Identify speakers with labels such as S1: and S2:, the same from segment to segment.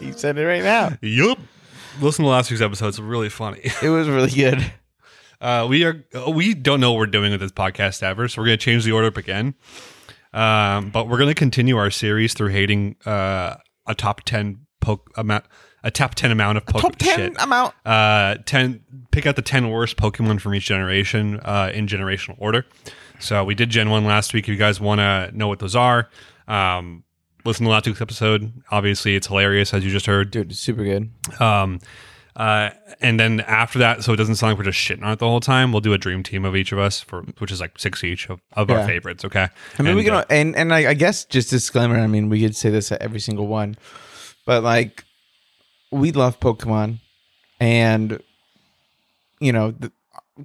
S1: you said it right now.
S2: Yup. Listen to last week's episode. It's really funny.
S1: It was really good.
S2: Uh, we are we don't know what we're doing with this podcast ever, so we're going to change the order up again. Um, but we're going to continue our series through hating uh, a top ten poke amount, a top ten amount of Pokemon
S1: Top 10
S2: shit.
S1: amount.
S2: Uh, ten pick out the ten worst Pokemon from each generation uh, in generational order. So we did Gen one last week. If you guys want to know what those are, um, listen to last week's episode. Obviously, it's hilarious as you just heard.
S1: Dude, it's super good.
S2: Um, uh, and then after that, so it doesn't sound like we're just shitting on it the whole time. We'll do a dream team of each of us, for which is like six each of, of
S1: Yeah.
S2: our favorites. Okay.
S1: I mean,
S2: And,
S1: we can,
S2: uh,
S1: and and I, I guess just disclaimer. I mean, we could say this at every single one, but like, we love Pokemon, and you know, the,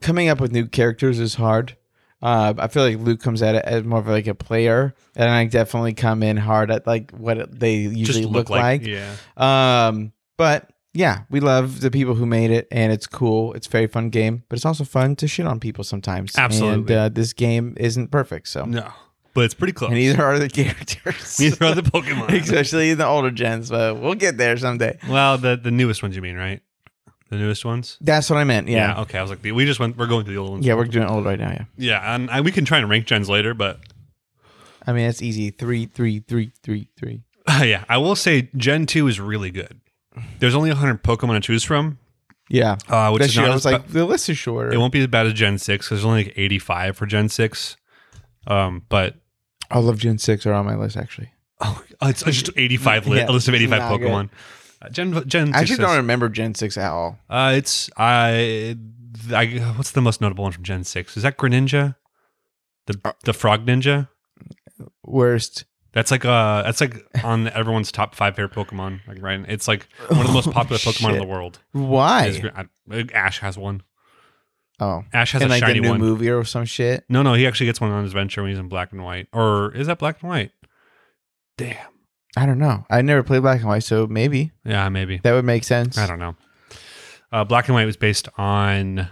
S1: coming up with new characters is hard. Uh, I feel like Luke comes at it as more of like a player, and I definitely come in hard at like what it- they usually look, like.
S2: yeah.
S1: Um, but yeah, we love the people who made it, and it's cool. It's a very fun game, but it's also fun to shit on people sometimes. And
S2: Absolutely.
S1: uh, this game isn't perfect, so
S2: No, but it's pretty close.
S1: and neither are the characters.
S2: These are the Pokemon.
S1: Especially the older gens, but we'll get there someday.
S2: Well, the the newest ones you mean, right? The newest ones.
S1: That's what I meant. Yeah.
S2: Okay. I was like, the- we just went. We're going through the old
S1: Yeah,
S2: ones.
S1: we're doing old right now. Yeah.
S2: Yeah, and I, we can try and rank gens later, but
S1: I mean, that's easy. Three, three, three, three, three.
S2: yeah, I will say Gen two is really good. There's only 100 Pokemon to choose from,
S1: Yeah.
S2: uh, which
S1: That
S2: is
S1: shit, I
S2: not
S1: was
S2: as
S1: like, the list is shorter.
S2: It won't be as bad as Gen six. 'cause There's only like 85 for Gen six, um, but
S1: All of Gen 6 are on my list, actually.
S2: oh, it's it's just 85 li-
S1: Yeah,
S2: a list of
S1: it's
S2: 85
S1: not good.
S2: Pokemon. Uh, Gen Gen
S1: I
S2: six.
S1: actually
S2: is-
S1: don't remember Gen 6 at all.
S2: uh, it's I, I. What's the most notable one from Gen six? Is that Greninja, the
S1: Uh,
S2: the Frog Ninja?
S1: Worst.
S2: That's like uh, that's like on everyone's top five favorite Pokemon. Like right, it's like one of the most popular Pokemon in
S1: Oh, Shit.
S2: the world. Is
S1: Why?
S2: Gre- I- Ash has one.
S1: Oh.
S2: Ash has
S1: And
S2: a
S1: like
S2: shiny
S1: a new
S2: one.
S1: movie or some shit.
S2: No, no, he actually gets one on his adventure when he's in black and white. Or is that black and white? Damn.
S1: I don't know. I never played Black and White, so maybe
S2: Yeah, maybe.
S1: that would make sense.
S2: I don't know. Uh, Black and White was based on.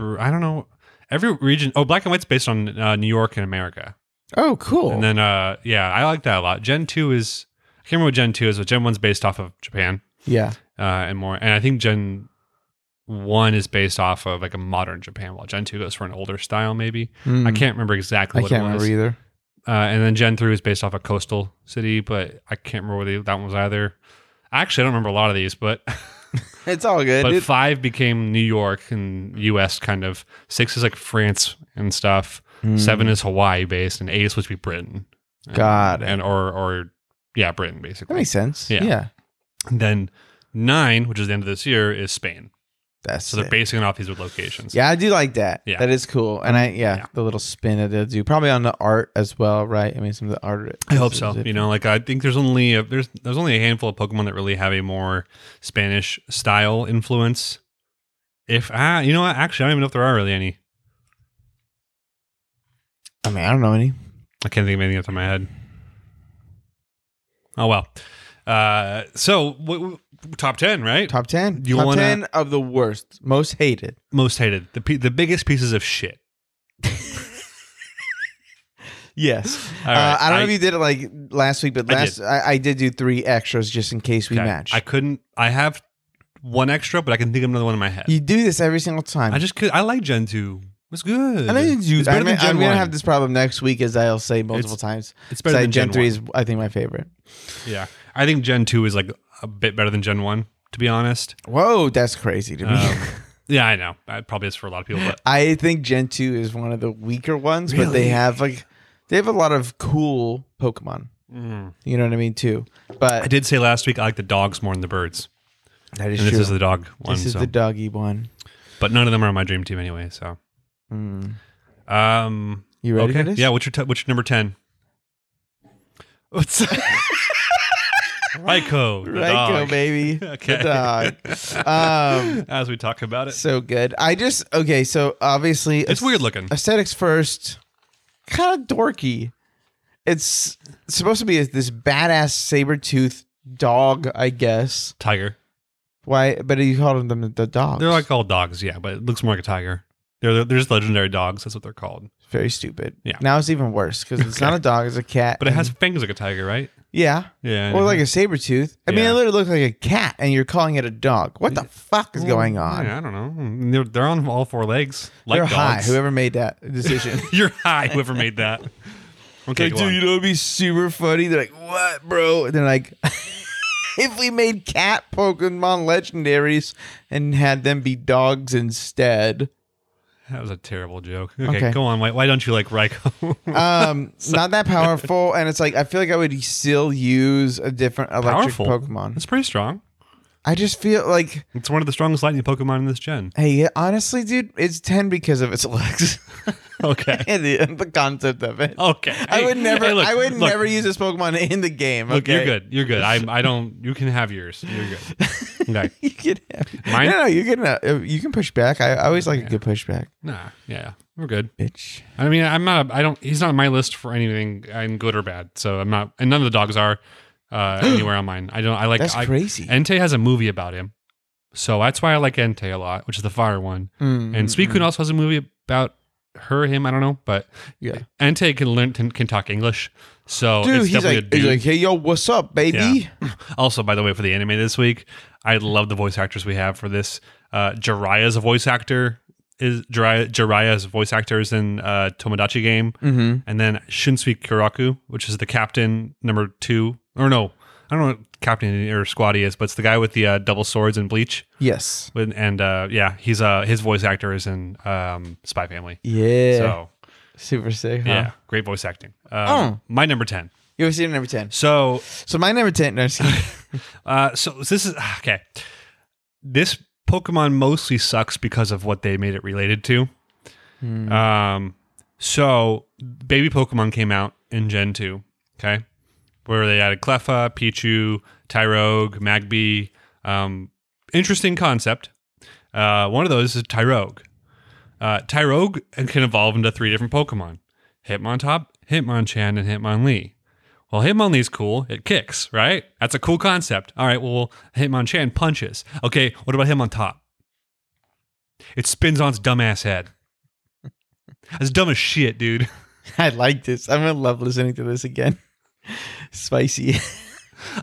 S2: I don't know. Every region. Oh, Black and White's based on uh, New York and America.
S1: Oh, cool.
S2: And then, uh, yeah, I like that a lot. Gen 2 is. I can't remember what Gen 2 is, but Gen 1's based off of Japan
S1: yeah.
S2: uh, and more. And I think Gen 1 is based off of like a modern Japan, while Gen 2 goes for an older style, maybe.
S1: Mm.
S2: I can't remember exactly
S1: I
S2: what
S1: can't
S2: it was.
S1: remember either.
S2: Uh, and then Gen 3 is based off a coastal city, but I can't remember what the, that one was either. Actually, I don't remember a lot of these, but
S1: It's all good.
S2: but
S1: dude.
S2: five became New York and U.S. kind of. Six is like France and stuff.
S1: Mm.
S2: Seven is Hawaii based, and eight is supposed to be Britain. And-
S1: Got it.
S2: and or or yeah, Britain basically.
S1: That makes sense. Yeah.
S2: Yeah. And then nine, which is the end of this year, is Spain.
S1: That's
S2: So they're
S1: sick.
S2: basing it off these locations.
S1: Yeah, I do like that.
S2: Yeah.
S1: That is cool. And I yeah,
S2: Yeah.
S1: the little spin that they'll do. Probably on the art as well, right? I mean some of the art.
S2: I hope so. You know, like I think there's only a, there's there's only a handful of Pokemon that really have a more Spanish style influence. If ah, you know what? Actually, I don't even know if there are really any.
S1: I mean, I don't know any.
S2: I can't think of anything off the top of my head. Oh well. Uh, so w- w- top ten, right?
S1: Top ten.
S2: Do you
S1: Top
S2: wanna-
S1: ten of the worst, most hated.
S2: Most hated, the pe- the biggest pieces of shit.
S1: Yes.
S2: All
S1: uh,
S2: right,
S1: I don't know if you did it like last week, but
S2: I
S1: last I, I, did do three extras just in case we
S2: okay.
S1: match.
S2: I couldn't. I have one extra, but I can think of another one in my head.
S1: you do this every single time.
S2: I just could. I like Gen two. It's good.
S1: I know you do.
S2: It's
S1: I
S2: better
S1: mean,
S2: than Gen
S1: I'm gonna
S2: one.
S1: have this problem next week, as I'll say multiple
S2: It's
S1: times.
S2: It's
S1: But
S2: better than
S1: Gen,
S2: Gen,
S1: three
S2: one.
S1: is, I think, my favorite.
S2: Yeah, I think Gen two is like a bit better than Gen one. To be honest.
S1: Whoa, that's crazy to me.
S2: Um, yeah, I know. It probably is for a lot of people, but
S1: I think Gen 2 is one of the weaker ones, but they
S2: Really?
S1: have like they have a lot of cool Pokemon. You know what I mean too. But
S2: Mm. I did say last week I like the dogs more than the birds.
S1: that is
S2: And
S1: true.
S2: this is the dog one.
S1: this is
S2: so.
S1: the doggy one.
S2: but none of them are on my dream team anyway. So,
S1: Mm.
S2: um,
S1: You ready
S2: okay,
S1: for this?
S2: yeah. What's your t- what's your number ten? What's Ryko? The
S1: Ryko,
S2: dog.
S1: baby.
S2: Okay.
S1: The dog. Um,
S2: As we talk about it,
S1: so good. I just okay, so obviously
S2: it's weird looking.
S1: aesthetics first, kind of dorky. It's supposed to be this badass saber tooth dog, I guess.
S2: Tiger.
S1: Why? But you called them the dogs.
S2: They're like all dogs, yeah, but it looks more like a tiger. They're they're just legendary dogs. That's what they're called.
S1: very stupid.
S2: Yeah.
S1: Now it's even worse because it's not a dog; it's a cat.
S2: But it has
S1: and-
S2: fangs like a tiger, right?
S1: yeah,
S2: Yeah.
S1: or Hmm. like a saber tooth. I mean, it
S2: Yeah.
S1: literally looks like a cat, and you're calling it a dog. What the fuck is going on?
S2: Yeah, I don't know. They're, they're on all four legs. Like
S1: They're
S2: dogs.
S1: high. Whoever made that decision.
S2: You're high. Whoever made that. Okay,
S1: like,
S2: go
S1: dude,
S2: on.
S1: you know it'd be super funny. They're like, what, bro? And they're like, if we made cat Pokemon legendaries and had them be dogs instead.
S2: that was a terrible joke. Okay,
S1: Okay.
S2: go on. Why, why don't you like Raikou?
S1: Um, not that powerful, and it's like I feel like I would still use a different electric
S2: Powerful.
S1: Pokemon.
S2: It's pretty strong.
S1: I just feel like,
S2: It's one of the strongest lightning Pokemon in this gen.
S1: hey, honestly, dude, it's ten because of its looks
S2: Okay.
S1: and the, the concept of it.
S2: Okay.
S1: I would
S2: Oh, Hey,
S1: never,
S2: hey, look,
S1: I would
S2: look,
S1: never use this Pokemon in the game.
S2: Look,
S1: okay?
S2: you're good. You're good. I'm. I don't. You can have yours. You're good. Okay.
S1: you can have.
S2: Mine-
S1: No, no, you can. Uh, you can push back. I, I always like a good pushback,
S2: Nah. Yeah. We're good.
S1: bitch.
S2: I mean, I'm not. I don't. He's not on my list for anything. I'm good or bad. So I'm not. And none of the dogs are uh, anywhere on mine. I don't. I like.
S1: That's
S2: I,
S1: crazy.
S2: Entei has a movie about him, so that's why I like Entei a lot, which is the fire one.
S1: Hmm.
S2: And
S1: Mm-hmm.
S2: Suicune also has a movie about her, him. I don't know, but
S1: yeah,
S2: Entei can learn can, can talk English. So
S1: dude,
S2: it's
S1: he's
S2: definitely
S1: like,
S2: a dude.
S1: he's like, hey, yo, what's up, baby?
S2: Also, by the way, for the anime this week, I love the voice actors we have for this. Uh, Jiraiya's a voice actor. Is Jiraiya, Jiraiya's voice actor is in uh, Tomodachi game,
S1: Mm-hmm.
S2: and then Shinsui Kiraku, which is the captain number two, or no, I don't know what captain or squad he is, but it's the guy with the uh, double swords and bleach.
S1: Yes.
S2: And, and uh, yeah, he's uh, his voice actor is in um, Spy Family.
S1: Yeah.
S2: So
S1: Super sick. Huh?
S2: yeah, great voice acting. Um,
S1: Oh.
S2: My number ten.
S1: You ever seen number ten?
S2: So
S1: So my number ten. No, I'm just kidding.
S2: Uh, so this is okay. This Pokemon mostly sucks because of what they made it related to. Um, so baby Pokemon came out in Gen two. Okay, where they added Cleffa, Pichu, Tyrogue, Magby. Um, interesting concept. Uh, one of those is Tyrogue. Uh, Tyrogue can evolve into three different Pokemon: Hitmontop, Hitmonchan, and Hitmonlee. Well, Hitmonlee's cool. It kicks, right? That's a cool concept. All right, well, Hitmonchan punches. Okay, what about him on top? It spins on its dumbass head. That's dumb as shit, dude.
S1: I like this. I'm gonna love listening to this again. Spicy.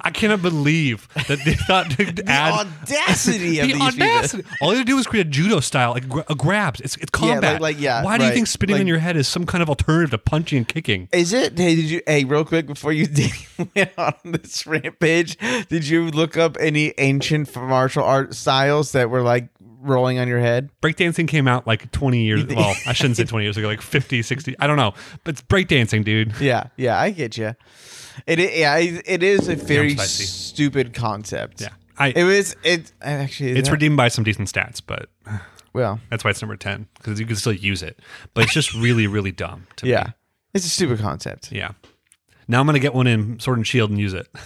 S2: I cannot believe that they thought to add
S1: audacity
S2: the audacity. All you do is create a judo style, like gra- a grabs. It's, it's
S1: like-
S2: combat.
S1: like, yeah,
S2: Why do you
S1: right.
S2: think spinning on
S1: Like-
S2: your head is some kind of alternative to punching and kicking?
S1: Is it? Hey, did you? Hey, real quick before you did, went on this rampage, did you look up any ancient martial art styles that were like rolling on your head?
S2: breakdancing came out like 20 years
S1: think-
S2: well i shouldn't say 20 years ago like 50 60 i don't know but it's breakdancing dude
S1: Yeah, yeah, I get you. It, i- yeah, it it is a very
S2: spicy.
S1: stupid concept.
S2: yeah i
S1: it was. It actually,
S2: it's
S1: it's
S2: redeemed by some decent stats but
S1: well,
S2: that's why it's number 10 because you can still use it but it's just really really dumb to me.
S1: yeah, it's a stupid concept.
S2: yeah now i'm gonna get one in sword and shield and use it 'Cause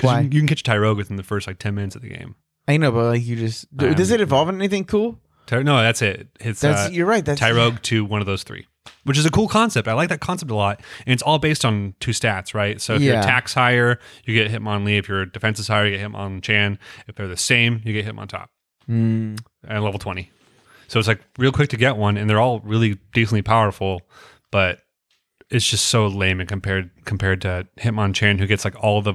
S1: Why?
S2: You, can, you can catch Tyrogue within the first like 10 minutes of the game
S1: I know, but like you just
S2: I
S1: does it
S2: am-
S1: evolve in anything cool?
S2: Ty- no that's it it's
S1: That's
S2: uh,
S1: you're right. That's
S2: Tyrogue to one of those three, which is a cool concept. I like that concept a lot. And it's all based on two stats, right? So if your
S1: Yeah.
S2: attack's higher, you get Hitmonlee. If your defense is higher, you get Hitmonchan. If they're the same, you get Hitmontop
S1: Hmm.
S2: and level 20. So it's like real quick to get one, and they're all really decently powerful, but it's just so lame and compared compared to Hitmonchan, who gets like all the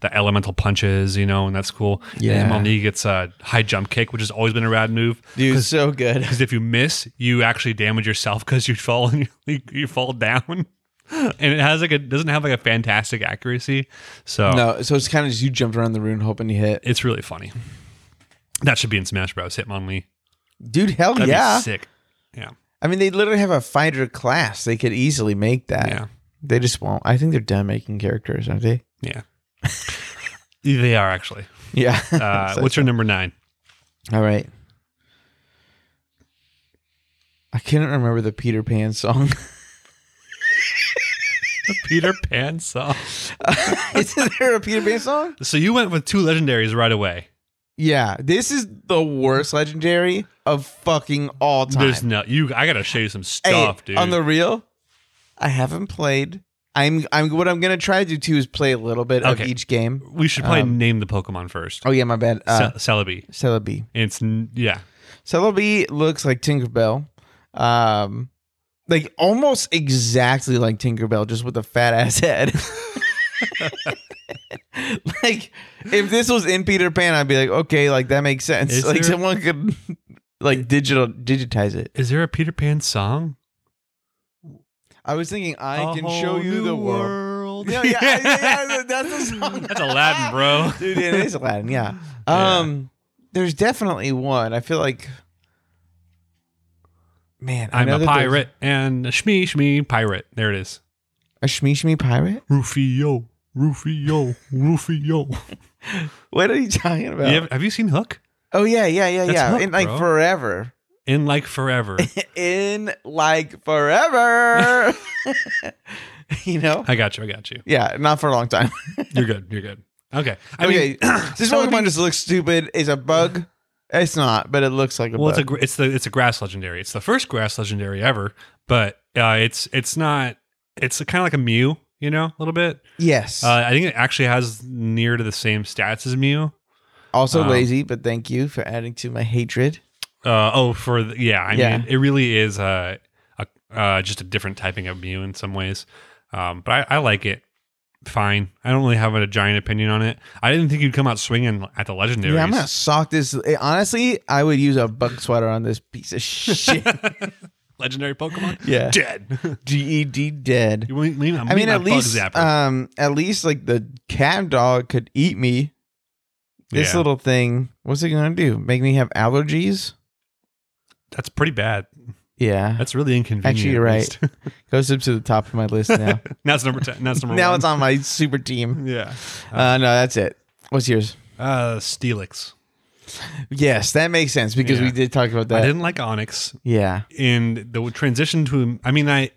S2: the elemental punches, you know, and that's cool.
S1: Yeah.
S2: And Hitmonlee gets a high jump kick, which has always been a rad move.
S1: dude, so good.
S2: Because if you miss, you actually damage yourself because you fall and you, you fall down. And it has like a doesn't have like a fantastic accuracy, so
S1: No, so it's kind of just you jumped around the room hoping you hit.
S2: it's really funny. That should be in Smash Bros. Hitmonlee.
S1: Dude, hell
S2: That'd
S1: yeah!
S2: be sick. Yeah,
S1: I mean, they literally have a fighter class. They could easily make that.
S2: yeah,
S1: They just won't. I think they're done making characters, aren't they?
S2: yeah. they are actually.
S1: Yeah.
S2: Uh,
S1: So-
S2: what's your number nine?
S1: All right. I couldn't remember the Peter Pan song.
S2: The Peter Pan song.
S1: Isn't there a Peter Pan song?
S2: So you went with two legendaries right away.
S1: Yeah. This is the worst legendary of fucking all time.
S2: There's no you. I gotta show you some
S1: Hey,
S2: stuff, dude.
S1: On the real, I haven't played. I'm I'm what I'm gonna try to do too is play a little bit of
S2: Okay.
S1: each game.
S2: we should probably
S1: um,
S2: name the Pokemon first.
S1: Oh yeah, my bad. Uh,
S2: Ce- Celebi.
S1: Celebi.
S2: It's n- yeah.
S1: Celebi looks like Tinkerbell. Um, like almost exactly like Tinkerbell, just with a fat ass head. like if this was in Peter Pan, I'd be like, okay, like that makes sense.
S2: Is
S1: like
S2: there-
S1: someone could like digital digitize it.
S2: Is there a Peter Pan song?
S1: I was thinking I
S2: A
S1: can
S2: whole
S1: show you
S2: new
S1: the world. Yeah, yeah, yeah, that's the song.
S2: That's Aladdin, bro.
S1: Dude, it is Aladdin, yeah.
S2: Yeah.
S1: Um there's definitely one. I feel like Man, I
S2: I'm
S1: know
S2: a
S1: that there's-
S2: pirate and a shmee shmee pirate. There it is.
S1: A shmee shmee pirate?
S2: Rufio, Rufio, Rufio.
S1: What are you talking about?
S2: You have, have you seen Hook?
S1: Oh yeah, yeah, yeah,
S2: That's
S1: yeah.
S2: Hook,
S1: in like
S2: bro.
S1: forever.
S2: In like forever.
S1: In like forever. you know?
S2: I got you. I got you.
S1: Yeah, not for a long time.
S2: You're good. You're good. Okay. I
S1: okay,
S2: mean,
S1: this
S2: some of
S1: Pokemon just looks stupid. Is a bug? It's not, but it looks like a
S2: well, it's
S1: bug.
S2: a gr- it's the it's a grass legendary. It's the first grass legendary ever, but uh, it's it's not. It's kind of like a Mew, you know, a little bit.
S1: yes.
S2: Uh, I think it actually has near to the same stats as Mew.
S1: also
S2: um,
S1: lazy, but thank you for adding to my hatred.
S2: Uh, oh, for the, yeah, I
S1: Yeah.
S2: mean, it really is uh, a, uh, just a different typing of Mew in some ways. Um, but I, I like it. Fine. I don't really have a giant opinion on it. I didn't think you'd come out swinging at the legendaries.
S1: Yeah, I'm gonna sock this. eh, Honestly, I would use a bug sweater on this piece of shit.
S2: Legendary Pokemon
S1: yeah,
S2: dead.
S1: G E D dead.
S2: you mean, mean,
S1: I mean,
S2: my
S1: at least,
S2: bug zapper.
S1: um, at least like the cat dog could eat me. This
S2: Yeah.
S1: little thing, what's it gonna do? Make me have allergies?
S2: That's pretty bad.
S1: Yeah,
S2: That's really inconvenient.
S1: Actually, you're
S2: at
S1: right.
S2: least.
S1: goes up to the top of my list now.
S2: now it's number ten. Now it's number
S1: now
S2: one.
S1: it's on my super team.
S2: yeah.
S1: Uh, no, that's it. What's yours?
S2: Uh, Steelix.
S1: Yes, that makes sense because
S2: Yeah.
S1: we did talk about
S2: I
S1: that.
S2: didn't like Onyx,
S1: Yeah,
S2: and the transition to. I mean, I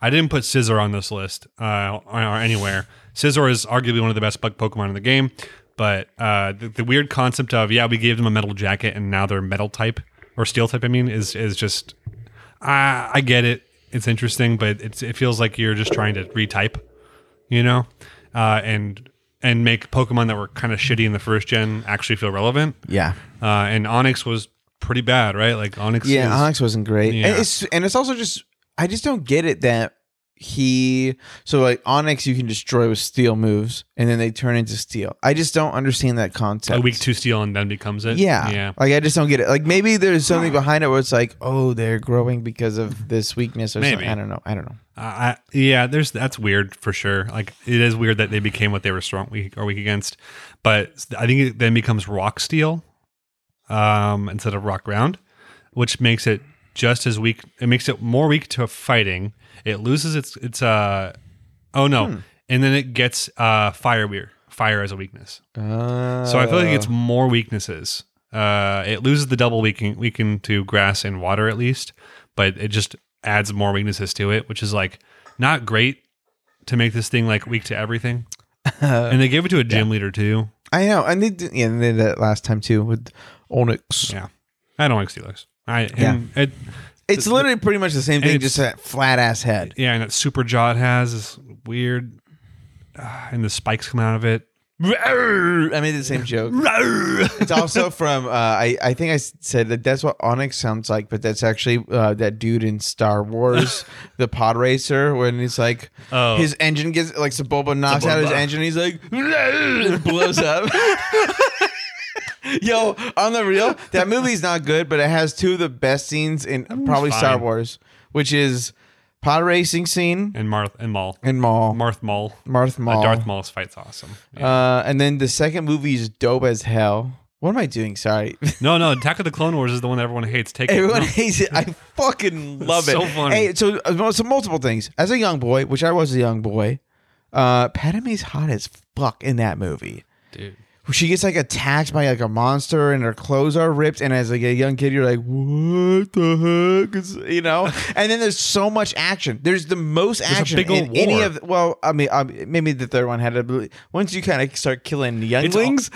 S2: I didn't put Scizor on this list uh, or or anywhere. Scizor is arguably one of the best bug Pokemon in the game, but uh, the, the weird concept of yeah, we gave them a metal jacket and now they're metal type or steel type. I mean, is is just I I get it. It's interesting, but it's it feels like you're just trying to retype, you know, uh, and and make Pokemon that were kind of shitty in the first gen actually feel relevant.
S1: yeah,
S2: Uh, and Onyx was pretty bad, right? Like Onyx,
S1: yeah.
S2: is-
S1: Onyx wasn't great,
S2: Yeah.
S1: and it's and it's also just I just don't get it that he so like Onyx you can destroy with steel moves and then they turn into steel. I just don't understand that concept.
S2: a week two steel and then becomes it.
S1: Yeah.
S2: yeah.
S1: Like I just don't get it. Like maybe there's something behind it where it's like, oh, they're growing because of this weakness or
S2: Maybe.
S1: something. I don't know. I don't know.
S2: Uh, I, yeah, there's that's weird for sure. Like it is weird that they became what they were strong weak or weak against, but I think it then becomes rock steel, um, instead of rock ground, which makes it just as weak. It makes it more weak to fighting. It loses its its uh oh no, and then it gets uh fire weir fire as a weakness. So I feel like
S1: Uh,
S2: it's more weaknesses. Uh, it loses the double weaken weaken to grass and water at least, but it just adds more weaknesses to it, which is like not great to make this thing like weak to everything. And they gave it to a gym leader too.
S1: I know, and they did, yeah, and they did that last time too with Onyx.
S2: Yeah, I don't like Steelers. I
S1: Yeah.
S2: and it,
S1: It's literally pretty much the same thing,
S2: it's-
S1: just that flat ass head.
S2: yeah, and that super jaw it has is weird, Ah, and the spikes come out of it.
S1: I made the same joke. It's also from uh, I I think I s- said that that's what Onyx sounds like, but that's actually uh, that dude in Star Wars, the pod racer, when he's like
S2: Oh.
S1: his engine gets like Sebulba knocks out his
S2: Sebulba.
S1: engine, he's like and blows up. Yo, on the real, that movie's not good, but it has two of the best scenes in probably Star
S2: fine.
S1: Wars, which is pod racing scene
S2: and Marth and Maul,
S1: and Maul,
S2: Marth Maul,
S1: Marth Maul,
S2: Uh, Darth Maul's fight's awesome. Yeah.
S1: Uh, and then the second movie is dope as hell. What am I doing? Sorry.
S2: No, no, Attack of the Clone Wars is the one everyone hates. Take
S1: Everyone
S2: it. No.
S1: hates it. I fucking love it.
S2: so funny.
S1: Hey, so, uh, so multiple things. As a young boy, which I was a young boy, uh, Padme's hot as fuck in that movie.
S2: Dude.
S1: She gets like attacked by like a monster, and her clothes are ripped. And as like a young kid, you're like, "What the heck?" Is, you know. and then there's so much action. There's the most
S2: a
S1: action
S2: big
S1: in
S2: old
S1: any
S2: war.
S1: of. Well, I mean, um, maybe the third one had a. Once you kind of start killing younglings,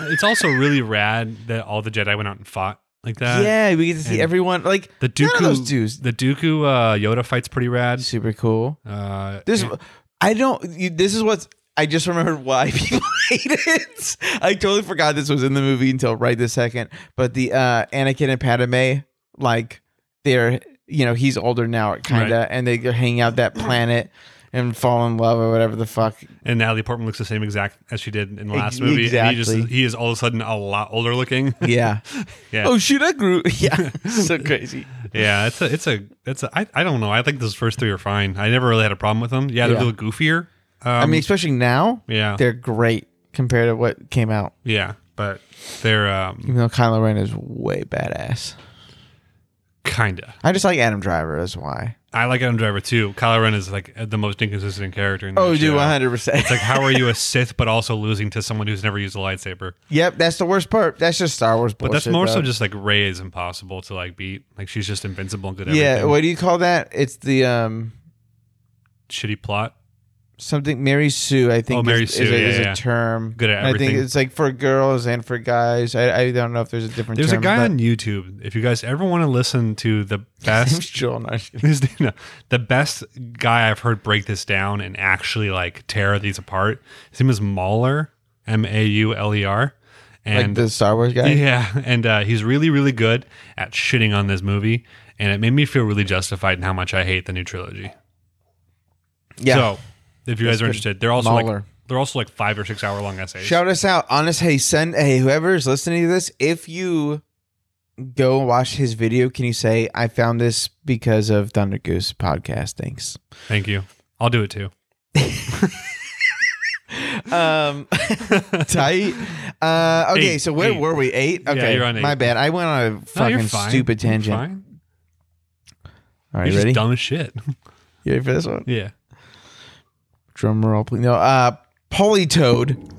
S2: It's also really rad that all the Jedi went out and fought like that.
S1: yeah, we get to see
S2: and
S1: everyone like
S2: The
S1: none
S2: Dooku,
S1: of those dudes.
S2: the Dooku uh, Yoda fight's pretty rad.
S1: Super cool.
S2: Uh,
S1: This
S2: and-
S1: I don't. You, this is what's. I just remembered why people hate it. I totally forgot this was in the movie until right this second. But the uh Anakin and Padme, like they're you know he's older now, kind of, and they go hang out that planet and fall in love or whatever the fuck.
S2: And Natalie Portman looks the same exact as she did in the last
S1: Ex-
S2: movie. And he just
S1: exactly.
S2: he is all of a sudden a lot older looking.
S1: Yeah.
S2: Yeah.
S1: Oh shit, I grew. Yeah. so crazy.
S2: yeah, it's a it's a it's a I, I don't know. I think those first three are fine. I never really had a problem with them. Yeah, they're
S1: Yeah.
S2: a little goofier. Um,
S1: I mean, especially now,
S2: yeah,
S1: they're great compared to what came out.
S2: yeah, but they're um,
S1: Even though Kylo Ren is way badass.
S2: kinda.
S1: I just like Adam Driver. That's why.
S2: I like Adam Driver too. Kylo Ren is like the most inconsistent character. In that
S1: Oh, dude,
S2: show.
S1: one hundred percent.
S2: It's like how are you a Sith but also losing to someone who's never used a lightsaber?
S1: Yep, that's the worst part. That's just Star Wars
S2: But
S1: bullshit.
S2: that's more
S1: bro.
S2: so just like Ray is impossible to like beat. Like she's just invincible and good. At
S1: yeah.
S2: everything.
S1: What do you call that? It's the um
S2: shitty plot.
S1: something Mary Sue. I think
S2: Oh, Mary
S1: is,
S2: Sue,
S1: is, a,
S2: yeah,
S1: is a
S2: yeah.
S1: term.
S2: Good at
S1: And I
S2: everything.
S1: think it's like for girls and for guys. I, I don't know if there's a different.
S2: There's
S1: term,
S2: a guy
S1: but-
S2: on YouTube. If you guys ever want to listen to the
S1: His name's
S2: best,
S1: Joel. No, I'm just kidding.
S2: his name- no, the best guy I've heard break this down and actually like tear these apart. His name is Mauler, M A U L E R,
S1: like
S2: and
S1: the Star Wars guy.
S2: yeah, and uh, he's really really good at shitting on this movie, and it made me feel really justified in how much I hate the new trilogy.
S1: Yeah.
S2: So if you guys are
S1: good.
S2: interested, they're also like
S1: Mahler.
S2: they're also like five or six hour long essays.
S1: Shout us out, honest. Hey, son. Hey, whoever's listening to this, if you go watch his video, can you say I found this because of Thunder Goose podcast? Thanks.
S2: Thank you. I'll do it too.
S1: um tight uh okay
S2: Eight.
S1: so where
S2: Eight.
S1: were we eight
S2: Yeah,
S1: okay
S2: you're on eight.
S1: my bad i went on a
S2: No, you're
S1: fucking
S2: fine.
S1: stupid
S2: You're
S1: tangent
S2: fine.
S1: all right
S2: You're
S1: you ready
S2: just dumb as shit.
S1: you ready for this one
S2: yeah.
S1: drum roll please no uh polytoad
S2: No,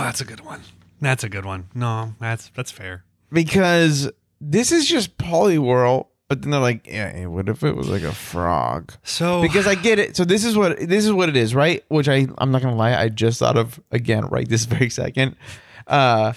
S2: that's a good one. That's a good one. No, that's that's fair.
S1: because this is just polywhirl but then they're like yeah what if it was like a frog
S2: So
S1: because i get it so this is what this is what it is right which i i'm not gonna lie i just thought of again right this very second uh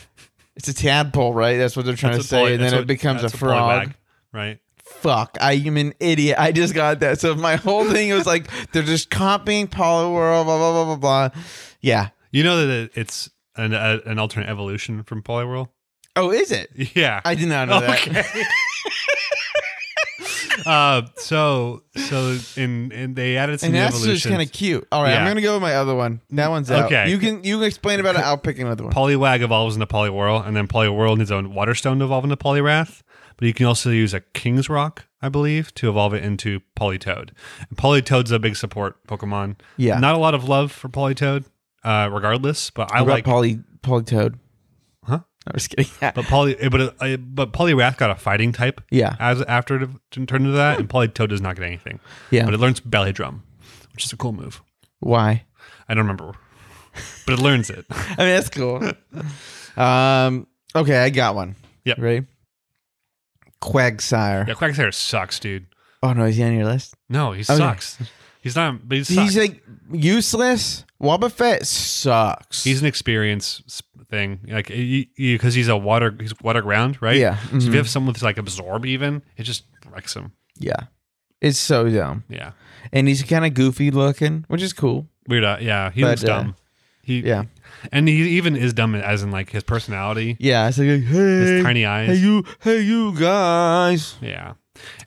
S1: it's a tadpole right that's what they're trying
S2: that's
S1: to
S2: a
S1: say
S2: poly-
S1: and then
S2: that's
S1: it
S2: what-
S1: becomes a
S2: that's poly
S1: frog
S2: bag, right?
S1: fuck, I am an idiot. I just got that. So my whole thing was like, they're just copying Polyworld, blah, blah, blah, blah, blah. Yeah.
S2: You know that it- it's an a, an alternate evolution from Polyworld.
S1: Oh, is it?
S2: Yeah.
S1: I did not know that.
S2: uh, so so in and they added some
S1: And
S2: new
S1: that's
S2: evolutions.
S1: just kind of cute. All right, I'm
S2: Yeah.
S1: gonna go with my other one. That one's out.
S2: Okay.
S1: You can you can explain about it. I'll pick another one.
S2: Polywag evolves into Poliwhirl, and then Poliwhirl needs own Waterstone to evolve into Poliwrath. But you can also use a King's Rock, I believe, to evolve it into Politoed. And Politoed's a big support Pokemon.
S1: Yeah.
S2: Not a lot of love for Politoed, uh, regardless. But I
S1: What about
S2: like,
S1: Poly Polytoad.
S2: Huh?
S1: I'm just kidding. Yeah.
S2: but Poly, but uh, I- but Poliwrath got a fighting type
S1: Yeah.
S2: as after it turned into that, and Politoed does not get anything.
S1: Hmm. Yeah.
S2: But it learns Belly Drum, which is a cool move.
S1: Why?
S2: I don't remember, but it learns it.
S1: I mean, that's cool. um. Okay, I got one.
S2: Yep.
S1: Ready? Quagsire.
S2: yeah, Quagsire sucks, dude.
S1: Oh no, is he on your list?
S2: No, he sucks. He's not. But he sucks.
S1: Oh, He's like useless. Wobbuffet sucks.
S2: He's an experience s- thing, like because he's a water, he's water ground, right?
S1: Yeah.
S2: So if
S1: mhm.
S2: you have someone that's like absorb, even it just wrecks him.
S1: yeah. It's so dumb,
S2: Yeah,
S1: and he's kind of goofy looking, which is cool.
S2: weird. Uh, yeah, he
S1: But,
S2: looks
S1: uh,
S2: dumb. He
S1: Yeah,
S2: and he even is dumb as in like his personality,
S1: yeah. It's like
S2: his
S1: hey,
S2: tiny
S1: hey
S2: eyes.
S1: you, hey you guys.
S2: yeah,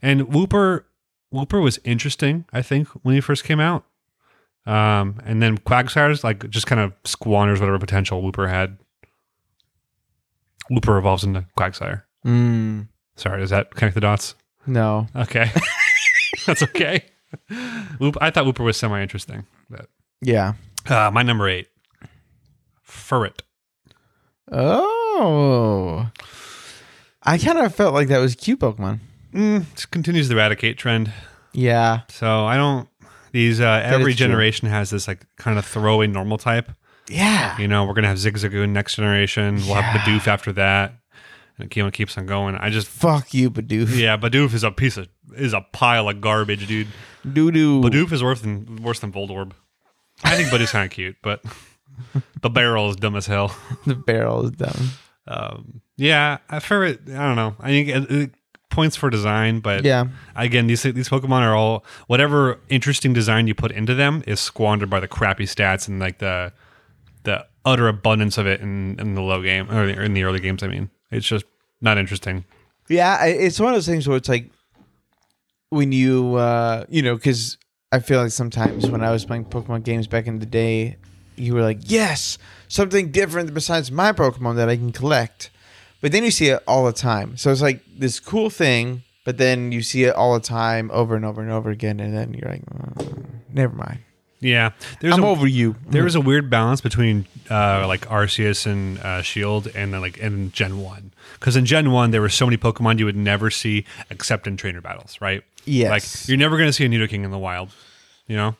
S2: and Whooper, Whooper was interesting, I think, when he first came out. Um, and then Quagsire's like just kind of squanders whatever potential Whooper had. Whooper evolves into Quagsire.
S1: Mm,
S2: Sorry, does that connect the dots?
S1: no,
S2: Okay. That's okay. Whoop, I thought Whooper was semi interesting. But
S1: yeah.
S2: uh, my number eight. Furret.
S1: Oh, I kind of felt like that was cute Pokemon.
S2: Mm, it continues the eradicate trend.
S1: Yeah,
S2: So I don't these uh,
S1: is
S2: every
S1: true.
S2: generation has this like kind of throwaway normal type.
S1: yeah.
S2: You know, we're gonna have Zigzagoon next generation. We'll have
S1: Yeah.
S2: Bidoof after that. And it keep- it keeps on going. I just
S1: Fuck you, Badoof.
S2: yeah, Bidoof is a piece of is a pile of garbage, dude.
S1: Doo doo.
S2: Bidoof is worse than worse than Voldorb. I think Bidoof's kind of cute, but the barrel is dumb as hell.
S1: The barrel is dumb.
S2: um yeah I- for it i don't know i think it, it points for design but
S1: Yeah,
S2: again these these pokemon are all whatever interesting design you put into them is squandered by the crappy stats and like the the utter abundance of it in in the low game or in the early games i mean it's just not interesting
S1: yeah. I- It's one of those things where it's like when you uh you know because i feel like sometimes when i was playing pokemon games back in the day you were like yes something different besides my pokemon that i can collect but then you see it all the time so it's like this cool thing but then you see it all the time over and over and over again and then you're like "Mm, never mind
S2: Yeah, there's
S1: i'm
S2: a,
S1: over you
S2: there was a weird balance between uh, like Arceus and uh, Shield, and then like and Gen One. Because in Gen One, there were so many Pokemon you would never see except in trainer battles, right?
S1: Yes.
S2: Like you're never going to see a Nidoking in the wild. You know,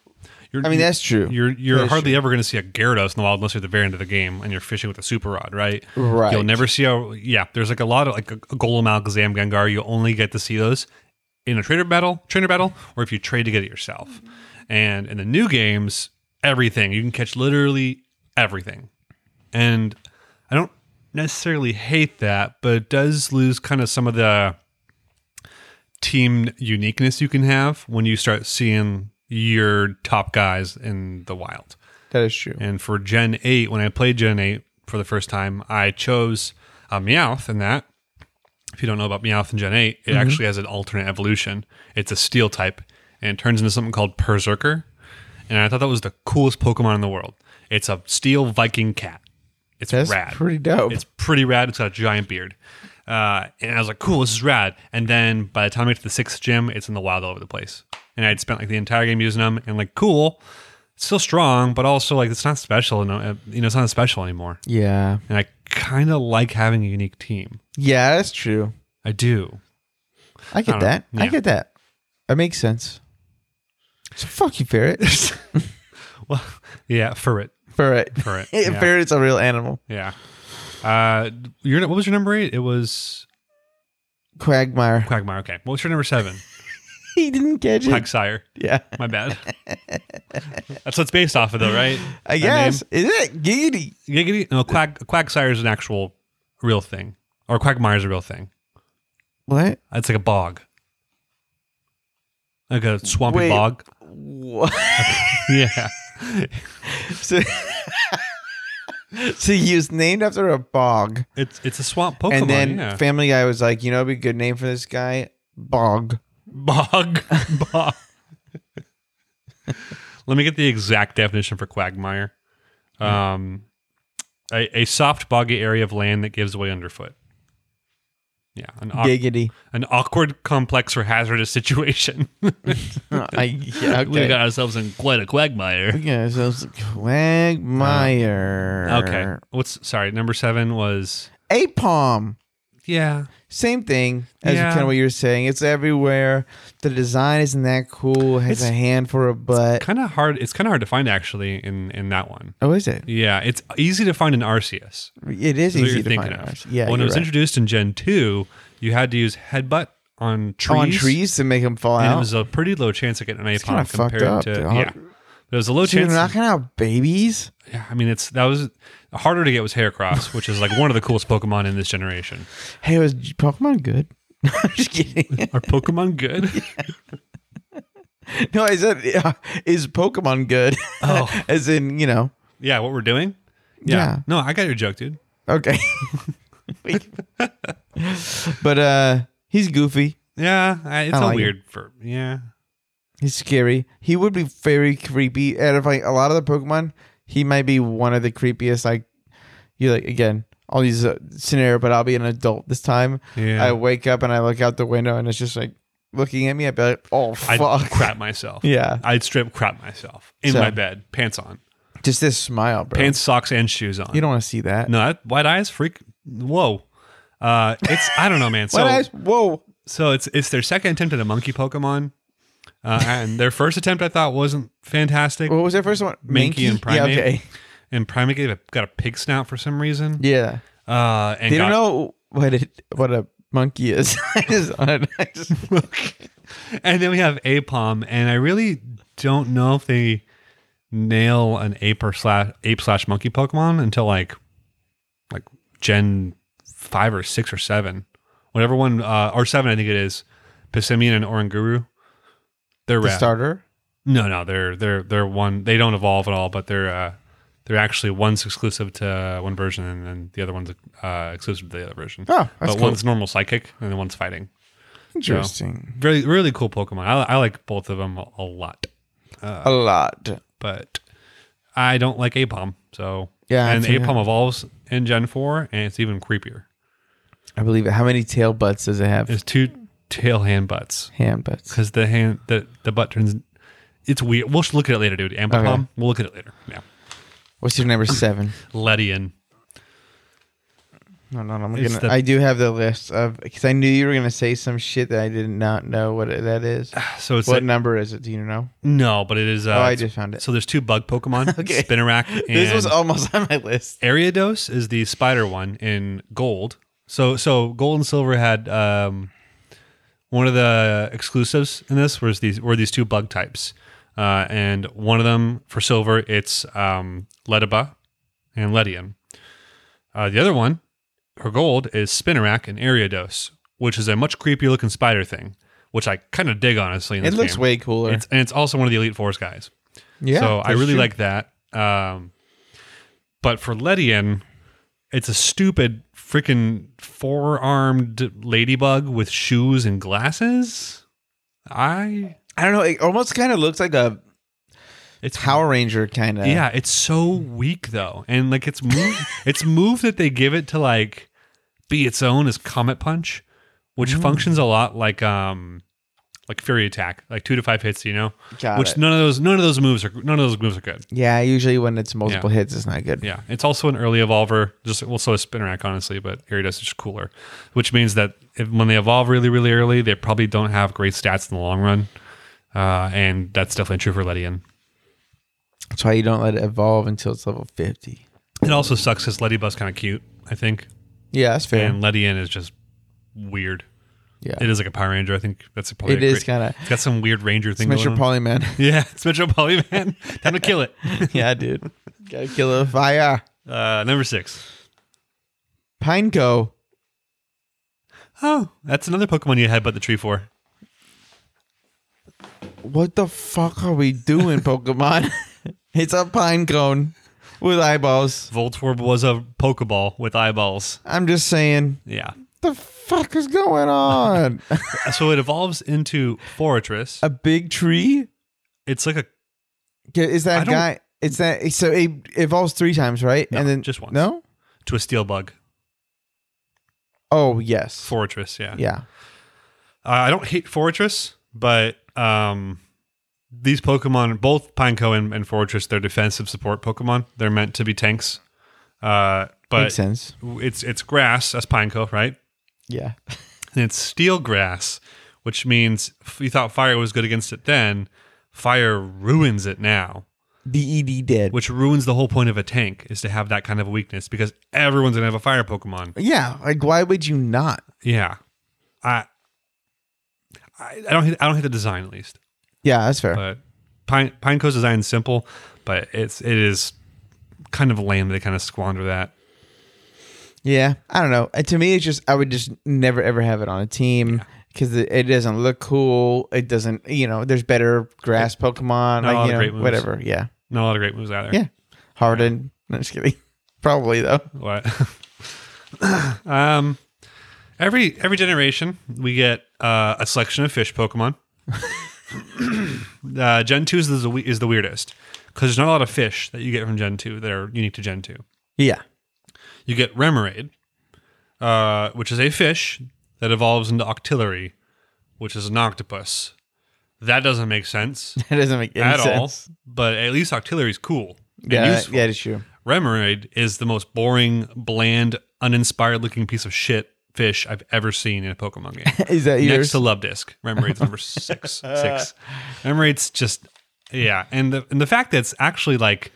S2: you're,
S1: I mean,
S2: you're-
S1: that's true.
S2: You're you're
S1: That is
S2: hardly ever going to see a Gyarados in the wild unless you're at the very end of the game and you're fishing with a super rod, right?
S1: Right.
S2: You'll never see a yeah. There's like a lot of like a, a Golem, Alakazam, Gengar. You only get to see those in a trader battle, trainer battle, or if you trade to get it yourself. And in the new games, everything you can catch literally everything. And I don't necessarily hate that, but it does lose kind of some of the team uniqueness you can have when you start seeing your top guys in the wild.
S1: that is true
S2: And for Gen 8, when I played Gen 8 for the first time, I chose a Meowth in that. If you don't know about Meowth in Gen 8, it actually has an alternate evolution. It's a steel type and it turns into something called Berserker. And I thought that was the coolest Pokemon in the world. It's a steel Viking cat. It's
S1: that's
S2: rad.
S1: pretty dope
S2: It's pretty rad. It's got a giant beard. Uh, and I was like, cool, this is rad. And then by the time I get to the sixth gym, it's in the wild all over the place. And I'd spent like the entire game using them and like, cool, it's still strong, but also like it's not special. No, uh, you know, it's not special anymore.
S1: yeah
S2: And I kind of like having a unique team.
S1: yeah that's true
S2: I do.
S1: I get
S2: I don't know.
S1: that. I
S2: Yeah.
S1: get that. That makes sense. So fuck you, ferret.
S2: Well, yeah, ferret,
S1: ferret.
S2: ferret. yeah.
S1: Ferret's a real animal.
S2: yeah. Uh, your what was your number eight? It was
S1: Quagmire.
S2: Quagmire. Okay. What was your number seven?
S1: He didn't catch it.
S2: Quagsire.
S1: Yeah,
S2: My bad. That's what it's based off of, though, right?
S1: I
S2: That
S1: guess. Is it giddy?
S2: Giggity? No, quag quagsire is an actual real thing, or quagmire is a real thing.
S1: What?
S2: It's like a bog, like a swampy
S1: Wait.
S2: bog.
S1: What?
S2: Yeah,
S1: so, so he was named after a bog,
S2: it's it's a swamp Pokemon.
S1: and then
S2: Oh, yeah.
S1: Family Guy was like, you know, what'd be a good name for this guy, Bog.
S2: bog, bog. Let me get the exact definition for quagmire. Um, a, a soft boggy area of land that gives way underfoot. Yeah, an awk-
S1: Giggity.
S2: an awkward, complex, or hazardous situation.
S1: I, yeah,
S2: We
S1: okay.
S2: got ourselves in quite a quagmire.
S1: Yeah, so it's Quagmire.
S2: Okay. What's sorry? Number seven was
S1: Apom.
S2: yeah.
S1: same thing as
S2: Yeah.
S1: kind of what you're saying. It's everywhere. The design isn't that cool. It Has
S2: It's-
S1: a hand for a butt.
S2: Kind of hard. It's kind of hard to find actually in in that one.
S1: Oh, is it?
S2: Yeah, it's easy to find in Arceus.
S1: It is
S2: is what
S1: easy
S2: you're
S1: to
S2: thinking
S1: find.
S2: of.
S1: ours. Yeah,
S2: when it
S1: you're
S2: was
S1: right.
S2: introduced in Gen two, you had to use headbutt on trees.
S1: on trees to make them fall
S2: and
S1: out.
S2: it was a pretty low chance of getting an
S1: kinda
S2: apom
S1: fucked
S2: compared
S1: up,
S2: to
S1: dude.
S2: yeah. There was a low
S1: Dude,
S2: chance.
S1: knocking out babies.
S2: yeah, I mean, it's that was harder to get was Heracross, which is like one of the coolest Pokemon in this generation.
S1: Hey, was Pokemon good? I'm just kidding.
S2: Are Pokemon good?
S1: no, I said, uh, is Pokemon good?
S2: Oh.
S1: As in, you know,
S2: Yeah, what we're doing?
S1: Yeah.
S2: No, I got your joke, dude.
S1: okay. Wait. but uh he's goofy.
S2: Yeah, I, it's
S1: I
S2: a
S1: like it.
S2: weird for yeah.
S1: He's scary. He would be very creepy. Out of like a lot of the Pokemon, he might be one of the creepiest. Like you like again, I'll use a scenario, but I'll be an adult this time.
S2: Yeah.
S1: I wake up and I look out the window and it's just like looking at me. I'd be like, oh
S2: I'd
S1: fuck,
S2: crap myself.
S1: yeah,
S2: I'd strip crap myself in
S1: So-
S2: my bed, pants on,
S1: just this smile, bro.
S2: pants, socks, and shoes on.
S1: You don't want to see that.
S2: no, that, white eyes, freak. Whoa. Uh, it's I don't know, man. So
S1: What eyes? Whoa.
S2: so it's it's their second attempt at a monkey Pokemon, uh, and their first attempt I thought wasn't fantastic.
S1: What was that first one?
S2: Mankey and Primate.
S1: Oh, Yeah. Okay.
S2: And Primate gave a, got a pig snout for some reason.
S1: Yeah.
S2: Uh, and
S1: They don't
S2: got,
S1: know what it what a monkey is. I just, I just,
S2: and then we have Apom, and I really don't know if they nail an ape or slash ape slash monkey Pokemon until like like Gen five or six or seven, whatever one uh, or seven I think it is. Pissimian and Oranguru, they're
S1: the
S2: rad.
S1: starter.
S2: no, no, they're they're they're one. They don't evolve at all, but they're uh, they're actually one's exclusive to one version, and, and the other one's uh, exclusive to the other version.
S1: Oh, that's
S2: but
S1: cool.
S2: one's normal psychic, and the one's fighting.
S1: Interesting.
S2: Really, really cool Pokemon. I, I like both of them a, a lot, Uh.
S1: A lot.
S2: but I don't like Apom. So
S1: Yeah, I
S2: and
S1: figured.
S2: Apom evolves in Gen four, and it's even creepier.
S1: I believe it. How many tail butts does it have?
S2: It's two tail hand butts
S1: Hand butts.
S2: because the hand the the butt turns. It's weird. We'll look at it later, dude. Ambipom.
S1: Okay.
S2: We'll look at it later. Yeah,
S1: What's your number seven?
S2: Ledian.
S1: No, no, I'm
S2: It's
S1: gonna.
S2: the-
S1: I do have the list of because I knew you were gonna say some shit that I did not know what it- that is.
S2: Ah, So it's
S1: what
S2: like-
S1: number is it? Do you know?
S2: no, but it is. Uh,
S1: oh, I
S2: it's-
S1: just found it.
S2: So there's two bug Pokemon,
S1: Okay.
S2: Spinarak and
S1: this was almost on my list.
S2: Ariados is the spider one in gold. So so gold and silver had um, one of the exclusives in this was these were these two bug types, uh, and one of them for silver it's um, Lediba and Ledian. Uh, the other one for gold is Spinarak and Ariados, which is a much creepier looking spider thing, which I kind of dig honestly. In
S1: It
S2: this
S1: looks
S2: game.
S1: way cooler.
S2: It's, and it's also one of the Elite Force guys.
S1: yeah.
S2: So I
S1: that's
S2: really
S1: true.
S2: like that. Um, but for Ledian, it's a stupid freaking four armed ladybug with shoes and glasses. I
S1: I don't know. It almost kind of looks like a
S2: it's
S1: Power Ranger kind of.
S2: yeah, it's so weak though, and like it's move it's move that they give it to like be its own is Comet Punch, which
S1: Mm.
S2: functions a lot like um like Fury Attack, like two to five hits, you know.
S1: Got
S2: which
S1: it.
S2: none of those none of those moves are none of those moves are good.
S1: Yeah. Usually when it's multiple hits, it's not good.
S2: Yeah, it's also an early evolver. Just well, so is Spinarak, honestly, but Gyarados is just cooler, which means that if, when they evolve really, really early, they probably don't have great stats in the long run, uh, and that's definitely true for Ledian.
S1: That's why you don't let it evolve until it's level fifty.
S2: It also sucks because Ledibus kind of cute, I think,
S1: Yeah, that's fair.
S2: and Ledian is just weird.
S1: yeah.
S2: It is like a Power Ranger. I think that's probably
S1: It
S2: a
S1: is
S2: great-
S1: kinda-
S2: It's got some weird Ranger thing.
S1: Mr.
S2: Going on.
S1: Polyman.
S2: Yeah, it's Metro Polyman. Time to kill it.
S1: yeah, dude. Gotta kill a fire.
S2: Uh, number six.
S1: Pineco.
S2: Oh, that's another Pokemon you had, but the tree for.
S1: What the fuck are we doing, Pokemon? it's a pine cone with eyeballs.
S2: Voltorb was a Pokeball with eyeballs.
S1: I'm just saying,
S2: Yeah.
S1: the fuck is going on?
S2: so it evolves into Fortress.
S1: a big tree?
S2: It's like a
S1: Is
S2: I
S1: that
S2: don't-
S1: guy? It's that. So it evolves three times, right?
S2: No,
S1: and then
S2: just once.
S1: No.
S2: to a steel bug.
S1: Oh yes.
S2: Fortress, yeah.
S1: Yeah.
S2: Uh, I don't hate Fortress, but um, these Pokemon, both Pineco and, and Fortress, they're defensive support Pokemon. They're meant to be tanks. Uh,
S1: Makes
S2: but
S1: sense.
S2: it's it's grass. That's Pineco, right?
S1: Yeah.
S2: And it's steel grass, which means if you thought fire was good against it then, fire ruins it now.
S1: DED E dead.
S2: Which ruins the whole point of a tank is to have that kind of a weakness because everyone's gonna have a fire Pokemon.
S1: yeah. Like, why would you not?
S2: Yeah, I, I, I don't hate, I don't hate the design at least,
S1: Yeah, that's fair.
S2: but Pine Pineco's design is simple, but it's it is kind of lame that they kind of squander that.
S1: Yeah, I don't know. Uh, To me, it's just I would just never ever have it on a team because it, it doesn't look cool. It doesn't, you know. There's better grass Pokemon,
S2: Not a lot
S1: like
S2: of
S1: you
S2: great
S1: know,
S2: moves.
S1: whatever. Yeah,
S2: Not a lot of great moves either.
S1: yeah. Harden. No, just kidding. Probably though.
S2: What? um, every every generation we get uh, a selection of fish Pokemon. uh, Gen two is the we- is the weirdest because there's not a lot of fish that you get from Gen two that are unique to Gen two.
S1: Yeah.
S2: you get Remoraid, uh, which is a fish that evolves into Octillery, which is an octopus. That doesn't make sense
S1: That doesn't make any
S2: at all,
S1: sense.
S2: but at least Octillery is cool and
S1: Yeah, that-
S2: useful.
S1: yeah, it's true.
S2: Remoraid is the most boring, bland, uninspired looking piece of shit fish I've ever seen in a Pokemon game.
S1: Is that
S2: Next
S1: yours?
S2: to Love Disc. Remoraid's number six. Six. Remoraid's just yeah. And the and the fact that it's actually like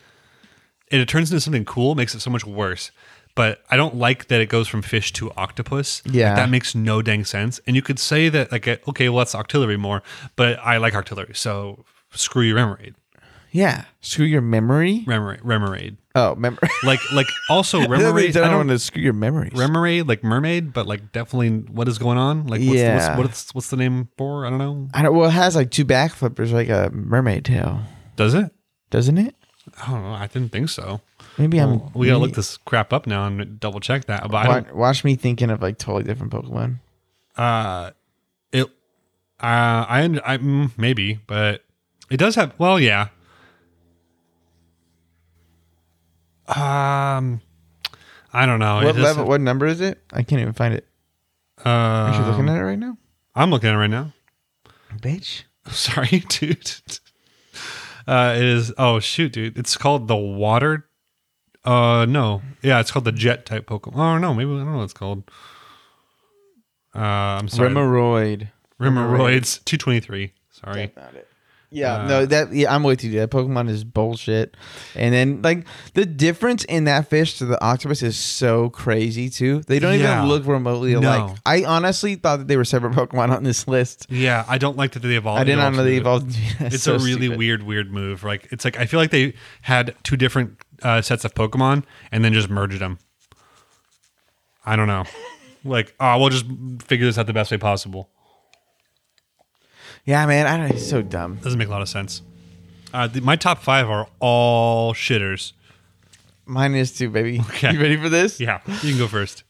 S2: and it turns into something cool makes it so much worse. But I don't like that it goes from fish to octopus. Like,
S1: Yeah.
S2: that makes no dang sense. And you could say that like okay, well that's octillery more, but I like octillery, so screw you, Remoraid.
S1: yeah. Screw your memory.
S2: Remoraid. Remoraid.
S1: Oh, memory.
S2: Like like also Remoraid.
S1: I
S2: I
S1: don't
S2: don't
S1: want to screw your memories.
S2: Remoraid, like mermaid, but like definitely what is going on? Like what's,
S1: Yeah.
S2: what's, what's what's the name for? I don't know.
S1: I don't. Well, it has like two back flippers, like a mermaid tail,
S2: Does it?
S1: doesn't it?
S2: I don't know. I didn't think so.
S1: Maybe
S2: Well,
S1: I'm.
S2: we gotta
S1: maybe-
S2: look this crap up now and double check that. But I
S1: Watch,
S2: don't,
S1: watch me thinking of like totally different Pokemon.
S2: uh, It, uh, I, und- I mm, maybe, but it does have. Well, yeah. Um, I don't know. It
S1: what
S2: does
S1: level?
S2: have-
S1: What number is it? I can't even find it. Are you looking
S2: um,
S1: at it right now,
S2: I'm looking at it right now.
S1: bitch?
S2: Sorry, dude. Uh, it is. Oh shoot, dude. It's called the water. Uh, no. Yeah, it's called the jet type Pokemon. Oh no, maybe I don't know what it's called. Uh, I'm sorry.
S1: Remeroid.
S2: Rimmeroids 223. Sorry.
S1: Yeah,
S2: Uh,
S1: no, that yeah, I'm with you. dude. That Pokemon is bullshit. And then like the difference in that fish to the octopus is so crazy too. They don't
S2: Yeah.
S1: even look remotely alike.
S2: No.
S1: I honestly thought that they were separate Pokemon on this list.
S2: Yeah, I don't like that they evolved.
S1: I did not know they
S2: into it.
S1: evolved. Yeah,
S2: It's
S1: so
S2: a really
S1: stupid.
S2: weird, weird move. Like it's like I feel like they had two different uh, sets of Pokemon and then just merged them. I don't know. like, oh, we'll just figure this out the best way possible.
S1: Yeah, man, I don't. It's so dumb.
S2: Doesn't make a lot of sense. Uh, the, my top five are all shitters.
S1: Mine is too, baby.
S2: Okay.
S1: You ready for this?
S2: Yeah, you can go first.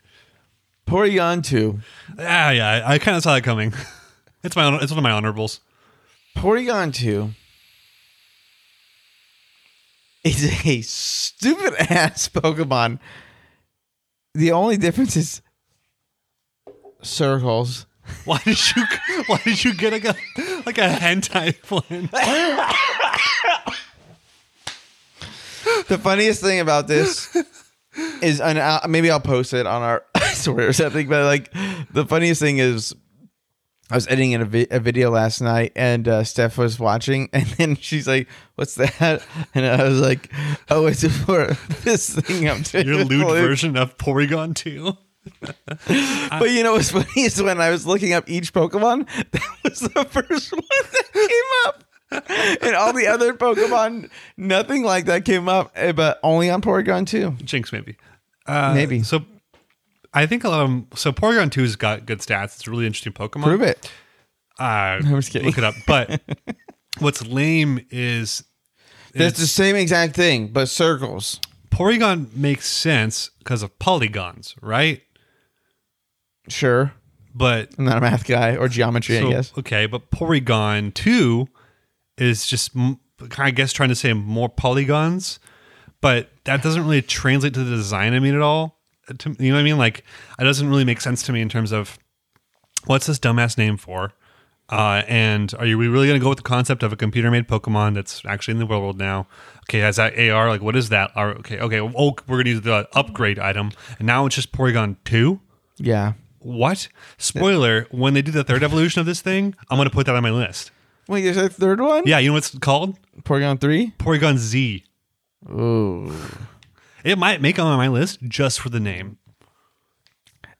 S1: Poor Yantu.
S2: Ah, yeah, I, I kind of saw that coming. it's my, hon- it's one of my honorables.
S1: Porygon 2 is a stupid ass Pokemon. The only difference is circles.
S2: Why did you, why did you get like a, like a hentai one?
S1: The funniest thing about this is, and i maybe I'll post it on our story or something, but like the funniest thing is. I was editing a, vi- a video last night, and uh, Steph was watching, and then she's like, "What's that?" And I was like, "Oh, it's for this thing I'm doing."
S2: Your lewd
S1: Like,
S2: version of Porygon 2.
S1: But you know what's funny is when I was looking up each Pokemon, that was the first one that came up. And all the other Pokemon, nothing like that came up, eh, but only on Porygon 2.
S2: Jinx, maybe. Uh,
S1: Maybe.
S2: So I think a lot of them. So Porygon 2 has got good stats. It's a really interesting Pokemon.
S1: Prove it.
S2: Uh,
S1: just kidding.
S2: Look it up. But what's lame is
S1: That's the same exact thing, but circles.
S2: Porygon makes sense because of polygons, right?
S1: Sure.
S2: But
S1: I'm not a math guy or geometry,
S2: so-
S1: I guess.
S2: okay, but Porygon two is just m- I guess trying to say more polygons, but that doesn't really translate to the design. I mean, at all. To- you know what I mean? Like, it doesn't really make sense to me in terms of what's this dumbass name for. Uh, and are you we really going to go with the concept of a computer-made Pokemon that's actually in the real world now? Okay, has that AR? Like, what is that? Are- okay, okay. Oh, we're going to use the upgrade item, and now it's just Porygon two
S1: Yeah.
S2: what? Spoiler, when they do the third evolution of this thing, I'm going to put that on my list.
S1: Wait, there's a third one?
S2: Yeah, you know what it's called?
S1: Porygon 3?
S2: Porygon Z.
S1: Ooh.
S2: It might make it on my list just for the name.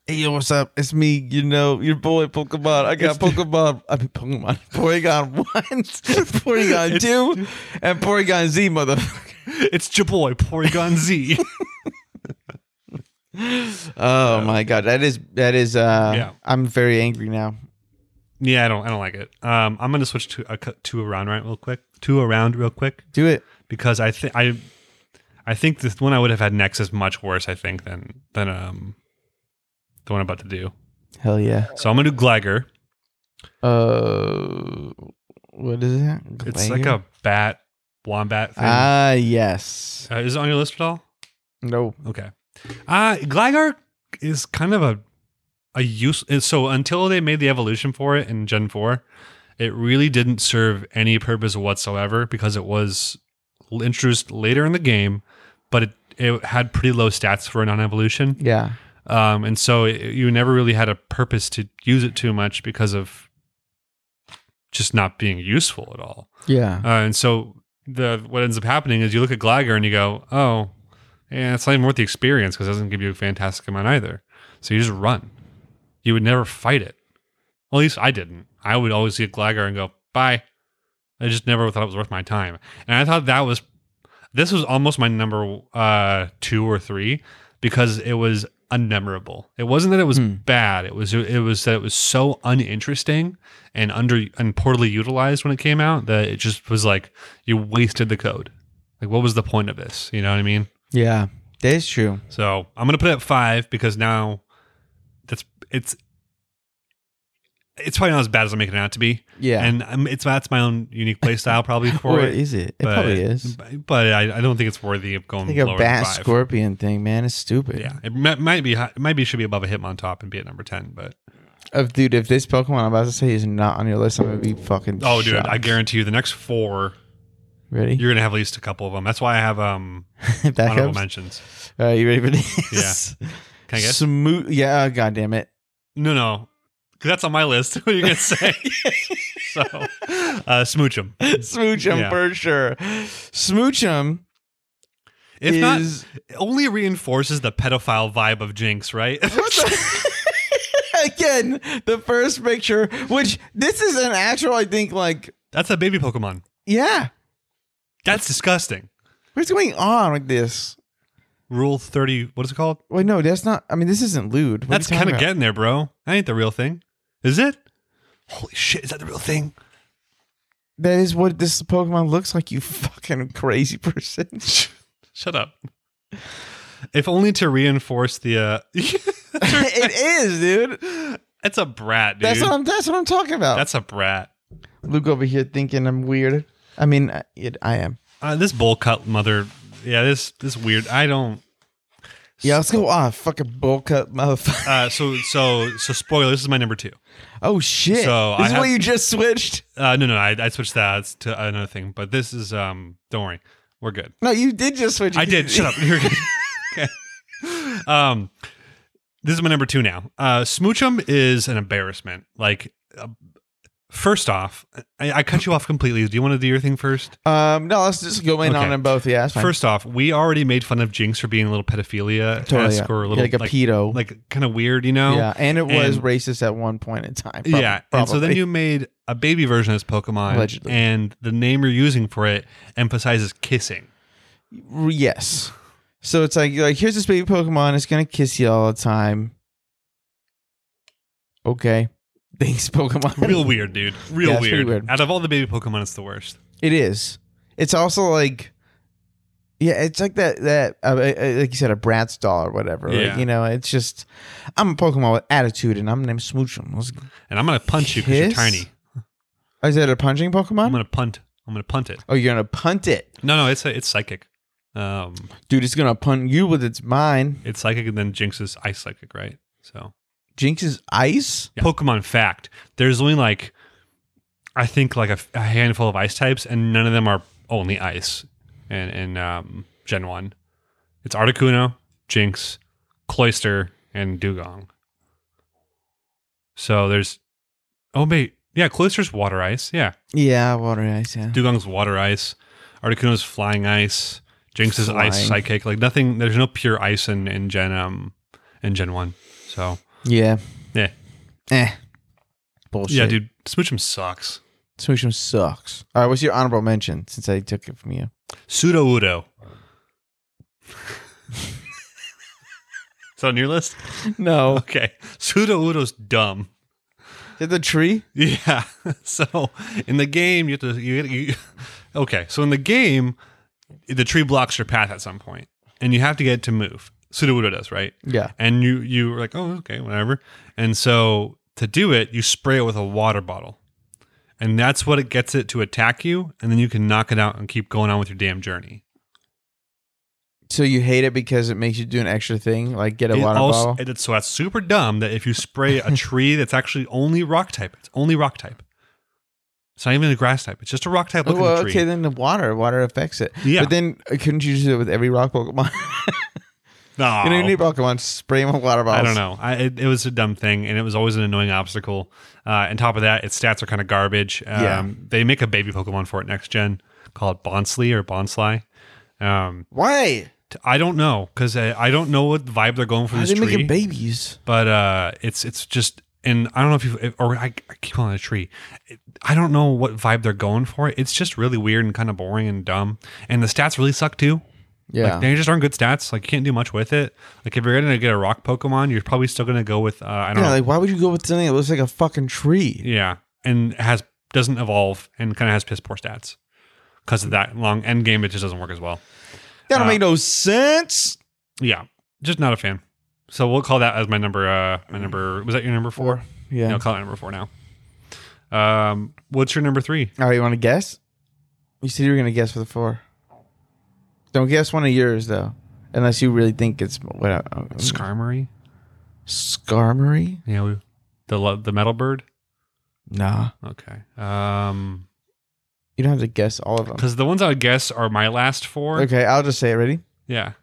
S1: Hey, yo, what's up? It's me, you know, your boy Pokemon. I got Pokemon. I mean, Pokemon. Porygon 1, Porygon 2, and Porygon Z, motherfucker.
S2: It's your boy, Porygon Z.
S1: Oh my god, that is that is. uh
S2: Yeah.
S1: I'm very angry now.
S2: yeah, I don't I don't like it. Um, I'm going to switch to a cu- to around right real quick. To around real quick
S1: Do it.
S2: because I think I I think this one I would have had next is much worse I think than than um the one I'm about to do.
S1: Hell yeah.
S2: So I'm going to do Gligar.
S1: Uh, what is that?
S2: It's like a bat wombat thing.
S1: ah yes.
S2: uh, is it on your list at all?
S1: No.
S2: Okay. Uh Gligar is kind of a a use and so until they made the evolution for it in Gen 4, it really didn't serve any purpose whatsoever because it was l- introduced later in the game, but it it had pretty low stats for a non-evolution.
S1: Yeah.
S2: Um and so it, you never really had a purpose to use it too much because of just not being useful at all.
S1: Yeah.
S2: Uh, and so the what ends up happening is you look at Gligar and you go, oh, yeah, it's not even worth the experience because it doesn't give you a fantastic amount either. So you just run. You would never fight it. Well, at least I didn't. I would always see a Gligar and go, bye. I just never thought it was worth my time. And I thought that was, this was almost my number uh, two or three because it was unmemorable. It wasn't that it was
S1: Hmm.
S2: bad. It was it was that it was so uninteresting and under and poorly utilized when it came out that it just was like you wasted the code. Like what was the point of this? You know what I mean?
S1: yeah. That is true.
S2: So I'm gonna put it at five because now that's it's it's probably not as bad as I'm making it out to be.
S1: Yeah.
S2: And um, it's that's my own unique play style probably for
S1: or
S2: it.
S1: is it? It probably is.
S2: b- But I, I don't think it's worthy of going
S1: Like
S2: lower
S1: a
S2: than
S1: bat
S2: five.
S1: scorpion thing, man. It's stupid.
S2: Yeah, it mi- might be hi- it might be should be above a Hitmon top and be at number ten. But
S1: Of dude, if this Pokemon I'm about to say is not on your list, I'm gonna be fucking.
S2: oh, dude,
S1: shocked.
S2: I guarantee you the next four
S1: Ready?
S2: you're gonna have at least a couple of them. That's why I have um
S1: Back
S2: honorable
S1: up.
S2: mentions.
S1: All right, you ready for this?
S2: Can I guess?
S1: Smoo- yeah. God damn it.
S2: no, no, 'Cause that's on my list. what are you gonna say? so uh, smooch 'em.
S1: Smooch 'em
S2: Yeah.
S1: for sure. Smooch 'em
S2: If not,
S1: is
S2: it only reinforces the pedophile vibe of Jinx, right?
S1: What the- Again, the first picture, which this is an actual, I think, like,
S2: that's a baby Pokemon.
S1: yeah,
S2: That's disgusting.
S1: what's going on with this?
S2: Rule thirty. What is it called?
S1: Wait, no, that's not. I mean, this isn't lewd. What are
S2: That's
S1: you
S2: kind of
S1: talking
S2: getting there, bro. That ain't the real thing, is it? Holy shit! Is that the real thing?
S1: about? That is what this Pokemon looks like. You fucking crazy person.
S2: Shut up. If only to reinforce the. uh
S1: it is, dude.
S2: That's a brat, dude.
S1: That's what I'm. That's what I'm talking about.
S2: That's a brat.
S1: Luke over here thinking I'm weird. I mean, I- it, I am.
S2: Uh, this bowl cut mother. Yeah, this this weird. I don't.
S1: Yeah, let's go off, fucking bowl cut motherfucker.
S2: Uh, so so so spoiler. This is my number two.
S1: Oh shit!
S2: So,
S1: this
S2: I
S1: is
S2: have-
S1: what you just switched.
S2: Uh, no, no, I, I switched that It's to another thing. But this is um. Don't worry, we're good.
S1: No, you did just switch.
S2: I did. Shut up. You're good. okay. Um, this is my number two now. Uh, Smoochum is an embarrassment. Like, uh, first off, I, I cut you off completely. Do you want to do your thing first?
S1: Um, no, let's just go in
S2: Okay.
S1: on them both. Yeah, that's fine.
S2: First off, we already made fun of Jinx for being a little pedophilia
S1: Totally, yeah.
S2: or a
S1: Yeah,
S2: little
S1: like a pedo.
S2: like kind of weird, you know?
S1: yeah, and it was
S2: and-
S1: racist at one point in time. prob-
S2: Yeah, and so then
S1: probably.
S2: you made a baby version of this Pokemon,
S1: Allegedly.
S2: and the name you're using for it emphasizes kissing.
S1: R- yes. So it's like you're like here's this baby Pokemon. It's gonna kiss you all the time. Okay, thanks, Pokemon.
S2: Real weird, dude. Real
S1: Yeah, it's pretty
S2: weird.
S1: weird.
S2: Out of all the baby Pokemon, it's the worst.
S1: It is. It's also like, yeah, it's like that that uh, uh, like you said, a Bratz doll or whatever. like,
S2: Yeah.
S1: you know, it's just I'm a Pokemon with attitude, and I'm named Smoochum. Let's-
S2: And I'm gonna punch you because you're
S1: Kiss? Oh,
S2: tiny.
S1: Is that a punching Pokemon?
S2: I'm gonna punt. I'm gonna punt it.
S1: oh, you're gonna punt it.
S2: No, no, it's it's psychic. Um,
S1: Dude, it's gonna punt you with its mind.
S2: it's psychic, and then Jinx is ice psychic, right? So,
S1: Jinx is ice.
S2: yeah. Pokemon fact: there's only like, I think like a, a handful of ice types, and none of them are only ice. And in um, Gen One, it's Articuno, Jinx, Cloyster, and Dugong. So there's, oh wait, yeah, Cloyster's water ice, yeah.
S1: Yeah, water ice. Yeah.
S2: Dugong's water ice. Articuno's flying ice. Jinx is ice
S1: Flying.
S2: psychic. Like nothing. There's no pure ice in in Gen um in Gen one. So
S1: Yeah.
S2: Yeah.
S1: Eh. Bullshit.
S2: yeah, dude, Smoochum sucks.
S1: Smoochum sucks. All right, what's your honorable mention since I took it from you?
S2: Pseudo Udo. it's on your list.
S1: No.
S2: Okay, Pseudo Udo's dumb.
S1: Did the tree?
S2: Yeah. So in the game, you have to you, you okay. So in the game, the tree blocks your path at some point, and you have to get it to move. Pseudo Udo does right.
S1: Yeah.
S2: and you you were like, oh, okay, whatever. And so to do it, you spray it with a water bottle, and that's what it gets it to attack you, and then you can knock it out and keep going on with your damn journey.
S1: So you hate it because it makes you do an extra thing, like get a
S2: It
S1: water
S2: also-
S1: bottle?
S2: it- it's- so that's super dumb that if you spray a tree that's actually only rock type, it's only rock type. It's not even a grass type. It's just a rock type
S1: Oh,
S2: looking
S1: well,
S2: tree.
S1: okay, then the water water affects it.
S2: Yeah.
S1: But then uh, couldn't you just do it with every rock Pokemon?
S2: No,
S1: you know, you need Pokemon, spray them with water bottles.
S2: I don't know. I, it, it was a dumb thing, and it was always an annoying obstacle. Uh, on top of that, its stats are kind of garbage. Um,
S1: Yeah.
S2: They make a baby Pokemon for it next gen called Bonsly or Bonsly. Um,
S1: Why?
S2: t- I don't know because I, I don't know what vibe they're going for
S1: Why are
S2: this
S1: they
S2: tree.
S1: making babies?
S2: but uh, it's it's just, and I don't know if you if- or I, I keep on a tree. It- I don't know what vibe they're going for. It's just really weird and kind of boring and dumb. And the stats really suck too.
S1: Yeah.
S2: Like, they just aren't good stats. Like you can't do much with it. Like if you're gonna get a rock Pokemon, you're probably still gonna go with uh, I don't
S1: yeah,
S2: know.
S1: like why would you go with something that looks like a fucking tree?
S2: yeah, and has doesn't evolve and kind of has piss poor stats because of that long end game. It just doesn't work as well.
S1: That don't
S2: Uh,
S1: make no sense.
S2: Yeah, just not a fan. So we'll call that as my number. Uh, my number was that your number four?
S1: Yeah.
S2: Yeah, I'll call it number four now. Um, what's your number three?
S1: All right, you want to guess? You said you were going to guess for the four. Don't guess one of yours though, unless you really think it's what uh, I- I-
S2: Skarmory.
S1: Skarmory.
S2: Yeah, we, the lo- the metal bird.
S1: Nah,
S2: Okay. Um,
S1: you don't have to guess all of them.
S2: because the ones I would guess are my last four.
S1: Okay, I'll just say it. Ready?
S2: Yeah.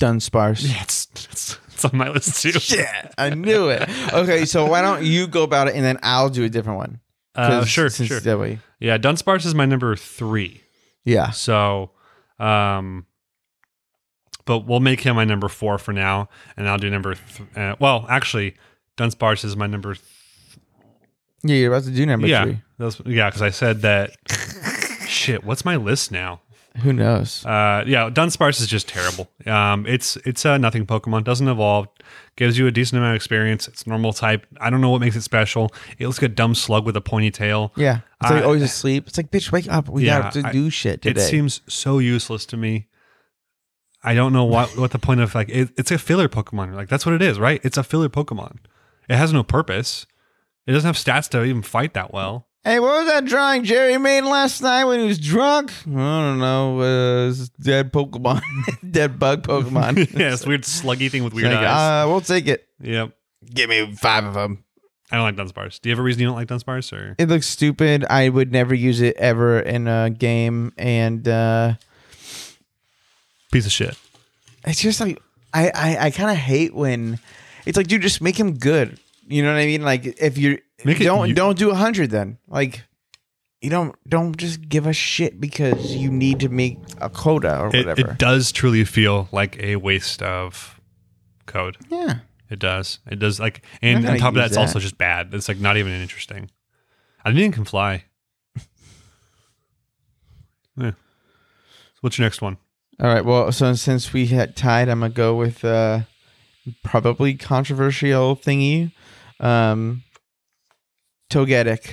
S1: Dunsparce.
S2: Yeah, it's, it's it's on my list too.
S1: Yeah, I knew it. Okay, so why don't you go about it and then I'll do a different one?
S2: Uh,
S1: 'Cause
S2: sure,
S1: since
S2: sure.
S1: That way.
S2: Yeah, Dunsparce is my number three.
S1: Yeah.
S2: So, um, but we'll make him my number four for now, and I'll do number. Th- uh, well, actually, Dunsparce is my number. Th-
S1: Yeah, you're about to do number
S2: yeah,
S1: three.
S2: that's yeah, because I said that. shit, what's my list now?
S1: Who knows?
S2: Uh, yeah, Dunsparce is just terrible. Um, it's it's a nothing Pokemon. Doesn't evolve. Gives you a decent amount of experience. It's normal type. I don't know what makes it special. It looks like a dumb slug with a pointy tail.
S1: yeah. It's like
S2: I-
S1: always asleep. It's like, bitch, wake up. We
S2: Yeah,
S1: got to
S2: I-
S1: do shit today.
S2: It seems so useless to me. I don't know what what the point of like it, it's a filler Pokemon. Like that's what it is, right? It's a filler Pokemon. It has no purpose. It doesn't have stats to even fight that well.
S1: Hey, what was that drawing Jerry made last night when he was drunk? I don't know. Uh, it's dead Pokemon, dead bug Pokemon.
S2: yeah, it's a weird sluggy thing with
S1: It's
S2: weird
S1: like,
S2: eyes.
S1: uh, we'll take it.
S2: yep.
S1: Give me five of them.
S2: I don't like Dunsparce. Do you have a reason you don't like Dunsparce or
S1: It looks stupid. I would never use it ever in a game, and uh,
S2: piece of shit?
S1: it's just like I I, I kind of hate when it's like, dude, just make him good. You know what I mean? Like if you're
S2: Make it
S1: don't
S2: you-
S1: don't do a hundred then like. You don't don't just give a shit because you need to make a quota or
S2: It,
S1: whatever.
S2: it does truly feel like a waste of code.
S1: yeah.
S2: It does. It does like
S1: I'm
S2: and
S1: not
S2: on top of
S1: gonna
S2: that, it's
S1: use
S2: also
S1: that.
S2: just bad. It's like not even interesting. I didn't even can fly. yeah. So what's your next one?
S1: All right. Well, so since we had tied, I'm gonna go with uh, probably controversial thingy, um, Togetic,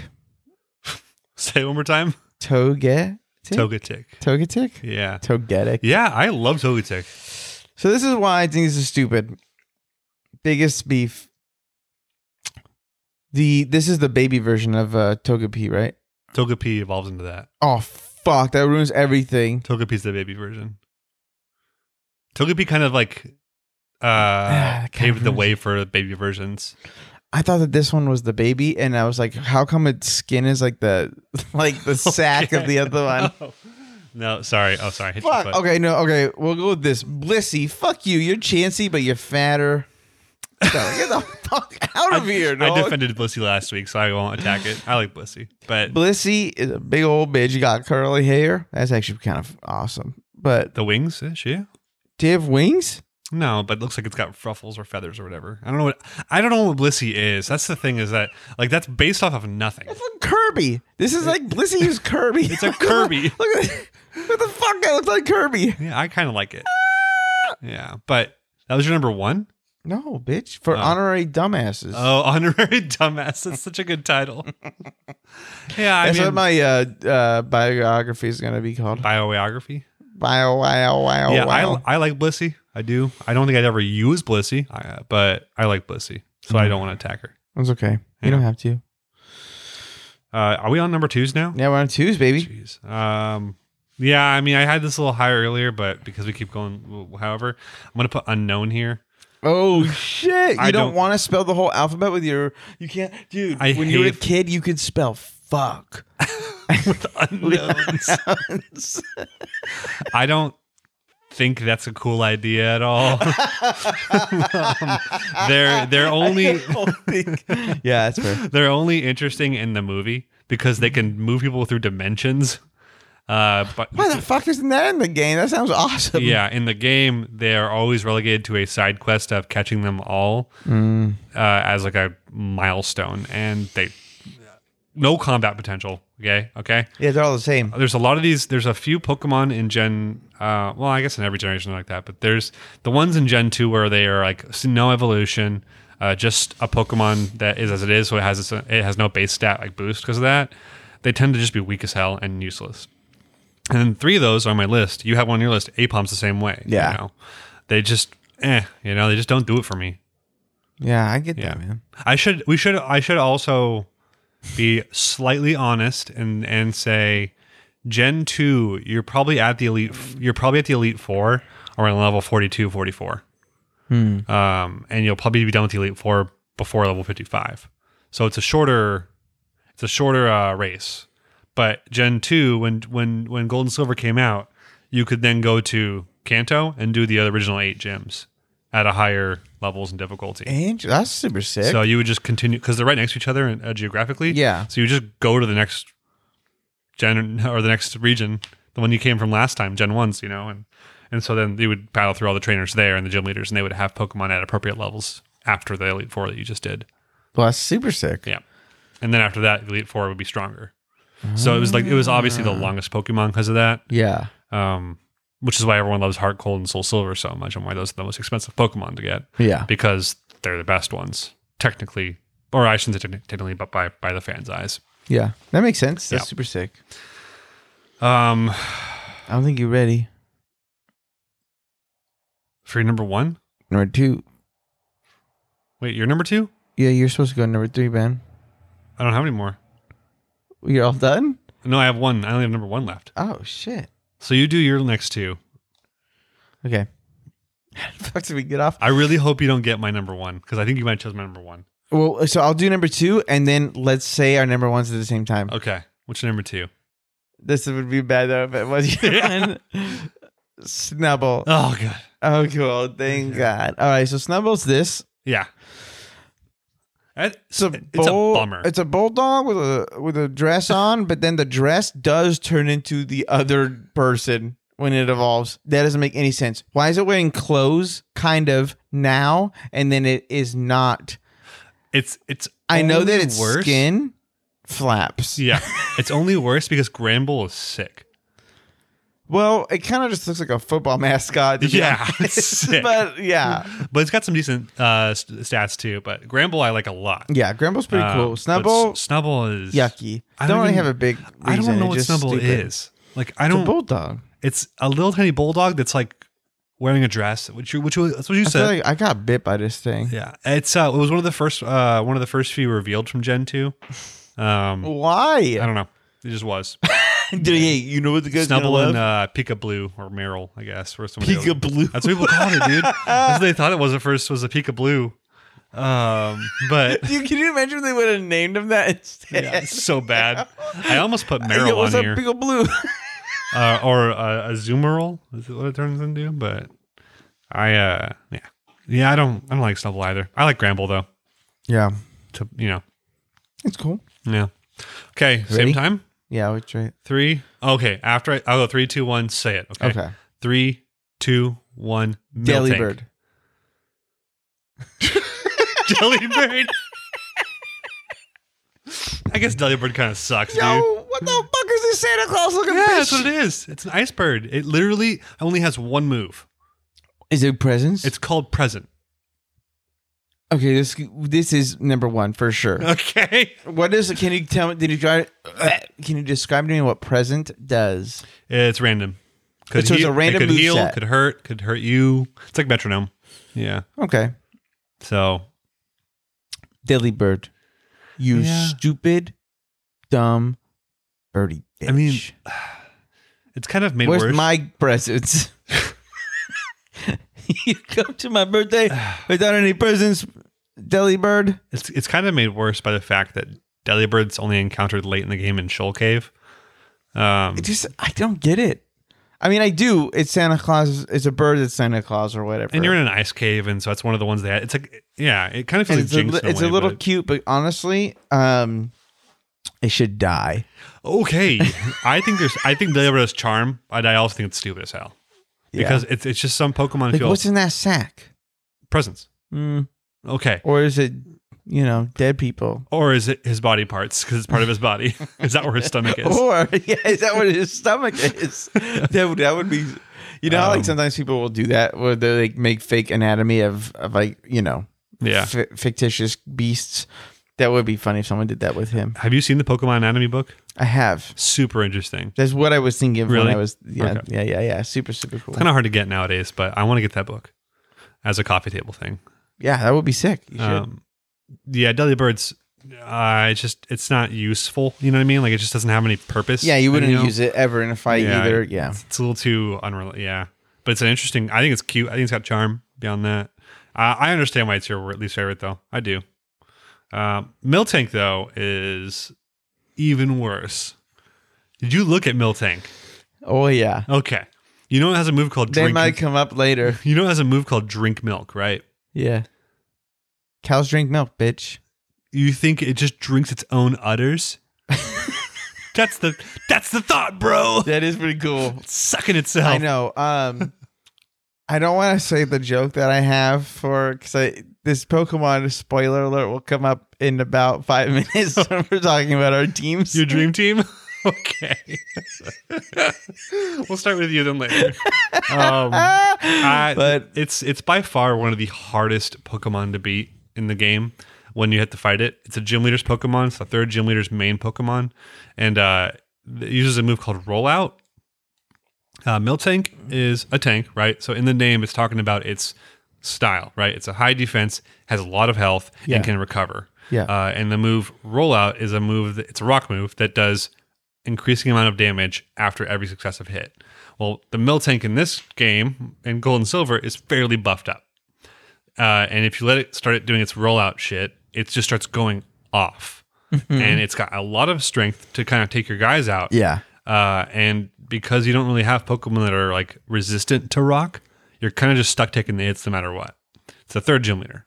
S2: Say it one more time.
S1: Togetic,
S2: Togetic.
S1: Togetic,
S2: Yeah.
S1: Togetic.
S2: Yeah, I love Togetic.
S1: So this is why I think this is stupid. Biggest beef. The this is the baby version of uh, Togepi, right?
S2: Togepi evolves into that.
S1: Oh fuck, that ruins everything.
S2: Togepi's the baby version. Togepi kind of like uh
S1: That kind
S2: paved
S1: of
S2: the
S1: ruins
S2: way for baby versions.
S1: I thought that this one was the baby, and I was like, how come its skin is like the like the sack of the other one?
S2: Oh. No, sorry. Oh, sorry. I hit your
S1: Fuck.
S2: foot.
S1: Okay, no, okay. We'll go with this. Blissy, fuck you. You're chancy, but you're fatter. So, get the fuck out of here,
S2: I
S1: dog.
S2: defended Blissey last week, so I won't attack it. I like Blissey, but
S1: Blissy is a big old bitch. You got curly hair. That's actually kind of awesome. But
S2: the wings is she?
S1: do you have wings?
S2: No, but it looks like it's got ruffles or feathers or whatever. I don't know what I don't know what Blissey is. That's the thing is that like that's based off of nothing.
S1: That's like Kirby. This is like Blissy is Kirby.
S2: It's a Kirby.
S1: look at it. What the fuck? That looks like Kirby.
S2: Yeah, I kind of like it. Yeah, but that was your number one.
S1: No, bitch. For
S2: Oh.
S1: honorary dumbasses.
S2: Oh, honorary dumbass. That's such a good title. Yeah, I
S1: That's
S2: mean
S1: what my uh, uh, biography is going to be called.
S2: biobiography.
S1: Bio, wow, wow,
S2: yeah,
S1: Oh, wow.
S2: I I like Blissey. I do. I don't think I'd ever use Blissey, uh, but I like Blissey, so
S1: Mm-hmm.
S2: I don't want to attack her.
S1: That's okay. You
S2: Yeah.
S1: don't have to.
S2: Uh, are we on number twos now?
S1: Yeah, we're on twos, baby.
S2: Jeez. Um, yeah, I mean, I had this a little higher earlier, but because we keep going, however, I'm gonna put unknown here.
S1: Oh shit! You
S2: I
S1: don't,
S2: don't-
S1: want to spell the whole alphabet with your. You can't, dude.
S2: I
S1: when you were a
S2: hate-
S1: kid, you could spell fuck.
S2: With unknowns, I don't think that's a cool idea at all. Um, they're they're only
S1: yeah, that's fair.
S2: they're only interesting in the movie because they can move people through dimensions. Uh, but
S1: Why the fuck isn't that in the game? That sounds awesome.
S2: yeah, in the game, they are always relegated to a side quest of catching them all
S1: Mm.
S2: uh, as like a milestone, and they no combat potential. Okay, okay.
S1: Yeah, they're all the same.
S2: There's a lot of these. There's a few Pokemon in Gen. Uh, well, I guess in every generation they're like that, but there's the ones in Gen two where they are like s- no evolution, uh, just a Pokemon that is as it is, so it has its, it has no base stat like boost because of that. They tend to just be weak as hell and useless. And then three of those are on my list. You have one on your list. Apom's the same way. you
S1: Yeah.
S2: know? They just, eh, you know, they just don't do it for me.
S1: Yeah, I get
S2: Yeah.
S1: that, man.
S2: I should we should I should also be slightly honest and and say Gen 2 you're probably at the elite f- you're probably at the elite 4 around level 42 44.
S1: Hmm.
S2: Um and you'll probably be done with the elite 4 before level 55. So it's a shorter it's a shorter uh, race. But Gen 2 when when when gold and silver came out, you could then go to Kanto and do the original 8 gyms at a higher levels and difficulty.
S1: Int- That's super sick.
S2: So you would just continue because they're right next to each other and, uh, geographically.
S1: yeah.
S2: So you just go to the next gen or the next region, the one you came from last time, Gen ones, you know, and and so then you would battle through all the trainers there and the gym leaders, and they would have Pokemon at appropriate levels after the Elite Four that you just did,
S1: Well, that's super sick.
S2: Yeah. and then after that, Elite Four would be stronger. So it was like it was obviously the
S1: Ah.
S2: longest Pokemon because of that,
S1: Yeah.
S2: um, which is why everyone loves Heart Cold and Soul Silver so much, and why those are the most expensive Pokemon to get
S1: Yeah.
S2: because they're the best ones technically or i shouldn't say techni- technically but by by the fans eyes
S1: Yeah. That makes sense. That's
S2: Yeah.
S1: super sick.
S2: um
S1: I don't think you're ready.
S2: for your number one
S1: Number two.
S2: wait you're number two
S1: Yeah, you're supposed to go number three, Ben.
S2: i don't have any more
S1: You're all done?
S2: no i have one i only have number one left
S1: Oh shit.
S2: so you do your next two
S1: Okay. How the fuck did we get off?
S2: i really hope you don't get my number one because i think you might have chose my number one
S1: Well, so I'll do number two, and then let's say our number ones at the same time.
S2: okay what's your number two?
S1: This would be bad though if it was your one. Snubble.
S2: Oh god
S1: Oh, cool. Thank God. All right. So Snubble's this.
S2: yeah That-
S1: It's a,
S2: it's a
S1: bull-
S2: bummer
S1: It's a bulldog with a with a dress on, but then the dress does turn into the other person when it evolves. That doesn't make any sense. Why is it wearing clothes kind of now and then it is not?
S2: it's it's
S1: I know
S2: only
S1: that its
S2: worse
S1: skin flaps.
S2: yeah it's only worse because granbull is sick
S1: Well, it kind of just looks like a football mascot. to be
S2: Yeah,
S1: honest.
S2: sick.
S1: but yeah,
S2: but it's got some decent uh, st- stats too. But Gramble I like a lot.
S1: yeah. Grumble's pretty
S2: Uh,
S1: cool.
S2: but
S1: Snubble,
S2: S- Snubble is
S1: yucky.
S2: I
S1: don't
S2: don't
S1: really
S2: even-
S1: have a big. Reason.
S2: I don't know
S1: It's
S2: what
S1: just
S2: Snubble
S1: stupid.
S2: is. Like I
S1: It's a
S2: don't.
S1: bulldog.
S2: it's a little tiny bulldog that's like wearing a dress, which you, which was, that's what you
S1: I feel
S2: said.
S1: like I got bit by this thing.
S2: yeah, it's uh, it was one of the first uh, one of the first few revealed from Gen two.
S1: Oh,
S2: Um, I
S1: Why?
S2: don't know. It just was
S1: Dude, hey, you know what the guy's
S2: Snubble
S1: gonna
S2: and
S1: love?
S2: uh, Pika Blue or Meryl, I guess. Or some of the other-
S1: Pika Blue.
S2: That's what people called it, dude. That's what they thought it was at first was a Pika Blue. Um, but
S1: Dude, can you imagine if they would have named him that instead?
S2: Yeah, it's so bad. I almost put
S1: Hey, yo,
S2: Meryl
S1: what's
S2: on
S1: up,
S2: here,
S1: Pika Blue?
S2: uh, or uh, a Zoomerol is what it turns into. But I, uh, yeah, yeah, I don't, I don't like Snubble either. I like Gramble though.
S1: yeah,
S2: To you know,
S1: it's cool.
S2: yeah. Okay,
S1: Ready?
S2: same time.
S1: Yeah, we try.
S2: Three. Okay, after I, I'll go three, two, one. Say it. Okay.
S1: Okay,
S2: Three, two, one. Miltank.
S1: Daily Bird.
S2: Jellybird. I guess Jellybird kind of sucks, dude.
S1: Yo, what the fuck is this Santa Claus looking
S2: Yeah,
S1: bitch?
S2: that's what it is. It's an ice bird. It literally only has one move.
S1: Is it presents?
S2: It's called present.
S1: okay. This this is number one for sure.
S2: Okay.
S1: What is it? Can you tell me? Did you try? uh, Can you describe to me what present does?
S2: It's random. Could
S1: So it's a
S2: heal-
S1: random
S2: it could
S1: move
S2: heal,
S1: set.
S2: could hurt, could hurt you. It's like metronome. Yeah.
S1: Okay,
S2: So
S1: Dilly Bird, you
S2: Yeah.
S1: stupid, dumb, birdie bitch.
S2: I mean, it's kind of made
S1: where's
S2: worse.
S1: my presents? you come to my birthday without any presents, Dilly Bird.
S2: it's it's kind of made worse by the fact that Delibird's only encountered late in the game in Shoal Cave. Um,
S1: It just I don't get it. I mean, I do. It's Santa Claus. It's a bird. That's Santa Claus or whatever.
S2: and you're in an ice cave, and so that's one of the ones that it's like, yeah, it kind of
S1: And
S2: feels
S1: it's,
S2: like
S1: a,
S2: jinxed
S1: li-
S2: in
S1: it's a
S2: way,
S1: little
S2: but-
S1: cute, but honestly, um, it should die.
S2: Okay, I think there's. I think Delibird has charm, but I also think it's stupid as hell
S1: Yeah.
S2: because it's it's just some Pokemon
S1: like,
S2: feel Hmm.
S1: what's in that sack?
S2: presence.
S1: Mm,
S2: Okay,
S1: or is it, you know, dead people?
S2: or is it his body parts because it's part of his body? is that where his stomach is?
S1: Or yeah, is that what his stomach is? that would that would be. You know, how, like
S2: Um,
S1: sometimes people will do that where they like make fake anatomy of, of like you know
S2: Yeah.
S1: fi- fictitious beasts. That would be funny if someone did that with him.
S2: Have you seen the Pokemon Anatomy book?
S1: I have.
S2: Super interesting.
S1: That's what I was thinking of when
S2: Really?
S1: I was yeah
S2: Okay.
S1: yeah yeah yeah super super cool.
S2: Kind of hard to get nowadays, but I want to get that book as a coffee table thing.
S1: Yeah, that would be sick. You should.
S2: Um, yeah, Delibirds. Uh, it's just it's not useful. You know what I mean? Like it just doesn't have any purpose.
S1: yeah, you wouldn't
S2: know?
S1: use it ever in a fight
S2: Yeah,
S1: either. Yeah.
S2: It's, it's a little too unrelated. Yeah, but it's an interesting. I think it's cute. I think it's got charm. Beyond that, uh, I understand why it's your least favorite though. I do. Um, Miltank though is even worse. Did you look at Miltank?
S1: Oh yeah.
S2: Okay, you know it has a move called
S1: They
S2: drink.
S1: might come up later.
S2: you know it has a move called drink milk, right?
S1: Yeah. Cows drink milk, bitch.
S2: You think it just drinks its own udders? that's the that's the thought, bro.
S1: That is pretty cool.
S2: It's sucking itself.
S1: I know. Um, I don't want to say the joke that I have for because this Pokemon spoiler alert will come up in about five minutes when we're talking about our teams.
S2: Your dream team? okay. we'll start with you then later. Um,
S1: Ah!
S2: I-
S1: but
S2: it's it's by far one of the hardest Pokemon to beat in the game when you have to fight it. It's a gym leader's Pokemon. It's the third gym leader's main Pokemon, and uh, it uses a move called Rollout. Uh, Miltank is a tank, right? So in the name, it's talking about its style, right? It's a high defense, has a lot of health,
S1: Yeah.
S2: and can recover.
S1: Yeah.
S2: Uh, and the move Rollout is a move. That, it's a rock move that does increasing amount of damage after every successive hit. Well, the Miltank in this game in Gold and Silver is fairly buffed up, uh, and if you let it start it doing its rollout shit, it just starts going off,
S1: Mm-hmm.
S2: and it's got a lot of strength to kind of take your guys out.
S1: yeah,
S2: Uh, and because you don't really have Pokemon that are like resistant to rock, you're kind of just stuck taking the hits no matter what. It's the third gym leader.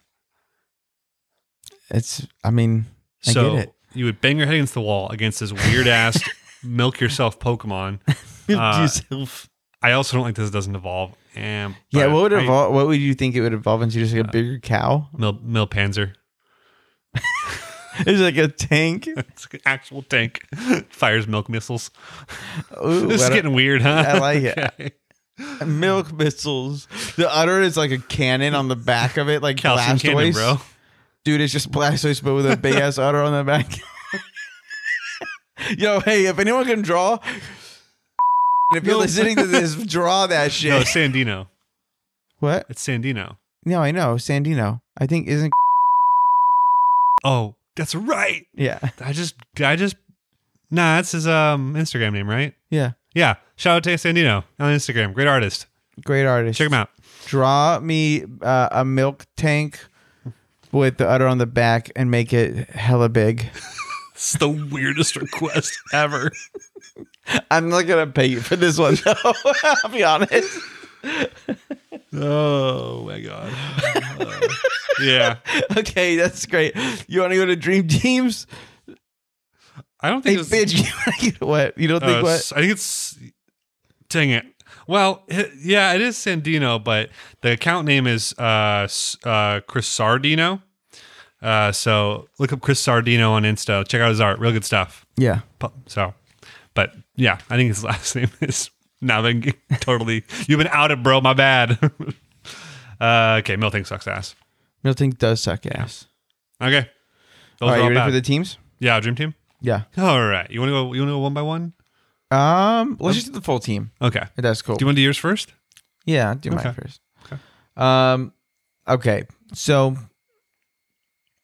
S1: it's. I mean, I
S2: so
S1: get it.
S2: you would bang your head against the wall against this weird ass milk yourself Pokemon. Uh, I also don't like this doesn't evolve. And
S1: yeah,
S2: but
S1: what would
S2: I- Uh,
S1: evolve? What would you think it would evolve into? Just like a bigger cow?
S2: Mil, Milpanzer.
S1: It's like a tank.
S2: It's an actual tank. Fires milk missiles.
S1: Ooh,
S2: This is
S1: I don't-
S2: getting weird, huh?
S1: I like it.
S2: Okay.
S1: milk missiles. The udder is like a cannon on the back of it, like
S2: Calcium
S1: Blastoise.
S2: cannon, bro.
S1: Dude, it's just Blastoise, but with a big ass udder on the back. Yo, hey, if anyone can draw, if you're
S2: No.
S1: listening to this, draw that shit.
S2: No, it's Sandino.
S1: what?
S2: It's Sandino.
S1: No, I know Sandino. I think isn't.
S2: Oh, that's right.
S1: Yeah,
S2: I just, I just, nah, that's his um Instagram name, right?
S1: yeah.
S2: Yeah. Shout out to Sandino on Instagram. Great artist.
S1: Great artist.
S2: Check him out.
S1: Draw me uh, a milk tank with the udder on the back and make it hella big.
S2: It's the weirdest request ever.
S1: I'm not gonna pay you for this one though. I'll be honest.
S2: Oh my god. yeah.
S1: Okay, that's great. You want to go to Dream Teams?
S2: I don't
S1: Hey,
S2: think it's
S1: bitch, you want to get what? You don't think
S2: uh,
S1: what?
S2: s- I think it's dang it. Well, h- yeah, it is Sandino, but the account name is uh, S- uh, Chris Sardino. Uh, so look up Chris Sardino on Insta. Check out his art. Real good stuff.
S1: Yeah.
S2: Pu- So, but yeah, I think his last name is now been g- totally. You've been outed, bro. My bad. uh, okay, Milting sucks ass.
S1: Milton does suck ass.
S2: Okay, those
S1: All right,
S2: are
S1: you
S2: all
S1: ready
S2: bad.
S1: for the teams?
S2: yeah, Dream Team.
S1: Yeah.
S2: All right, you want to go? You want to go one by one?
S1: Um, let's just do the full team.
S2: Okay. Do
S1: That's cool.
S2: you want to do yours first?
S1: yeah, I'll do mine
S2: Okay.
S1: first.
S2: Okay.
S1: Um, okay. So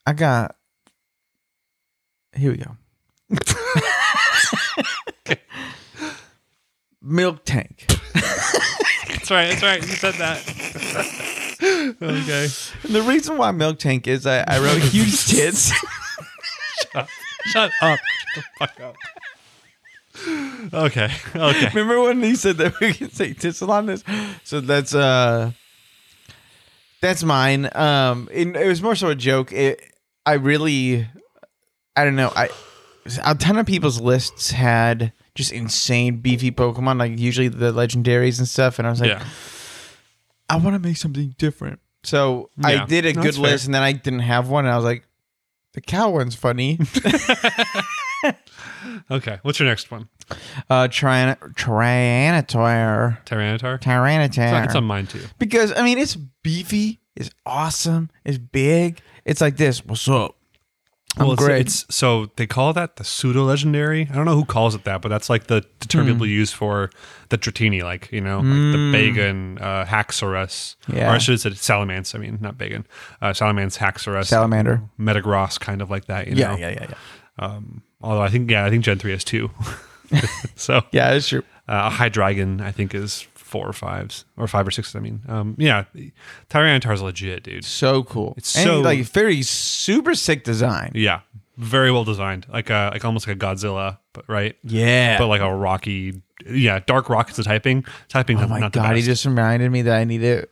S1: I got. Here we go. Milk tank.
S2: That's right. That's right. You said that. okay.
S1: And the reason why milk tank is I, I wrote huge tits.
S2: Shut up. Shut the fuck up. Okay. Okay.
S1: Remember when he said that we can say tissel on this? So that's uh that's mine. Um and it was more so a joke. It I really I don't know. I a ton of people's lists had just insane beefy Pokemon, like usually the legendaries and stuff, and I was like,
S2: Yeah.
S1: I want to make something different. So I
S2: Yeah.
S1: did a
S2: No,
S1: good
S2: that's fair.
S1: list and then I didn't have one and I was like, the cow one's funny.
S2: Okay. What's your next one?
S1: uh Tyran- Tyranitar.
S2: Tyranitar. It's
S1: Tyranitar.
S2: on- It's on mine too.
S1: Because I mean, it's beefy, it's awesome, it's big. It's like this. What's up? I'm
S2: well, it's,
S1: great.
S2: it's so they call that the pseudo legendary. I don't know who calls it that, but that's like the, the term people
S1: Hmm.
S2: use for the Dratini, like you know, like the Bagan, uh, Haxorus, or
S1: Yeah.
S2: I should have said Salamance. I mean, not Bagan, uh, Salamance, Haxorus,
S1: Salamander.
S2: Metagross, kind of like that. You know?
S1: yeah, yeah.
S2: Um, although I think yeah, I think Gen three has two. so
S1: Yeah, it's true.
S2: uh, a Hydreigon, I think, is four or fives or five or six. I mean, um, yeah, Tyranitar's legit, dude.
S1: So cool.
S2: It's
S1: and
S2: so-
S1: like very super sick design.
S2: Yeah, very well designed, like a, like almost like a Godzilla, but right,
S1: Yeah.
S2: but like a rocky, yeah, dark rock is the typing. Typing,
S1: oh my
S2: not the
S1: god, he
S2: best.
S1: just reminded me that I need to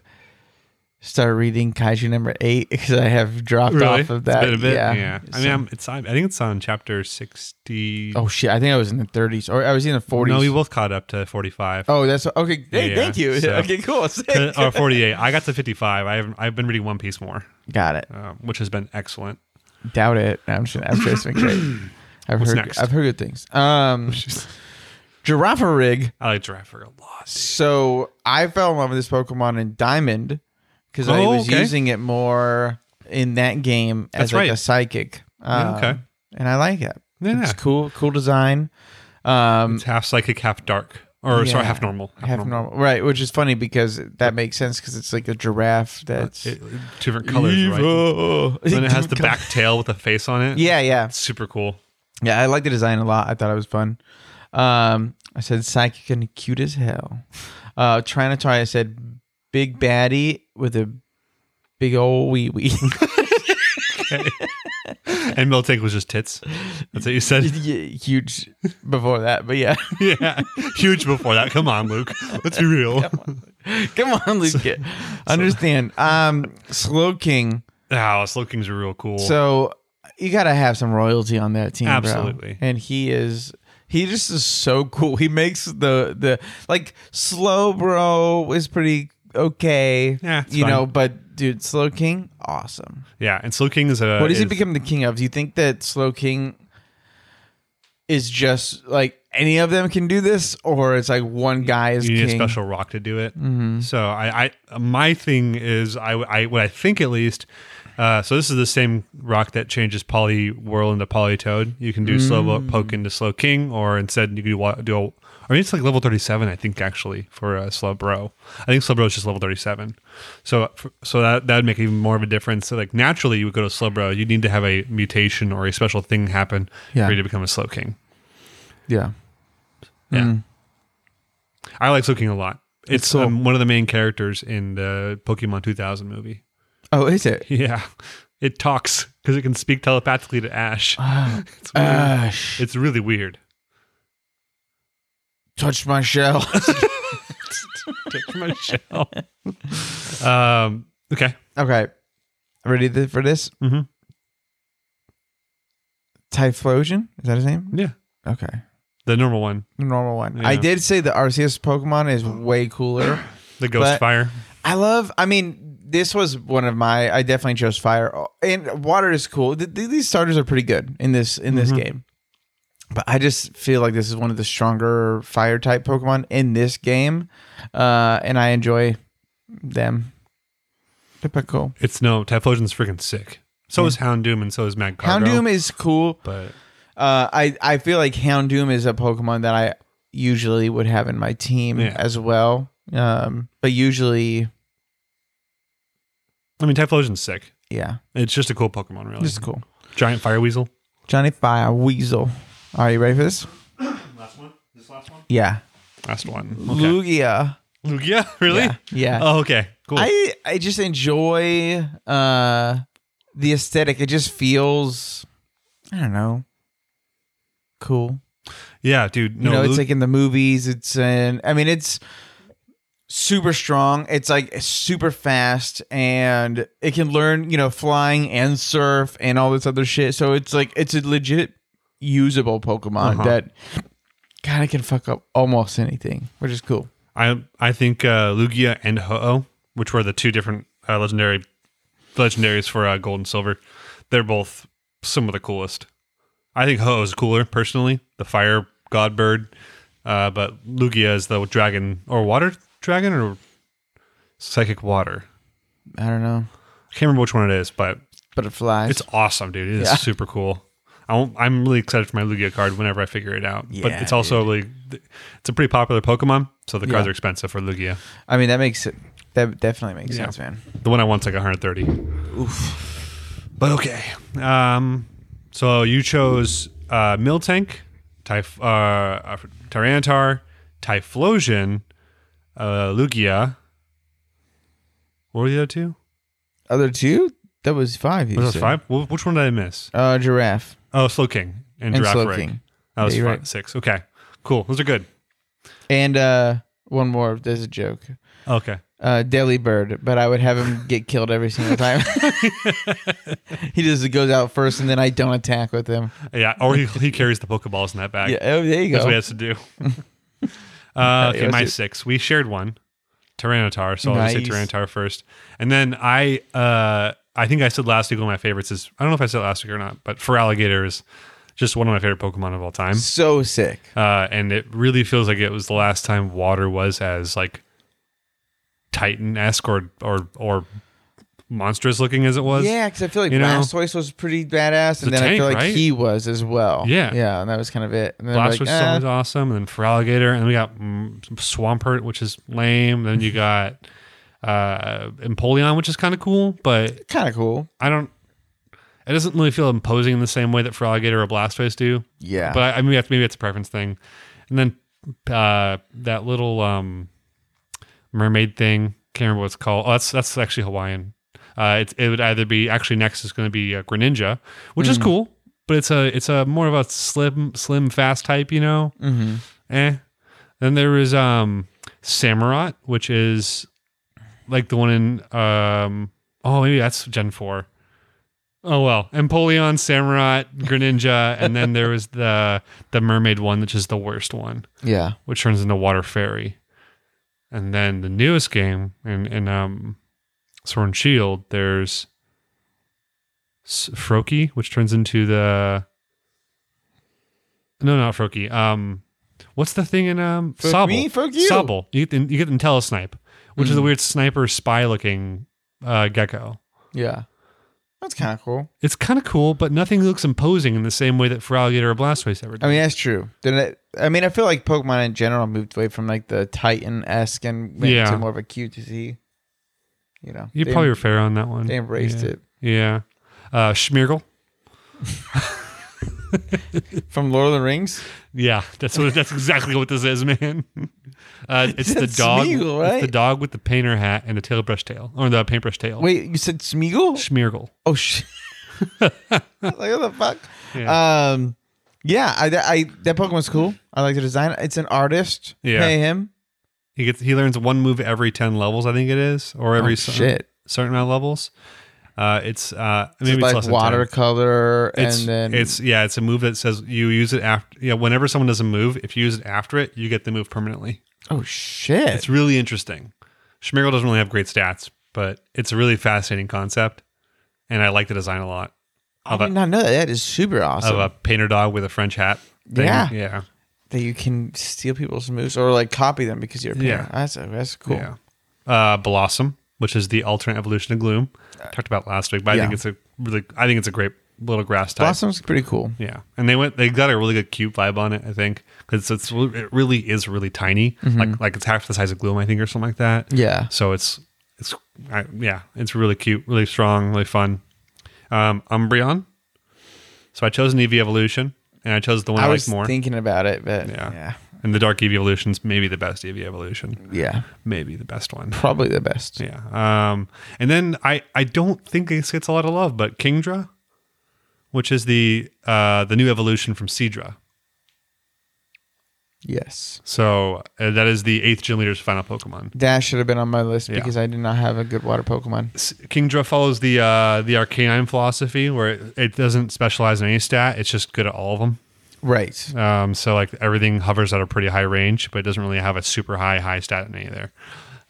S1: start reading Kaiju number eight because I have dropped
S2: really
S1: off of that.
S2: It's been a bit. Yeah, I mean,
S1: So-
S2: I'm, it's on- I think it's on chapter sixty.
S1: oh shit, I think I was in the 30s or I was in the 40s.
S2: no, we both caught up to forty-five.
S1: oh, that's okay. Hey,
S2: Yeah,
S1: thank you.
S2: so-
S1: okay, cool.
S2: Uh,
S1: Sick.
S2: or 48 i got to 55 i haven't i've been reading one piece more
S1: Got it.
S2: um, which has been excellent
S1: Doubt it. No, I'm just I'm sure it's been great. I've
S2: What's
S1: heard
S2: next?
S1: I've heard good things. Um, Giraffe rig.
S2: i like giraffe a lot
S1: So I fell in love with this Pokemon in Diamond because I
S2: Oh,
S1: was
S2: okay.
S1: using it more in that game as
S2: That's
S1: like
S2: right.
S1: a psychic. Um,
S2: okay.
S1: and I like it.
S2: Yeah.
S1: It's cool, cool design. Um,
S2: It's half psychic, half dark, or sorry,
S1: Yeah.
S2: half normal.
S1: half normal. right? Which is funny because that makes sense because it's like a giraffe that's
S2: It- different colors, right?
S1: evil.
S2: And then it has the back tail with a face on it.
S1: Yeah, yeah,
S2: It's super cool.
S1: yeah. I like the design a lot. I thought it was fun. Um, I said psychic and cute as hell. Uh, Trinitar, I said big baddie with a big old wee wee.
S2: And Miltank was just tits. That's what you said.
S1: Yeah, huge before that, but yeah.
S2: yeah, huge before that. Come on, Luke. Let's be real.
S1: Come on, Luke. Understand. Um, Slow King.
S2: Ah, Slow King's are real cool.
S1: So you got to have some royalty on that team, bro.
S2: Absolutely.
S1: And he is. He just is so cool. He makes the the like slow bro is pretty okay.
S2: Yeah, it's
S1: you
S2: fine.
S1: know, but dude, slow king, awesome.
S2: yeah, and Slow King is a.
S1: what does he
S2: is-
S1: become the king of? Do you think that slow king is just like any of them can do this, or it's like one guy is
S2: You need
S1: king? Mm-hmm.
S2: a special rock to do it. So I, I, my thing is, I, I, what I think at least. Uh, so this is the same rock that changes poly whirl into polytoad. You can do slow
S1: Mm.
S2: poke into slow king, or instead you can do, wa- do a, I mean it's like level thirty seven, I think actually for uh, slow bro. I think slow bro is just level thirty seven. So f- so that that would make even more of a difference. So like naturally you would go to slow bro, you need to have a mutation or a special thing happen
S1: Yeah.
S2: for you to become a slow king.
S1: Yeah.
S2: Yeah. I like Slow King a lot. It's,
S1: cool.
S2: um, one of the main characters in the Pokemon 2000 movie.
S1: Oh, is it?
S2: Yeah. It talks because it can speak telepathically to Ash.
S1: Ah,
S2: it's, weird.
S1: Ash
S2: it's really weird.
S1: touched my shell.
S2: Take my shell. um, okay.
S1: okay. Ready th- for this?
S2: Mhm.
S1: Typhlosion? Is that his name?
S2: Yeah.
S1: Okay.
S2: The normal one.
S1: The normal one.
S2: Yeah.
S1: I did say the Arceus Pokemon is way cooler.
S2: The Ghost
S1: But-
S2: Fire.
S1: I love, I mean, this was one of my, I definitely chose fire. And water is cool. Th- th- These starters are pretty good in this in this game. But I just feel like this is one of the stronger fire type Pokemon in this game. Uh, and I enjoy them. Typical.
S2: It's no, Typhlosion's freaking sick. So is Houndoom and so is Magcargo.
S1: Houndoom is cool.
S2: But
S1: Uh, I I feel like Houndoom is a Pokemon that I usually would have in my team
S2: Yeah.
S1: as well. Um, but usually,
S2: I mean, Typhlosion's sick.
S1: yeah,
S2: It's just a cool Pokemon, really.
S1: this is cool.
S2: Giant Fire Weasel.
S1: Johnny Fire Weasel. Are you ready for this?
S2: Last one. This last one.
S1: Yeah,
S2: Last one. Okay.
S1: Lugia.
S2: Lugia. Really?
S1: Yeah, yeah.
S2: Oh, okay. Cool.
S1: I I just enjoy uh the aesthetic. It just feels, I don't know, cool.
S2: Yeah, dude. No,
S1: you know, it's
S2: Lu-
S1: like in the movies. It's in. I mean, it's super strong. It's like super fast, and it can learn, you know, flying and surf and all this other shit. So it's like it's a legit usable Pokemon
S2: Uh-huh.
S1: that kind of can fuck up almost anything, which is cool.
S2: I I think uh, Lugia and Ho-Oh, which were the two different uh, legendary legendaries for uh, Gold and Silver, they're both some of the coolest. I think Ho-Oh is cooler personally, the fire god bird, uh, but Lugia is the dragon or water dragon or psychic water.
S1: I don't know.
S2: I can't remember which one it is, but
S1: butterflies.
S2: It's awesome, dude. It's
S1: Yeah.
S2: super cool. I won't- I'm really excited for my Lugia card whenever I figure it out. but
S1: Yeah,
S2: it's also like th- it's a pretty popular Pokemon, so the cards
S1: Yeah.
S2: are expensive for Lugia.
S1: I mean, that makes it. That definitely makes
S2: Yeah.
S1: sense, man.
S2: The one I want's like 130. Oof. But okay. Um, so you chose uh, Miltank, Typh- uh, uh, Tyranitar, Typhlosion, uh, Lugia. What were the other two?
S1: Other two? That was five. You
S2: Was that
S1: said.
S2: five? Wh- Which one did I miss?
S1: Uh, giraffe
S2: Oh, Slowking
S1: and
S2: and, Giraffe
S1: Slow
S2: Rig.
S1: King.
S2: That was
S1: Yeah,
S2: five,
S1: you're right.
S2: six. Okay, cool. Those are good.
S1: And uh, one more. There's a joke.
S2: Okay.
S1: Uh, Daily Bird, but I would have him get killed every single time. he just goes out first, and then I don't attack with him.
S2: Yeah, or he, he carries the Pokeballs in that bag.
S1: Yeah, oh, there you
S2: That's
S1: go.
S2: what he has to do. uh, okay,
S1: was
S2: my
S1: it.
S2: six. We shared one, Tyranitar. So I'll just say
S1: Nice.
S2: Tyranitar first, and then I. Uh, I think I said last week one of my favorites is I don't know if I said it last week or not, but for alligator is just one of my favorite Pokemon of all time,
S1: So sick.
S2: uh, and it really feels like it was the last time water was as like Titan esque or or or monstrous looking as it was.
S1: Yeah, because I feel like
S2: you know,
S1: Blastoise was pretty badass, and
S2: the
S1: then I
S2: tank,
S1: feel like
S2: right?
S1: he was as well.
S2: Yeah.
S1: yeah, and that was kind of it. And then
S2: Blastoise
S1: like,
S2: was
S1: ah,
S2: always awesome, and then for alligator, and we got mm, Swampert, which is lame. Then you got uh, Empoleon, which is kind of cool, but
S1: kind of cool.
S2: I don't. It doesn't really feel imposing in the same way that for alligator or Blastoise do.
S1: Yeah,
S2: But I, I mean, that's- maybe it's a preference thing. And then uh, that little um, mermaid thing, can't remember what it's called. Oh, that's that's actually Hawaiian. Uh, it's it would either be actually next is going to be uh, Greninja, which
S1: Mm.
S2: is cool, but it's a it's a more of a slim slim fast type, you know.
S1: mm-hmm.
S2: Eh. Then there is um Samurott, which is like the one in um oh maybe that's Gen 4. Oh well. Empoleon, Samurott, Greninja, and then there was the the mermaid one, which is the worst one,
S1: yeah,
S2: which turns into Water Fairy. And then the newest game in, in um Sword and Shield, there's S- Froakie, which turns into the no, not Froakie. Um, what's the thing in um
S1: Fuck
S2: Sobble?
S1: me, fuck you. Mm.
S2: Sobble. You get the, you get the Telesnipe, which is a weird sniper spy looking uh, gecko.
S1: yeah. That's kind of cool.
S2: It's kind of cool, but nothing looks imposing in the same way that for alligator or Blastoise ever did.
S1: I mean, that's true. Then it- I mean, I feel like Pokemon in general moved away from like the Titan esque and went
S2: Yeah.
S1: to more of a QTC. You know,
S2: you
S1: they,
S2: probably were fair on that one.
S1: they embraced
S2: yeah.
S1: it
S2: Yeah. Uh, Schmeargle.
S1: from Lord of the Rings.
S2: Yeah, that's what. That's exactly what this is, man. Uh, it's the
S1: That's
S2: dog.
S1: Smeagol,
S2: It's the
S1: right?
S2: dog with the painter hat and the tail brush tail, or the paintbrush tail.
S1: Wait, you said Smeagol?
S2: Schmeargle.
S1: Oh shit! like what the fuck?
S2: Yeah.
S1: Um, yeah, I, I that Pokemon's cool. I like the design. It's an artist.
S2: Yeah.
S1: pay him.
S2: He gets he learns one move every ten levels, I think it is, or every
S1: Oh,
S2: cer-
S1: shit.
S2: certain amount of levels. Uh, it's uh, maybe
S1: It's
S2: it's
S1: like
S2: less than 10.
S1: watercolor,
S2: It's,
S1: and then
S2: it's yeah, it's a move that says you use it after. Yeah, whenever someone does a move, if you use it after it, you get the move permanently.
S1: oh shit.
S2: It's really interesting. Schmeargle doesn't really have great stats, but it's a really fascinating concept, and I like the design a lot.
S1: I
S2: of a-
S1: did not know that. That is super awesome.
S2: Of a painter dog with a French hat. thing.
S1: Yeah.
S2: yeah.
S1: that you can steal people's moves or like copy them because you're a
S2: Yeah.
S1: parent. That's that's cool.
S2: Yeah. Uh, Blossom, which is the alternate evolution of Gloom, talked about last week, but I
S1: Yeah.
S2: think it's a really, I think it's a great little grass type.
S1: Blossom's pretty cool.
S2: Yeah, and they went, they got a really good cute vibe on it, I think, because it's it really is really tiny, like like it's half the size of Gloom, I think, or something like that.
S1: Mm-hmm. Yeah.
S2: So it's it's I, yeah, it's really cute, really strong, really fun. Um, Umbreon. So I chose an EV evolution, and I chose the one I,
S1: I
S2: like
S1: was
S2: more.
S1: thinking about it, but
S2: Yeah.
S1: yeah.
S2: and the Dark EV evolution's maybe the best EV evolution.
S1: Yeah.
S2: maybe the best one.
S1: Probably the best.
S2: Yeah. Um, and then I, I don't think this gets a lot of love, but Kingdra, which is the uh, the new evolution from Seedra.
S1: Yes.
S2: So uh, that is the eighth gen leader's final Pokemon.
S1: Dash should have been on my list
S2: Yeah.
S1: because I did not have a good water Pokemon.
S2: S- Kingdra follows the uh, the Arcanine philosophy, where it, it doesn't specialize in any stat; it's just good at all of them.
S1: Right.
S2: Um, so like everything hovers at a pretty high range, but it doesn't really have a super high high stat in any there.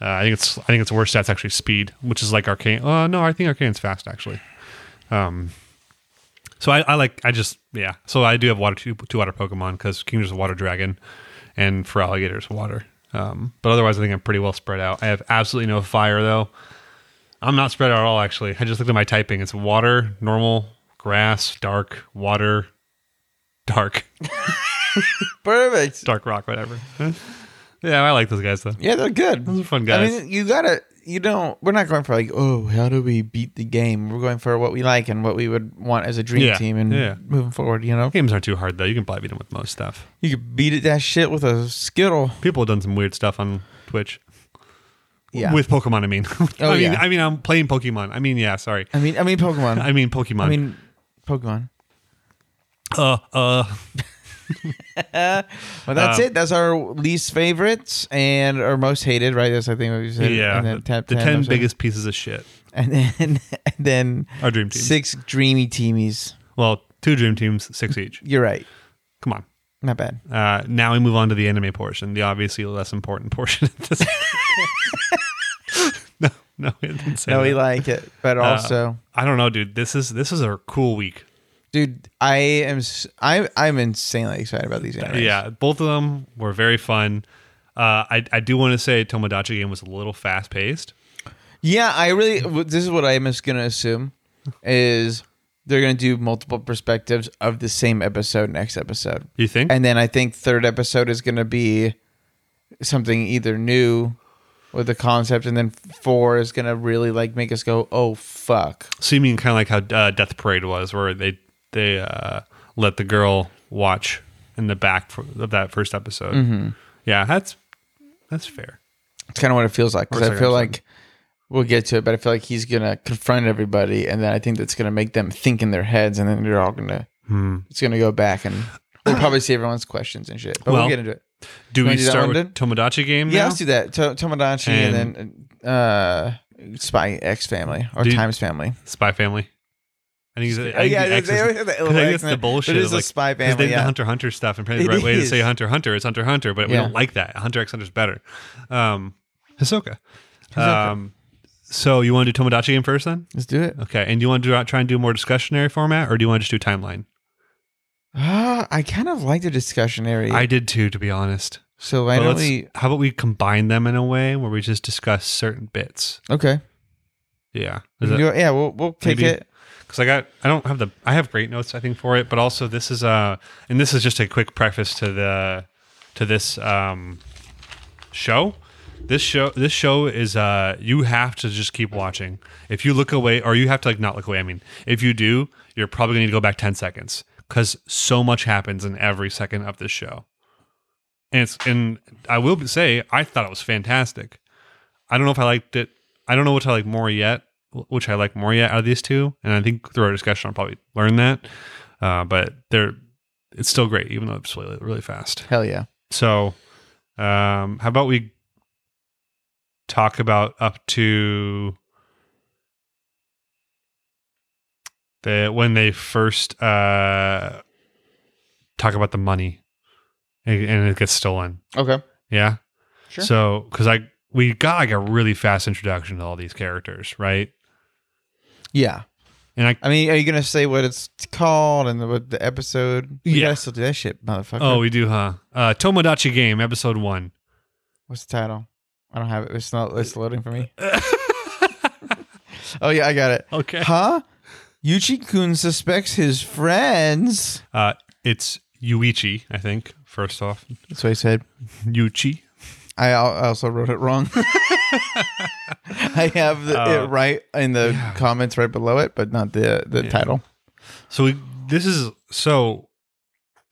S2: Uh, I think it's I think its worst stat's actually speed, which is like arcane. Oh no, I think arcane's fast actually. Um, so I, I like I just yeah. So I do have water two, two water Pokemon because Kingdra's a water dragon, and for alligators water. Um, but otherwise, I think I'm pretty well spread out. I have absolutely no fire though. I'm not spread out at all, actually. I just looked at my typing. It's water, normal, grass, dark, water, dark,
S1: Perfect.
S2: dark rock, whatever. yeah, I like those guys, though.
S1: Yeah, they're good.
S2: Those are fun
S1: I
S2: guys.
S1: mean, you gotta. You don't. We're not going for like, oh, how do we beat the game? We're going for what we like and what we would want as a dream
S2: Yeah,
S1: team and
S2: yeah.
S1: moving forward. You know,
S2: Games aren't too hard, though. You can probably beat them with most stuff.
S1: you could beat it that shit with a skittle.
S2: People have done some weird stuff on Twitch.
S1: Yeah.
S2: With Pokemon, I mean.
S1: Oh,
S2: I mean,
S1: yeah.
S2: I mean, I'm playing Pokemon. I mean, yeah, sorry.
S1: I mean, I mean Pokemon.
S2: I mean, Pokemon.
S1: I mean Pokemon.
S2: uh, uh,
S1: Well, that's
S2: Um,
S1: it. That's our least favorites and our most hated, right? That's I think what you said.
S2: yeah.
S1: And then
S2: The,
S1: top
S2: the
S1: 10,
S2: 10
S1: most hated.
S2: biggest pieces of shit.
S1: and then and then
S2: Our dream team.
S1: six dreamy teamies.
S2: Well, two dream teams, six each.
S1: You're right.
S2: Come on.
S1: Not bad.
S2: Uh, now we move on to the anime portion, the obviously less important portion of this. no, no, we didn't say
S1: No,
S2: that.
S1: we like it, but
S2: Uh,
S1: also,
S2: I don't know, dude. This is this is a cool week.
S1: dude, I am s- I I'm insanely excited about these animes.
S2: Yeah, both of them were very fun. Uh, I I do want to say Tomodachi game was a little fast paced.
S1: yeah. I really. w- This is what I'm just gonna assume is they're gonna do multiple perspectives of the same episode next episode.
S2: You think?
S1: And then I think third episode is going to be something either new with the concept, and then four is going to really like make us go, "Oh fuck!"
S2: so you mean kind of like how uh, Death Parade was, where they they uh, let the girl watch in the back for, of that first episode.
S1: Mm-hmm.
S2: Yeah, that's that's fair.
S1: It's kind of what it feels like because I
S2: second
S1: feel
S2: episode.
S1: like we'll get to it, but I feel like he's going to confront everybody, and then I think that's going to make them think in their heads, and then they're all going to
S2: Hmm.
S1: it's going to go back and we'll probably see everyone's questions and shit. But we'll
S2: Well,
S1: get into it.
S2: Do we
S1: wanna do that
S2: start
S1: one,
S2: with Tomodachi game?
S1: Yeah,
S2: now?
S1: let's do that. To- Tomodachi and, then uh, Spy X Family or
S2: Do you-
S1: Times Family.
S2: Spy Family. I think, it's- I
S1: Oh,
S2: think
S1: yeah,
S2: the
S1: they,
S2: X
S1: they
S2: is-
S1: always have that
S2: I
S1: little
S2: think it's
S1: accent.
S2: the bullshit.
S1: But
S2: of,
S1: it's a
S2: like,
S1: spy
S2: 'cause they
S1: family.
S2: did the
S1: Yeah.
S2: Hunter Hunter stuff and apparently
S1: It
S2: the right way to
S1: is.
S2: say Hunter Hunter. It's Hunter Hunter, but we
S1: Yeah.
S2: don't like that. Hunter X Hunter is better. Um, Hisoka. Um, so you want to do Tomodachi game first then?
S1: Let's do it.
S2: Okay. And do you want to do, try and do more discussionary format or do you want to just do timeline?
S1: Ah, I kind of like the discussion area.
S2: I did too, to be honest.
S1: so why
S2: But
S1: don't
S2: let's-
S1: we?
S2: how about we combine them in a way where we just discuss certain bits?
S1: Okay.
S2: Yeah.
S1: We can
S2: Is that-
S1: do it. yeah, we'll we'll take
S2: Maybe.
S1: it.
S2: because I got I don't have the I have great notes I think for it, but also this is uh and this is just a quick preface to the to this um show. This show this show is uh you have to just keep watching. If you look away or you have to like not look away, I mean, if you do, you're probably gonna need to go back ten seconds because so much happens in every second of this show. And it's and I will say I thought it was fantastic. I don't know if I liked it. I don't know which I like more yet, which I like more yet out of these two. And I think through our discussion, I'll probably learn that. Uh, but they're it's still great, even though it's really really fast.
S1: Hell yeah.
S2: So, um, how about we talk about up to the when they first uh, talk about the money and- and it gets stolen?
S1: Okay.
S2: Yeah.
S1: Sure.
S2: So, because I we got like a really fast introduction to all these characters, right?
S1: Yeah.
S2: And I
S1: I mean, are you gonna say what it's called and the, what the episode? We
S2: Yeah.
S1: gotta still do that shit, motherfucker.
S2: oh we do, huh? Uh, Tomodachi Game episode one.
S1: what's the title? I don't have it. It's not. It's loading for me. Oh yeah, I got it.
S2: okay.
S1: Huh? Yuchi Kun suspects his friends.
S2: Uh, it's Yuichi, I think. First off,
S1: That's what he said.
S2: Yuichi.
S1: I al- I also wrote it wrong. I have the,
S2: Uh,
S1: it right in the comments right below it, but not the the
S2: Yeah.
S1: title.
S2: So we, this is so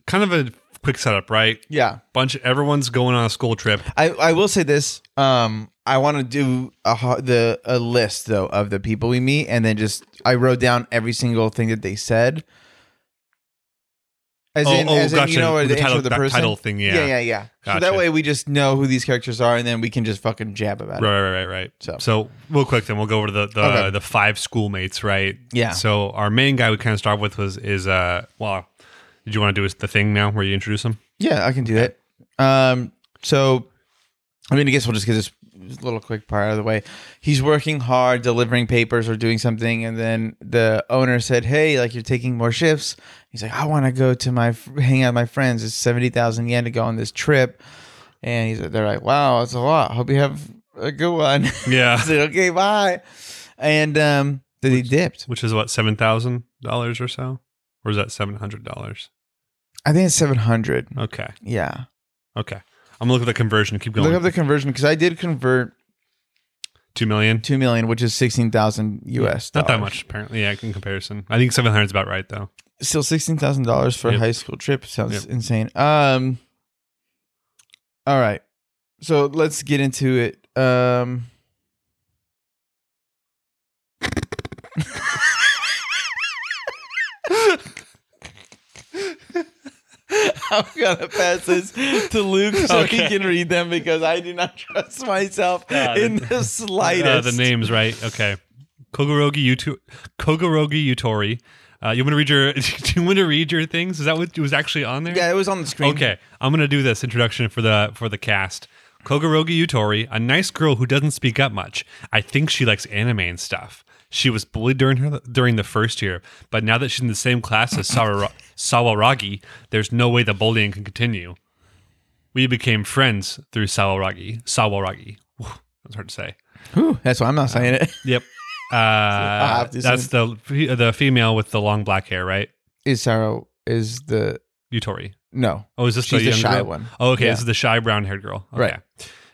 S2: kind of a quick setup, right?
S1: Yeah.
S2: Bunch. Everyone's going on a school trip.
S1: I, I will say this. Um, I want to do a ho- the a list though of the people we meet, and then just I wrote down every single thing that they said. As
S2: Oh,
S1: in, as in, you know, the, intro
S2: title,
S1: of the
S2: that
S1: person.
S2: title thing. Yeah.
S1: yeah, yeah. yeah. So that
S2: Gotcha.
S1: way we just know who these characters are, and then we can just fucking jab about it.
S2: Right, right, right, right.
S1: So-
S2: So, real quick, then we'll go over the the,
S1: Okay.
S2: the five schoolmates, right?
S1: Yeah.
S2: So our main guy we kind of start with was is uh well, did you want to do his- the thing now where you introduce him?
S1: Yeah, I can do that. Um, so I mean, I guess we'll just get this little quick part out of the way. He's working hard, delivering papers or doing something, and then the owner said, "Hey, like you're taking more shifts." He's like, "I want to go to my hang out with my friends. It's seventy thousand yen to go on this trip," and he's they're like, "Wow, that's a lot. Hope you have a good one."
S2: Yeah.
S1: I said, okay, bye. and um, that he dipped.
S2: which is what seven thousand dollars or so, or is that seven hundred dollars?
S1: I think it's seven hundred.
S2: Okay,
S1: Yeah,
S2: okay. I'm gonna look at the conversion. Keep going.
S1: look up the conversion because I did convert
S2: Two million.
S1: two million, which is sixteen thousand U.S.
S2: Not that
S1: dollars.
S2: much, apparently. Yeah, in comparison, I think seven hundred is about right, though.
S1: Still sixteen thousand dollars for a
S2: Yep.
S1: high school trip sounds insane. Um, all right, so let's get into it. Um, I'm gonna pass this to Luke so
S2: Okay.
S1: he can read them because I do not trust myself
S2: Yeah,
S1: in
S2: the-
S1: the slightest.
S2: Uh, the name's right. Okay. Kogorogi Yuto- Kogorogi Yutori. Uh, you want me to read your? Do you want me to read your things? Is that what was actually on there?
S1: Yeah, it was on the screen.
S2: Okay, I'm gonna do this introduction for the for the cast. Kogorogi Yutori, a nice girl who doesn't speak up much. I think she likes anime and stuff. She was bullied during her during the first year, but now that she's in the same class as Sawara, Sawaragi, there's no way the bullying can continue. We became friends through Sawaragi. Sawaragi. Whew, That's hard to say.
S1: Whew, that's why I'm not saying it.
S2: Yep. Uh,
S1: have to
S2: that's the the female with the long black hair, right?
S1: Is Sarah is the
S2: Yutori.
S1: no?
S2: Oh, is this
S1: She's
S2: the,
S1: the
S2: young
S1: shy
S2: girl?
S1: one.
S2: Oh, okay.
S1: Yeah.
S2: This is the shy brown haired girl. Okay.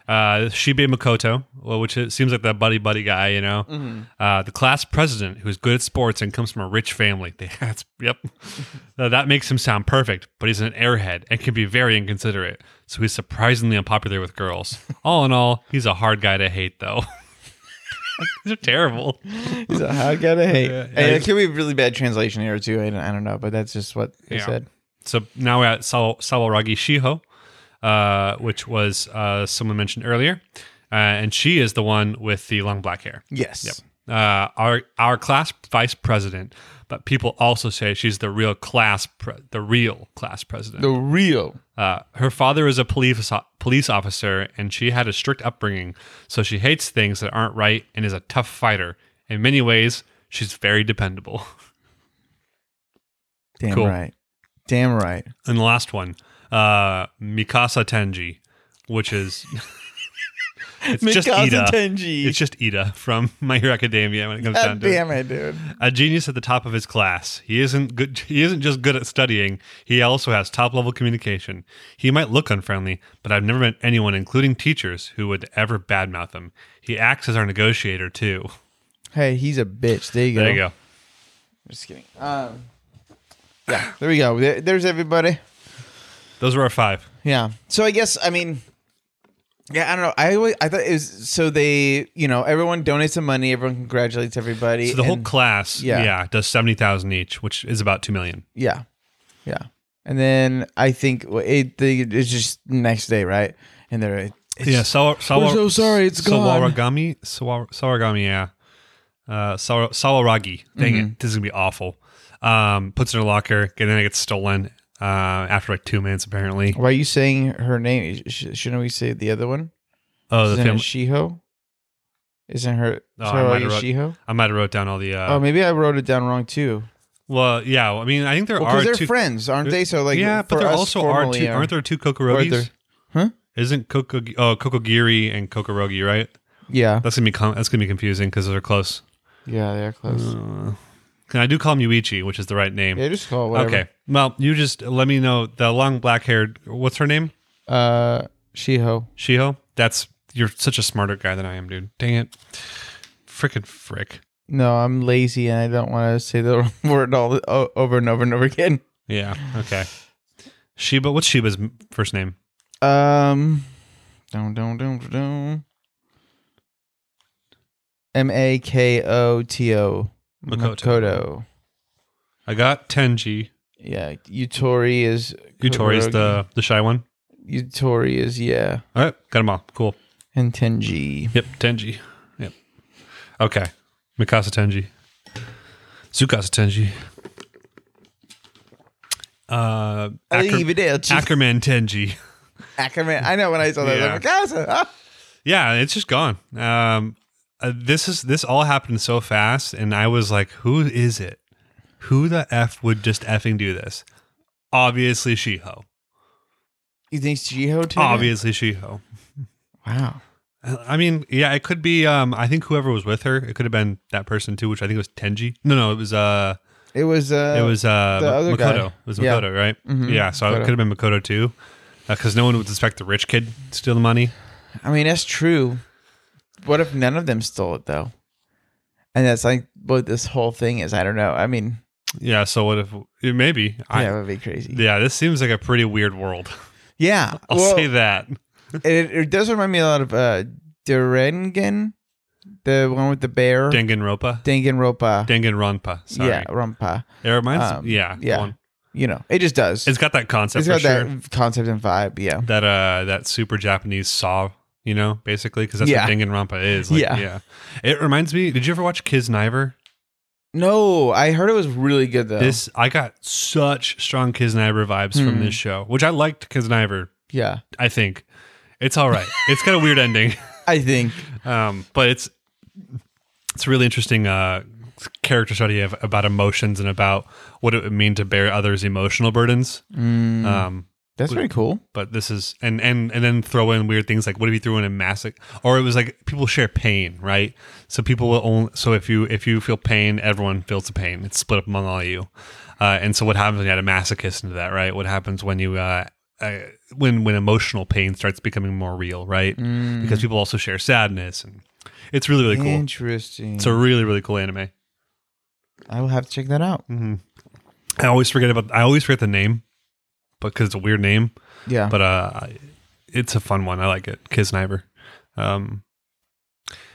S2: Uh, Shibe Makoto, well, which it seems like that buddy buddy guy, you know.
S1: Mm-hmm.
S2: Uh, the class president who is good at sports and comes from a rich family. That's yep. Now, that makes him sound perfect, but he's an airhead and can be very inconsiderate. So he's surprisingly unpopular with girls. all in all, he's a hard guy to hate, though. They're terrible.
S1: He's a hot guy to hate.
S2: Yeah, yeah.
S1: And it could be a really bad translation here too. I don't, I don't know, but that's just what they
S2: Yeah.
S1: said.
S2: So now we're at Saw- Sawaragi Shiho, uh, which was uh, someone mentioned earlier, uh, and she is the one with the long black hair.
S1: Yes.
S2: Uh, our our class vice president, but people also say she's the real class pre- the real class president.
S1: The real.
S2: Uh, her father is a police police officer, and she had a strict upbringing, so she hates things that aren't right and is a tough fighter. In many ways, she's very dependable.
S1: Damn
S2: Cool.
S1: right. Damn right.
S2: And the last one, uh, Mikasa Tenji, which is it's just
S1: Mikasa
S2: Ida.
S1: Tenji.
S2: It's just Ida from My Hero Academia when it comes down
S1: God
S2: to it.
S1: damn it, dude.
S2: A genius at the top of his class. He isn't good. He isn't just good at studying. He also has top level communication. He might look unfriendly, but I've never met anyone, including teachers, who would ever badmouth him. He acts as our negotiator too.
S1: Hey, he's a bitch. There you go.
S2: There you go.
S1: Just kidding. Um, yeah, there we go. There, there's everybody.
S2: Those were our five.
S1: Yeah. So I guess I mean, yeah, I don't know. I always I thought it was so they you know everyone donates some money. Everyone congratulates everybody.
S2: So the whole
S1: and-
S2: class,
S1: yeah.
S2: yeah, does seventy thousand each, which is about two million.
S1: Yeah, yeah. And then I think well, it, the, it's just next day, right? And they're it's,
S2: yeah, Sawa, Sawa,
S1: We're so sorry, it's gone.
S2: Sawaragami, Sawar, Sawaragami, yeah. Uh, Sawar, Sawaragi. Dang
S1: Mm-hmm.
S2: it, this is gonna be awful. Um, puts it in a locker, and then it gets stolen uh, after like two minutes, apparently.
S1: Why are you saying her name? Sh- shouldn't we say the other one?
S2: Oh, the
S1: Isn't it
S2: family.
S1: Shiho? Isn't her
S2: Oh, I might
S1: sorry,
S2: have wrote-
S1: Shiho?
S2: I might have wrote down all the. Uh,
S1: oh, maybe I wrote it down wrong too.
S2: well, yeah. I mean, I think there
S1: Well,
S2: are
S1: because they're
S2: two.
S1: friends, aren't they? So like,
S2: yeah, but
S1: for
S2: there
S1: us
S2: also are
S1: formally
S2: two. Aren't there two Kokorogis?
S1: there- Huh?
S2: Isn't Koko oh Kokogiri and Kokorogi right?
S1: Yeah,
S2: That's gonna be com- that's gonna be confusing because they're close.
S1: yeah, they're close.
S2: Uh, I do call him Yuichi, which is the right name.
S1: Yeah, just call it whatever.
S2: Okay. Well, you just let me know the long black haired. What's her name?
S1: Uh, Shiho.
S2: Shiho. That's you're such a smarter guy than I am, dude. Dang it. Frickin' frick.
S1: No, I'm lazy and I don't want to say the wrong word all the, o- over and over and over again.
S2: Yeah. Okay. Sheba. What's Sheba's m- first name?
S1: Um, don't don't don't don't. M A K O T O
S2: Makoto.
S1: Makoto.
S2: I got Tenji.
S1: Yeah, Utori is
S2: Yutori's the the shy one.
S1: Utori is yeah,
S2: All right. Got them all. Cool.
S1: and Tenji.
S2: Yep. Tenji. Yep. Okay. Mikasa Tenji. Tsukasa Tenji. Uh, Acker-
S1: Ackerman.
S2: Ackerman Tenji.
S1: Ackerman. I know when I saw that. I was like, Mikasa. ah.
S2: Yeah, it's just gone. Um, uh, this is this all happened so fast, and I was like, "Who is it? Who the f would just effing do this?" Obviously, Shiho.
S1: You think Shiho too?
S2: Obviously, Shiho.
S1: Wow.
S2: I mean, yeah, it could be. Um, I think whoever was with her, it could have been that person too, which I think was Tenji. No, no, it was uh,
S1: It was uh,
S2: it was uh,
S1: the other guy.
S2: Makoto. It was
S1: Yeah.
S2: Makoto, right?
S1: Mhm.
S2: Yeah, so it
S1: Makoto.
S2: could have been Makoto too, because no one would suspect the rich kid to steal the money.
S1: I mean, that's true. What if none of them stole it though? And that's like what this whole thing is. I don't know. I mean,
S2: Yeah, so what if it maybe?
S1: yeah,
S2: I, yeah.
S1: that would be crazy.
S2: this seems like a pretty weird world.
S1: yeah,
S2: I'll
S1: well,
S2: say that.
S1: It, it does remind me a lot of uh, Derengen, the one with the bear,
S2: Danganronpa,
S1: Danganronpa.
S2: Danganronpa. Sorry,
S1: Yeah, Rumpa.
S2: it reminds.
S1: Um,
S2: yeah,
S1: yeah.
S2: go on.
S1: You know, it just does.
S2: It's got that concept
S1: it's
S2: for
S1: got
S2: sure.
S1: that concept and vibe. Yeah.
S2: that uh that super Japanese saw, you know, basically because that's
S1: Yeah.
S2: what Danganronpa is.
S1: Yeah.
S2: yeah. It reminds me. Did you ever watch Kisniver?
S1: No, I heard it was really good though.
S2: This I got such strong Kisniver vibes from
S1: Hmm.
S2: this show, which I liked Kisniver.
S1: yeah,
S2: I think it's all right. it's got a weird ending,
S1: I think.
S2: um, but it's it's a really interesting. Uh, character study of, about emotions and about what it would mean to bear others' emotional burdens.
S1: Mm,
S2: Um,
S1: that's pretty cool.
S2: but this is and and and then throw in weird things like what if you threw in a massive or it was like people share pain right so people will only so if you if you feel pain everyone feels the pain it's split up among all of you uh, and so what happens when you add a masochist into that right what happens when you uh, uh when when emotional pain starts becoming more real right
S1: Mm-hmm.
S2: because people also share sadness and it's really really cool
S1: Interesting.
S2: it's a really really cool anime
S1: I will have to check that out.
S2: i always forget about i always forget the name because it's a weird name
S1: Yeah.
S2: but uh I- it's a fun one i like it kisniver um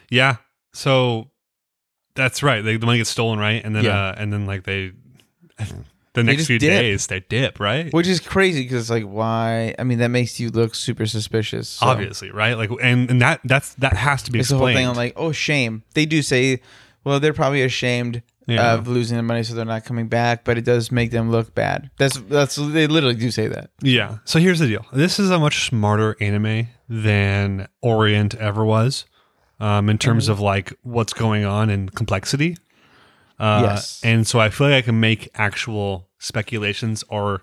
S2: yeah so that's right they, the money gets stolen right and then
S1: Yeah.
S2: uh and then like they the next
S1: just
S2: few
S1: dip.
S2: days they dip right
S1: Which is crazy because it's like, why? I mean, that makes you look super suspicious. so.
S2: obviously right like and and that that's that has to be
S1: It's the whole
S2: explained
S1: thing. I'm like, oh, shame. They do say, well, they're probably ashamed
S2: Yeah.
S1: of losing the money, so they're not coming back. But it does make them look bad. That's that's they literally do say that.
S2: yeah so here's the deal this is a much smarter anime than orient ever was um in terms
S1: Mm-hmm.
S2: of like what's going on and complexity Uh,
S1: Yes.
S2: And so I feel like I can make actual speculations or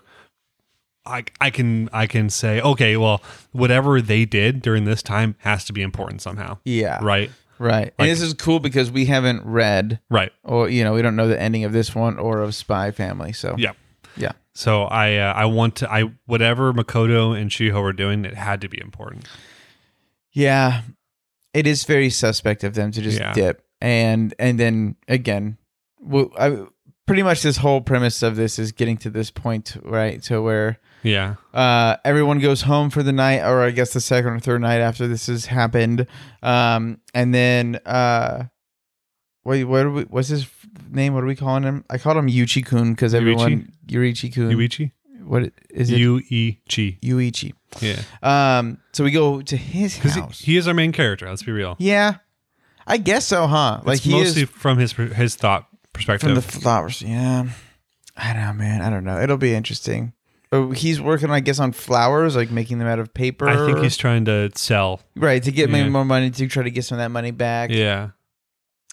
S2: I, I can I can say okay well whatever they did during this time has to be important somehow
S1: Yeah.
S2: right
S1: Right.
S2: Like-
S1: and this is cool because we haven't read
S2: right
S1: or you know we don't know the ending of this one or of Spy Family. So
S2: yeah
S1: yeah.
S2: so I uh, I want to I whatever Makoto and Shiho were doing it had to be important
S1: Yeah, it is very suspect of them to just
S2: Yeah.
S1: dip and and then again, well, I, pretty much this whole premise of this is getting to this point, right? To where
S2: yeah
S1: uh, everyone goes home for the night, or I guess the second or third night after this has happened, um, and then uh, wait, what? Are we, what's his name? What are we calling him? I called him Yuchi Kun because everyone Yurichi Kun.
S2: Yuichi
S1: What is it?
S2: Yuichi
S1: Yuichi.
S2: yeah
S1: Um, so we go to his
S2: because
S1: house.
S2: he is our main character let's be real
S1: Yeah, I guess so, huh? Like
S2: it's
S1: he
S2: mostly
S1: is
S2: from his his thought perspective
S1: from the flowers. Yeah, I don't know, man. I don't know. It'll be interesting. Oh, he's working, I guess, on flowers, like making them out of paper.
S2: I think he's trying to sell
S1: right to get
S2: yeah.
S1: maybe more money to try to get some of that money back.
S2: yeah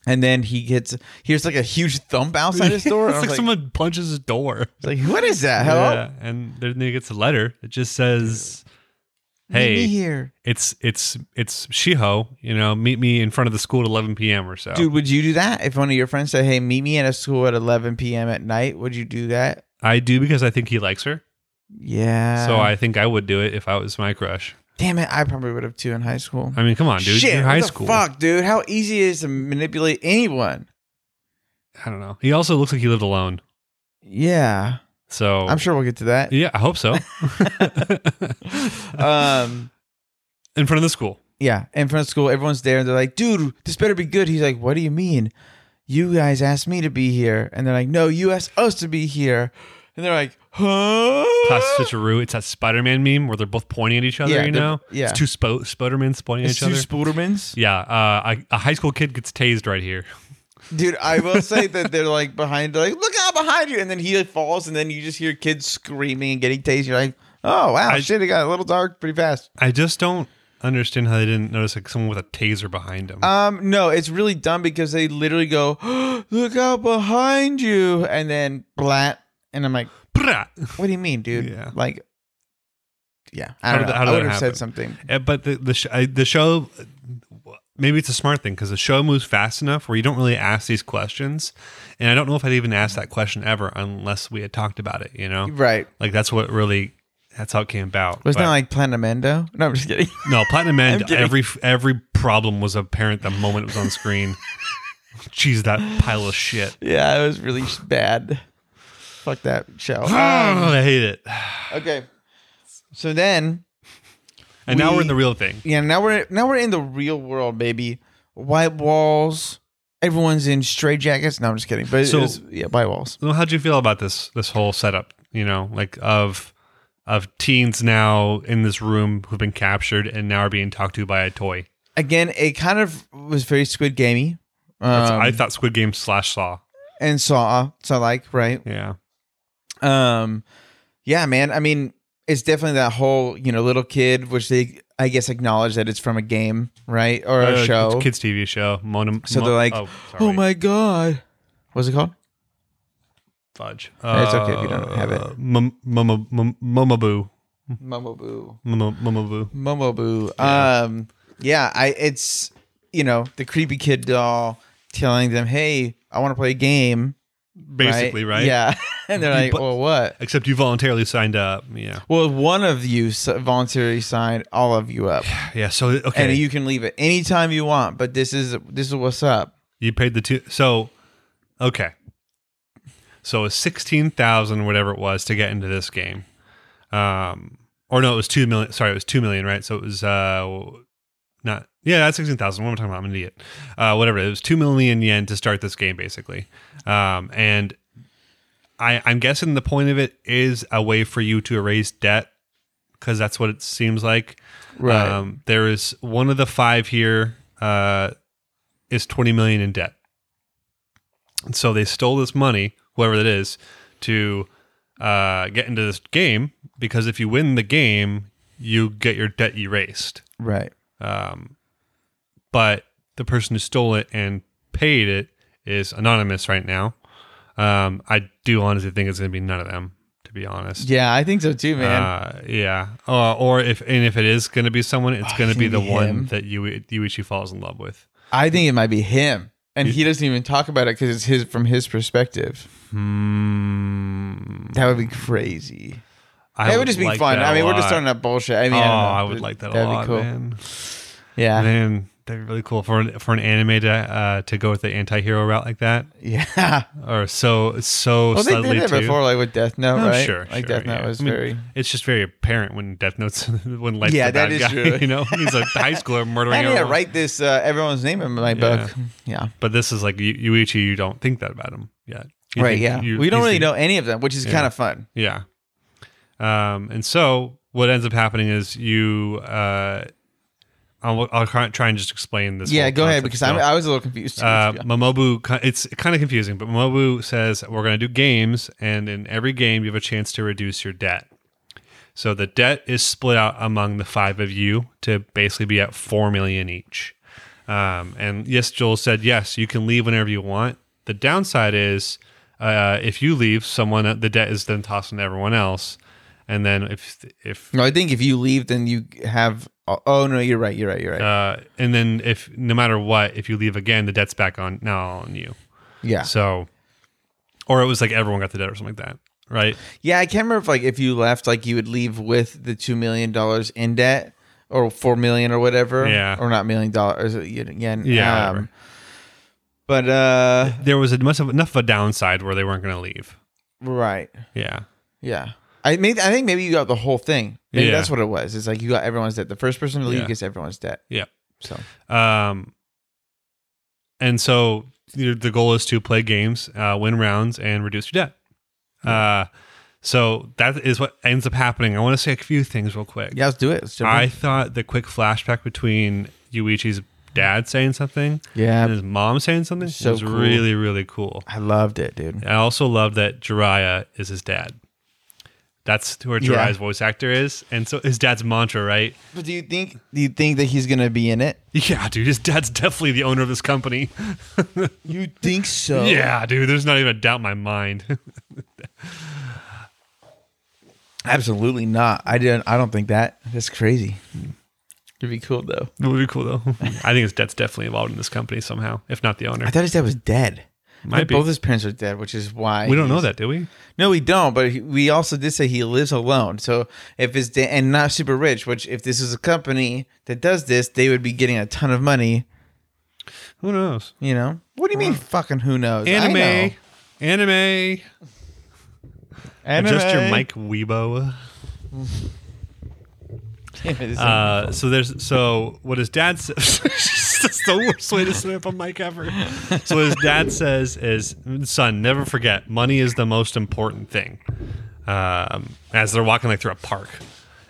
S1: And then he gets here's like a huge thump outside his door. and
S2: it's
S1: I was
S2: like,
S1: like,
S2: someone punches his door.
S1: I was like, what is that? Hello,
S2: Yeah, and then he gets a letter. It just says,
S1: Meet me
S2: "Hey,
S1: here,
S2: it's it's it's Shiho. You know, meet me in front of the school at 11 p.m. or so."
S1: dude. Would you do that if one of your friends said, "Hey, meet me at a school at 11 p.m. at night"? Would you do that?
S2: I do because I think he likes her.
S1: Yeah.
S2: so I think I would do it if I was my crush.
S1: damn it, I probably would have too in high school.
S2: I mean, come on, dude.
S1: Shit,
S2: you're in high
S1: what the
S2: school.
S1: Fuck, dude. How easy it is to manipulate anyone.
S2: I don't know. He also looks like he lived alone.
S1: Yeah.
S2: So
S1: I'm sure we'll get to that.
S2: Yeah, I hope so. Uh,
S1: Um
S2: in front of the school.
S1: yeah, in front of school, everyone's there and they're like, dude, this better be good. He's like, What do you mean? You guys asked me to be here. And they're like, No, you asked us to be here. And they're like, Huh?
S2: Class switcheroo. It's that Spider-Man meme where they're both pointing at each other.
S1: Yeah,
S2: you
S1: they're-
S2: know,
S1: yeah.
S2: It's two spo- Spider-Mans pointing at
S1: It's
S2: each
S1: two
S2: other.
S1: Spoodermans.
S2: Yeah, uh, a, a high school kid gets tased right here.
S1: Dude, I will say that they're like behind, they're like, look out behind you. And then he like falls, and then you just hear kids screaming and getting tased. You're like, oh, wow,
S2: I-
S1: shit, it got a little dark pretty fast.
S2: I just don't understand how they didn't notice like someone with a taser behind him.
S1: Um, no, it's really dumb because they literally go, "Look out behind you," and then blat, and I'm like,
S2: Brah!
S1: "What do you mean, dude?
S2: Yeah.
S1: Like, yeah, I
S2: How
S1: don't
S2: did
S1: know.
S2: that- how did
S1: I would have
S2: that happen?
S1: said something.
S2: Uh, But the the, sh- I, the show, maybe it's a smart thing because the show moves fast enough where you don't really ask these questions. And I don't know if I'd even ask that question ever unless we had talked about it. You know,
S1: Right.
S2: like that's what really that's how it came about.
S1: Wasn't
S2: But-
S1: that like Planamendo? No, I'm just kidding.
S2: no Platinum End?
S1: kidding.
S2: Every every problem was apparent the moment it was on screen. Jeez, that pile of shit.
S1: yeah, it was really bad. Fuck that show. Um,
S2: Ah, I hate it.
S1: okay. So then,
S2: And now
S1: We-
S2: we're in the real thing.
S1: yeah, now we're now we're in the real world, baby. White walls. Everyone's in straight jackets. No, I'm just kidding. But
S2: So-
S1: it was, yeah, white walls.
S2: So how'd you feel about this this whole setup? You know, like of of teens now in this room who've been captured and now are being talked to by a toy.
S1: Again, it kind of was very Squid Gamey.
S2: That's,
S1: Um,
S2: I thought Squid Game slash Saw.
S1: and Saw. So like, right?
S2: Yeah,
S1: Um, yeah, man. I mean, it's definitely that whole you know little kid, which they I guess acknowledge that it's from a game, right, or
S2: Uh,
S1: a show.
S2: it's a kids TV show. Mona,
S1: So
S2: Mo-
S1: they're like,
S2: oh,
S1: oh
S2: sorry.
S1: my god, what's it called?
S2: fudge. Uh,
S1: it's okay if you don't have it.
S2: Mum, mum, mum, mumaboo,
S1: Momoboo.
S2: Mum- mumaboo.
S1: Momoboo.
S2: Yeah.
S1: Um, yeah, I it's you know the creepy kid doll telling them, hey, I want to play a game,
S2: Basically, right?
S1: Yeah, and they're
S2: You
S1: like,
S2: put-
S1: well, what?
S2: Except you voluntarily signed up. Yeah.
S1: Well, one of you s- voluntarily signed all of you up,
S2: Yeah. So okay.
S1: and you can leave at any time you want. But this is this is what's up.
S2: You paid the two. So, okay. So it was sixteen thousand, whatever it was, to get into this game. Um, or no, it was two million. Sorry, it was two million, right? So it was uh, not yeah, that's sixteen thousand. What am I talking about? I'm an idiot. Uh, whatever. It was two million yen to start this game, basically. Um, and I, I'm guessing the point of it is a way for you to erase debt, because that's what it seems like. Um, there is one of the five here uh, is 20 million in debt. And so they stole this money, whoever that is, to uh, get into this game because if you win the game, you get your debt erased.
S1: right.
S2: Um, but the person who stole it and paid it is anonymous right now. Um, I do honestly think it's going to be none of them, to be honest.
S1: Yeah, I think so too, man.
S2: Uh, yeah. Uh, or if and if it is going to be someone, it's
S1: Oh,
S2: going
S1: it's
S2: to be the
S1: gonna be him.
S2: one that you Yuichi falls in love with.
S1: I think it might be him, and he doesn't even talk about it because it's his from his perspective.
S2: Hmm.
S1: That would be crazy.
S2: I
S1: that would just be
S2: like
S1: fun.
S2: that
S1: I
S2: a
S1: mean, we're just
S2: lot.
S1: starting up bullshit. I mean,
S2: oh,
S1: I, don't know,
S2: I, would
S1: but
S2: like that a
S1: that'd be
S2: lot, man.
S1: Yeah,
S2: Man, that'd be really cool for an, for an anime to uh, to go with the anti-hero route like that,
S1: yeah.
S2: or so so
S1: Well, they
S2: subtly
S1: did that
S2: too.
S1: before, like with Death Note,
S2: No,
S1: right?
S2: sure,
S1: like
S2: sure,
S1: Death Note
S2: yeah.
S1: was
S2: I mean,
S1: very.
S2: It's just very apparent when Death Notes when lights
S1: Yeah,
S2: the
S1: that
S2: bad
S1: is
S2: guy,
S1: true.
S2: You know, he's a high schooler murdering.
S1: I need to
S2: everyone.
S1: write this uh, everyone's name in my book. Yeah,
S2: But this is like Yu- Yuichi. You don't think that about him yet, You
S1: right.
S2: think
S1: Yeah,
S2: you-
S1: we don't
S2: he's
S1: really
S2: the-
S1: know any of them, which is
S2: Yeah.
S1: kind of fun.
S2: Yeah. Um, and so what ends up happening is you. Uh, I'll, I'll cry- try and just explain this.
S1: Yeah,
S2: whole
S1: go ahead
S2: concept
S1: because
S2: still.
S1: I'm, I was a little confused.
S2: Uh, Momobu, ki- it's kind of confusing, but Momobu says we're going to do games, and in every game you have a chance to reduce your debt. So the debt is split out among the five of you to basically be at four million each. Um, and yes, Joel said yes, you can leave whenever you want. The downside is uh, if you leave, someone the debt is then tossed on everyone else, and then if if
S1: no, I think if you leave, then you have. Oh, oh no, you're right. You're right. You're right.
S2: uh, and then if no matter what, if you leave again, the debt's back on now on you.
S1: yeah.
S2: So, or it was like everyone got the debt or something like that, right?
S1: Yeah, I can't remember if like if you left, like you would leave with the two million dollars in debt or four million or whatever.
S2: Yeah.
S1: or not million dollars uh, again.
S2: Yeah,
S1: um,
S2: whatever.
S1: but uh,
S2: There was enough of, enough of a downside where they weren't going to leave.
S1: right,
S2: Yeah,
S1: yeah. I maybe I think maybe you got the whole thing. Maybe
S2: Yeah.
S1: that's what it was. It's like you got everyone's debt. The first person to leave
S2: Yeah.
S1: gets everyone's debt.
S2: Yeah.
S1: So
S2: Um, and so you know, the goal is to play games, uh, win rounds, and reduce your debt.
S1: Hmm.
S2: Uh, so that is what ends up happening. I want to say a few things real quick.
S1: yeah, let's do it. Let's jump
S2: I
S1: in.
S2: thought the quick flashback between Yuichi's dad saying something and
S1: yeah,
S2: his mom saying something
S1: So
S2: was
S1: cool.
S2: really, really cool.
S1: I loved it, dude.
S2: I also love that Jiraiya is his dad. That's who our Jiraiya's voice actor is. And so his dad's mantra, right?
S1: But do you think do you think that he's gonna be in it?
S2: Yeah, dude, his dad's definitely the owner of this company.
S1: You think
S2: Oh.
S1: so?
S2: Yeah, dude, there's not even a doubt in my mind.
S1: Absolutely not. I didn't. I don't think that. That's crazy. It'd be cool though.
S2: It would be cool though. I think his dad's definitely involved in this company somehow, if not the owner.
S1: I thought his dad was dead. I
S2: Might
S1: thought
S2: be.
S1: Both his parents are dead, which is why
S2: We don't know
S1: he's-
S2: that, do we?
S1: No, we don't. But he, we also did say he lives alone. So if his da- and not super rich, which if this is a company that does this, they would be getting a ton of money.
S2: Who knows?
S1: You know. What do you mean? Fucking who knows? I know.
S2: Anime. Anime.
S1: Anime.
S2: Adjust your mic, Weibo.
S1: Damn it, this is-
S2: Uh, so there's so what his dad says. That's the worst way to set up a mic ever. So what his dad says is, "Son, never forget, money is the most important thing." Um, as they're walking like through a park,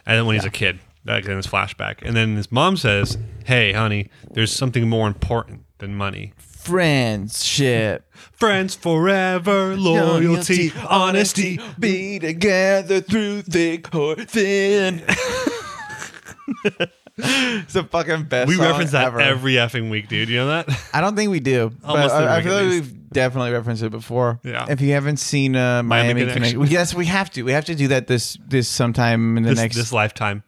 S2: and then when he's a kid, like in his flashback, and then his mom says, "Hey, honey, there's something more important than money."
S1: friendship.
S2: Friends forever, loyalty, honesty.
S1: be together through thick or thin. it's the fucking best.
S2: We
S1: song
S2: reference that
S1: ever.
S2: every effing week, dude. You know that?
S1: I don't think we do. But
S2: Almost every
S1: I, I
S2: week
S1: feel
S2: at
S1: like
S2: least.
S1: we've definitely referenced it before.
S2: Yeah.
S1: If you haven't seen uh, Miami,
S2: Connection.
S1: Connection, we- yes, we have to. We have to do that this this sometime in the
S2: This,
S1: next
S2: this lifetime.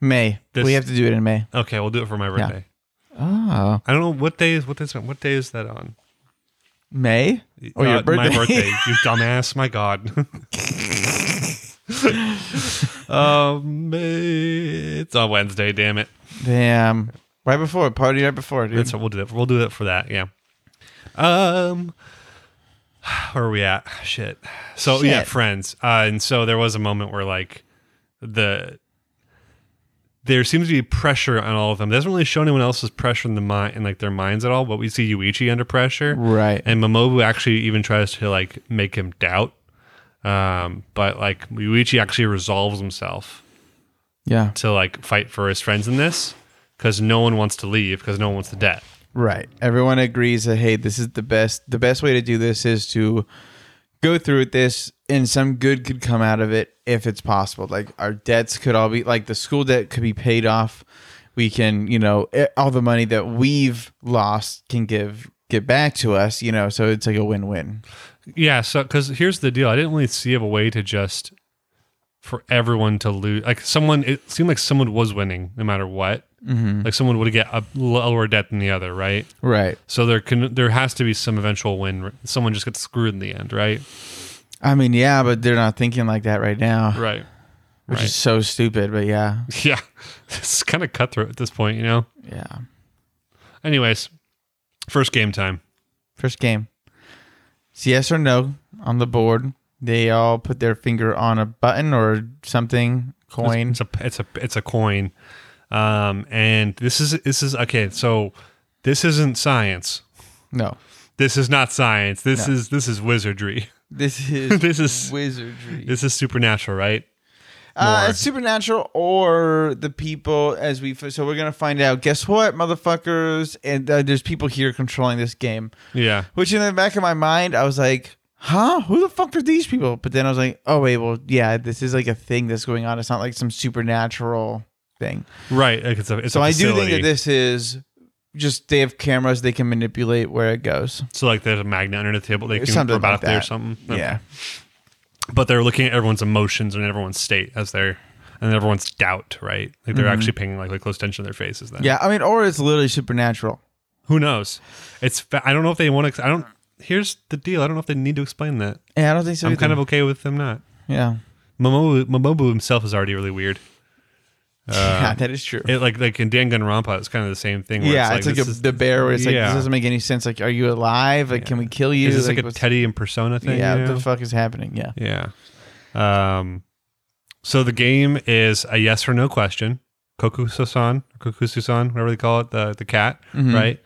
S1: May.
S2: this-
S1: we have to do it in May.
S2: Okay, we'll do it for my birthday.
S1: Oh,
S2: I don't know what day is what day is what day is that on?
S1: May or
S2: Uh,
S1: Oh, your birthday?
S2: My birthday, you dumbass! My God. um, it's on Wednesday. Damn it!
S1: Damn. Right before party, right before, dude.
S2: That's what we'll do. That. We'll do that for that. Yeah. Um, where are we at? Shit. So yeah,
S1: Shit.
S2: friends. Uh, and so there was a moment where like the there seems to be pressure on all of them. It doesn't really show anyone else's pressure in the mind in like their minds at all. But we see Yuichi under pressure,
S1: Right.
S2: And Momobu actually even tries to like make him doubt. Um, but like Yuichi actually resolves himself
S1: yeah.
S2: to like fight for his friends in this because no one wants to leave because no one wants the debt.
S1: Right. Everyone agrees that hey, this is the best. The best way to do this is to go through with this, and some good could come out of it if it's possible. Like our debts could all be like the school debt could be paid off. We can, you know, eh, all the money that we've lost can give get back to us. You know, so it's like a win win.
S2: Yeah, so because here's the deal, I didn't really see of a way to just for everyone to lose. Like someone, it seemed like someone was winning no matter what. Mm-hmm. Like someone would get a lower debt than the other, right?
S1: Right.
S2: So there can there has to be some eventual win. Someone just gets screwed in the end, right?
S1: I mean, yeah, but they're not thinking like that right now,
S2: Right.
S1: which
S2: right.
S1: is so stupid. But yeah,
S2: Yeah, it's kind of cutthroat at this point, you know.
S1: yeah.
S2: Anyways, first game time.
S1: First game. It's yes or no on the board. They all put their finger on a button or something, coin.
S2: It's a it's a it's a coin, um, and this is this is okay. So this isn't science.
S1: No.
S2: This is not science. This is this is wizardry.
S1: This is
S2: This is-
S1: wizardry.
S2: This is supernatural, right?
S1: uh,
S2: more.
S1: it's supernatural or the people as we so we're gonna find out. Guess what, motherfuckers? And uh, there's people here controlling this game.
S2: Yeah.
S1: Which in the back of my mind, I was like, huh? Who the fuck are these people? But then I was like, oh wait, well yeah, this is like a thing that's going on. It's not like some supernatural thing.
S2: Right. Like it's a, it's
S1: So
S2: a
S1: I do think
S2: facility.
S1: that this is just they have cameras they can manipulate where it goes.
S2: So like there's a magnet under the table. They can
S1: Something
S2: rub
S1: like
S2: out there or
S1: that.
S2: something.
S1: Yeah.
S2: But they're looking at everyone's emotions and everyone's state as they're and everyone's doubt, right? Like
S1: Mm-hmm.
S2: they're actually paying like, like close attention to their faces. Then.
S1: Yeah. I mean, or it's literally supernatural.
S2: Who knows? It's fa- I don't know if they want to. I don't. Here's the deal. I don't know if they need to explain that.
S1: Yeah, I don't think so.
S2: I'm
S1: either.
S2: kind of okay with them not.
S1: yeah.
S2: Momobu, Momobu himself is already really weird.
S1: yeah, that is true.
S2: Uh, It, like like in Danganronpa, it's kind of the same thing. Where
S1: yeah, it's like,
S2: this
S1: a,
S2: is-
S1: the bear where it's like
S2: Yeah.
S1: this doesn't make any sense. Like, are you alive? Like, can we kill you?
S2: Is this like, a
S1: what's-
S2: Teddy and Persona thing?
S1: yeah,
S2: you
S1: what
S2: know?
S1: the fuck is happening? Yeah,
S2: Yeah. Um, so the game is a yes or no question. Kokusu-san, Kokusu-san, whatever they call it, the the cat, right?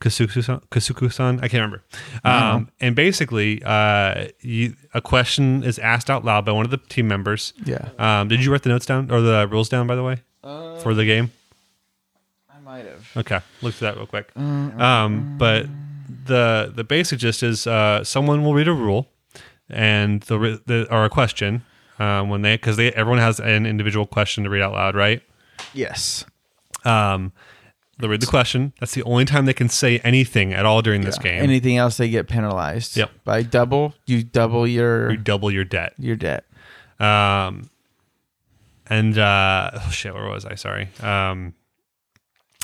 S2: Kasuku-san, Kasuku-san, I can't remember. Um, and basically, uh, you, a question is asked out loud by one of the team members.
S1: yeah.
S2: Um, did you write the notes down or the rules down, by the way, for the game?
S1: I might have.
S2: Okay, look through that real quick. Um, but the the basic gist is uh, someone will read a rule and the, re- the or a question um, when they because they everyone has an individual question to read out loud, right?
S1: Yes.
S2: Um, they'll read the question. That's the only time they can say anything at all during this game.
S1: Anything else, they get penalized.
S2: Yep.
S1: By double, you double your
S2: you double your debt.
S1: your debt.
S2: Um, and uh, oh shit, where was I? Sorry. Um,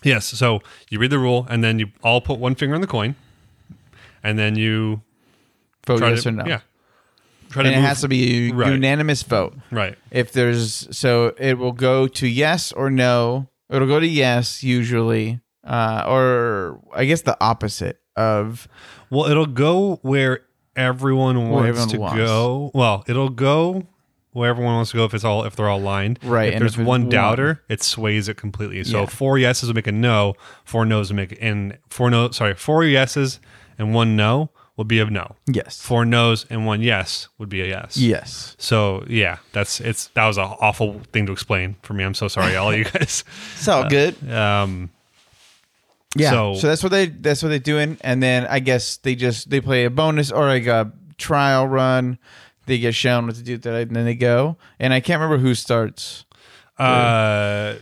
S2: yes, so you read the rule, and then you all put one finger on the coin, and then you
S1: Vote
S2: try
S1: yes
S2: to
S1: or no.
S2: yeah, try
S1: And it
S2: move-
S1: has to be a
S2: Right.
S1: unanimous vote.
S2: right.
S1: If there's so it will go to yes or no. It'll go to yes usually, uh, or I guess the opposite of
S2: Well, it'll go where everyone wants
S1: everyone
S2: to
S1: wants.
S2: go. Well, it'll go where everyone wants to go if it's all if they're all lined.
S1: Right,
S2: If
S1: and
S2: there's
S1: if it's
S2: one
S1: one-
S2: doubter, it sways it completely. So
S1: Yeah.
S2: four yeses will make a no, four no's will make and four no sorry, four yeses and one no will be a no.
S1: yes,
S2: Four no's and one yes would be a yes.
S1: yes.
S2: So yeah, that's it's that was an awful thing to explain for me. I'm so sorry, all you guys.
S1: It's all good.
S2: Um
S1: Yeah.
S2: So-
S1: Uh, So, that's what they that's what they're doing, and then I guess they just they play a bonus or like a trial run. They get shown what to do, that, and then they go. And I can't remember who starts.
S2: uh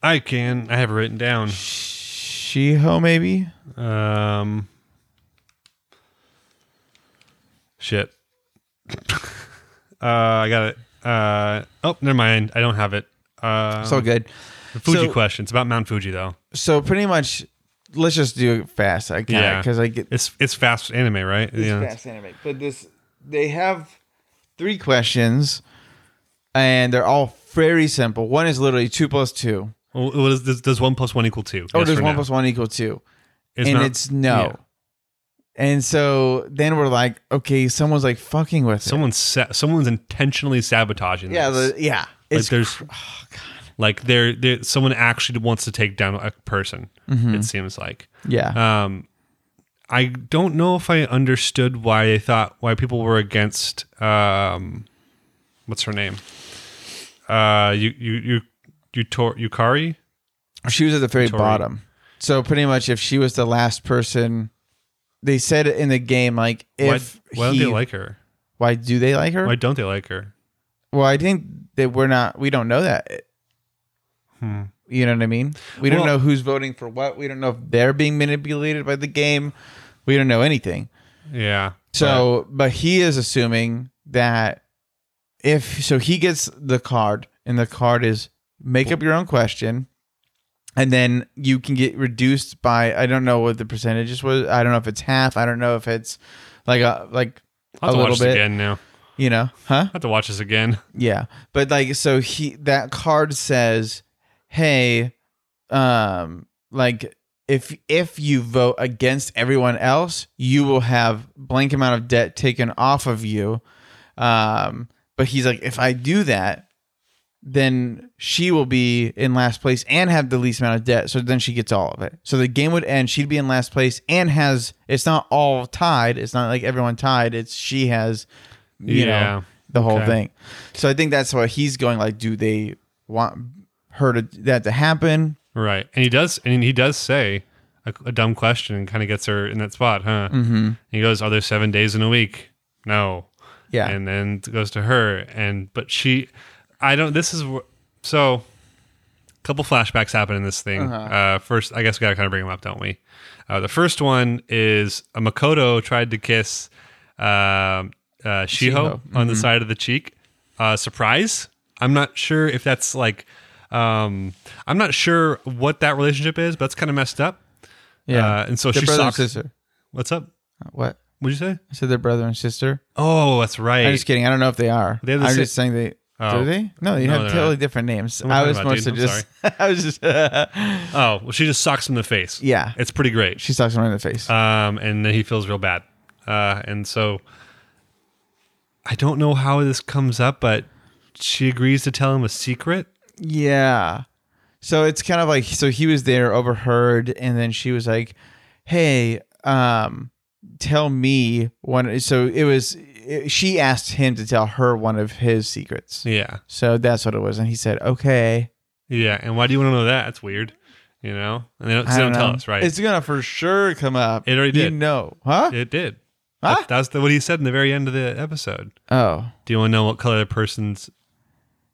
S2: I can I have it written down.
S1: Shiho, maybe.
S2: Um, shit. uh, I got it. Uh, oh, never mind. I don't have it. Uh,
S1: It's all good.
S2: the Fuji
S1: so-
S2: question. It's about Mount Fuji, though.
S1: Um, So pretty much, let's just do it fast. I kind
S2: Yeah.
S1: because I get
S2: It's it's fast anime, right?
S1: It's
S2: yeah.
S1: fast anime. But this they have three questions and they're all very simple. One is literally two plus two.
S2: Well, what is this, does one plus one equal two?
S1: Oh,
S2: Yes
S1: does
S2: or
S1: one
S2: no?
S1: plus one equal two?
S2: It's
S1: and
S2: not-
S1: it's no.
S2: yeah.
S1: And so then we're like, okay, someone's like fucking with it.
S2: Someone's sa- someone's intentionally sabotaging.
S1: Yeah,
S2: this.
S1: the, yeah.
S2: like
S1: It's
S2: there's
S1: oh, God.
S2: like there there someone actually wants to take down a person.
S1: Mm-hmm.
S2: It seems like.
S1: yeah.
S2: Um, I don't know if I understood why they thought why people were against um, what's her name? Uh, you you you you Tor- Yukari. uh,
S1: she was at the very
S2: Tori.
S1: bottom. So pretty much, if she was the last person, they said in the game like,
S2: Why,
S1: if
S2: why don't
S1: he-
S2: they like her?
S1: why do they like her?
S2: Why don't they like her?
S1: Well, I think that we're not. We don't know that.
S2: Hmm.
S1: You know what I mean? We don't
S2: Well-
S1: know who's voting for what. We don't know if they're being manipulated by the game. We don't know anything.
S2: Yeah.
S1: So, but he is assuming that if so, he gets the card, and the card is make up your own question, and then you can get reduced by I don't know what the percentages was. I don't know if it's half. I don't know if it's like a like
S2: I'll have
S1: a
S2: to watch
S1: little
S2: this
S1: bit.
S2: again now. I'll
S1: You know, huh?
S2: have to watch this again.
S1: Yeah. But like so he that card says, "Hey, um like if if you vote against everyone else, you will have blank amount of debt taken off of you." Um but he's like, "If I do that, then she will be in last place and have the least amount of debt. So then she gets all of it. So the game would end. She'd be in last place and has. It's not all tied. It's not like everyone tied. It's she has. You
S2: Yeah.
S1: know the whole
S2: Okay.
S1: thing. So I think that's why he's going. Like, do they want her to that to happen?
S2: Right. And he does and he does say a, a dumb question and kind of gets her in that spot, huh? Mm-hmm. He goes, "Are there seven days in a week?" No.
S1: Yeah.
S2: and then it goes to her and but she i don't this is wh- so a couple flashbacks happen in this thing uh
S1: Uh-huh.
S2: first i guess we gotta kind of bring them up don't we uh, the first one is uh, makoto tried to kiss um uh, shiho, on
S1: Mm-hmm.
S2: the side of the cheek uh, surprise i'm not sure if that's like um, i'm not sure what that relationship is but that's kind of messed up uh, and so
S1: They're
S2: she
S1: brother
S2: socks
S1: and sister.
S2: what's up
S1: What
S2: what'd you say
S1: I said, they're brother and sister.
S2: oh that's right
S1: I'm just kidding. I don't know if they are.
S2: They have the
S1: I'm
S2: sa-
S1: just saying they.
S2: Oh.
S1: Do they? No, they
S2: No,
S1: have
S2: they're
S1: totally
S2: not.
S1: different names.
S2: am I
S1: I was
S2: talking about, dude?
S1: mostly
S2: I'm
S1: just. I was just.
S2: Oh, well, she just socks him in the face.
S1: Yeah.
S2: It's pretty great.
S1: she stalks him right in the face.
S2: Um, and then he feels real bad. Uh, and so I don't know how this comes up, but she agrees to tell him a secret.
S1: Yeah. So it's kind of like so he was there overheard and then she was like, "Hey, um tell me one so it was it, she asked him to tell her one of his secrets.
S2: Yeah.
S1: So that's what it was and he said, "Okay."
S2: Yeah. And why do you want to know that? That's weird. You know? And they don't, they
S1: I
S2: don't tell
S1: know.
S2: us, right?
S1: It's going to for sure come up.
S2: It already
S1: You
S2: did.
S1: know. Huh?
S2: it did.
S1: Huh?
S2: That- That's the, what he said in the very end of the episode.
S1: oh.
S2: Do you want to know what color the person's.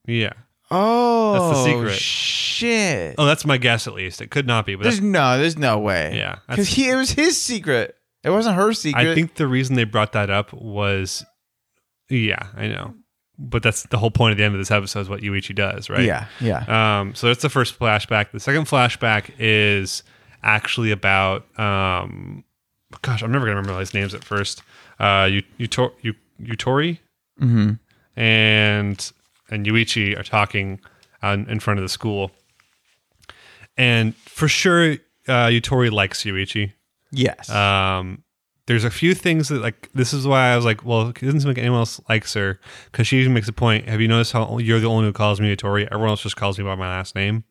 S2: Yeah.
S1: Oh.
S2: secret.
S1: Shit.
S2: Oh, that's my guess, at least. It could not be, but that's
S1: there's no there's no way.
S2: Yeah, that's-
S1: Cuz he it was his secret. It wasn't her secret.
S2: I think the reason they brought that up was, yeah, I know, but that's the whole point of the end of this episode is what Yuichi does, right?
S1: Yeah, yeah.
S2: Um, so that's the first flashback. The second flashback is actually about, um, gosh, I'm never gonna remember all these names at first. Uh, you, you, you, Yutori
S1: mm-hmm.
S2: and and Yuichi are talking on, in front of the school, and for sure, uh, Yutori likes Yuichi.
S1: Yes.
S2: Um, there's a few things that like this is why I was like, well, it doesn't seem like anyone else likes her because she usually makes a point. Have you noticed how you're the only one who calls me Tori? Everyone else just calls me by my last name.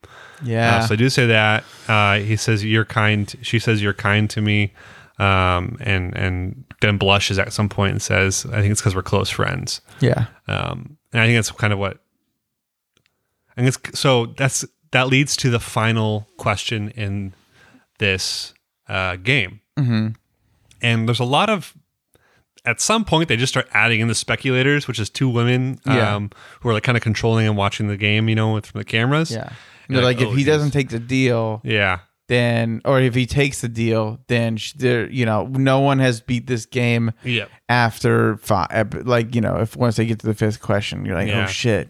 S1: yeah.
S2: Uh, so I do say that. Uh, he says you're kind. She says you're kind to me, um, and and then blushes at some point and says, I think it's because we're close friends.
S1: yeah.
S2: Um, and I think that's kind of what. And it's so that's that leads to the final question in this uh, game
S1: Mm-hmm.
S2: and there's a lot of at some point they just start adding in the speculators which is two women
S1: Yeah.
S2: um, who are like kind of controlling and watching the game you know with from the cameras
S1: Yeah.
S2: You're
S1: They're
S2: like,
S1: like,
S2: oh,
S1: if he
S2: geez.
S1: doesn't take the deal,
S2: yeah
S1: then, or if he takes the deal, then sh- there, you know, no one has beat this game
S2: yeah
S1: after five. Like, you know, if once they get to the fifth question, you're like,
S2: Yeah.
S1: oh shit.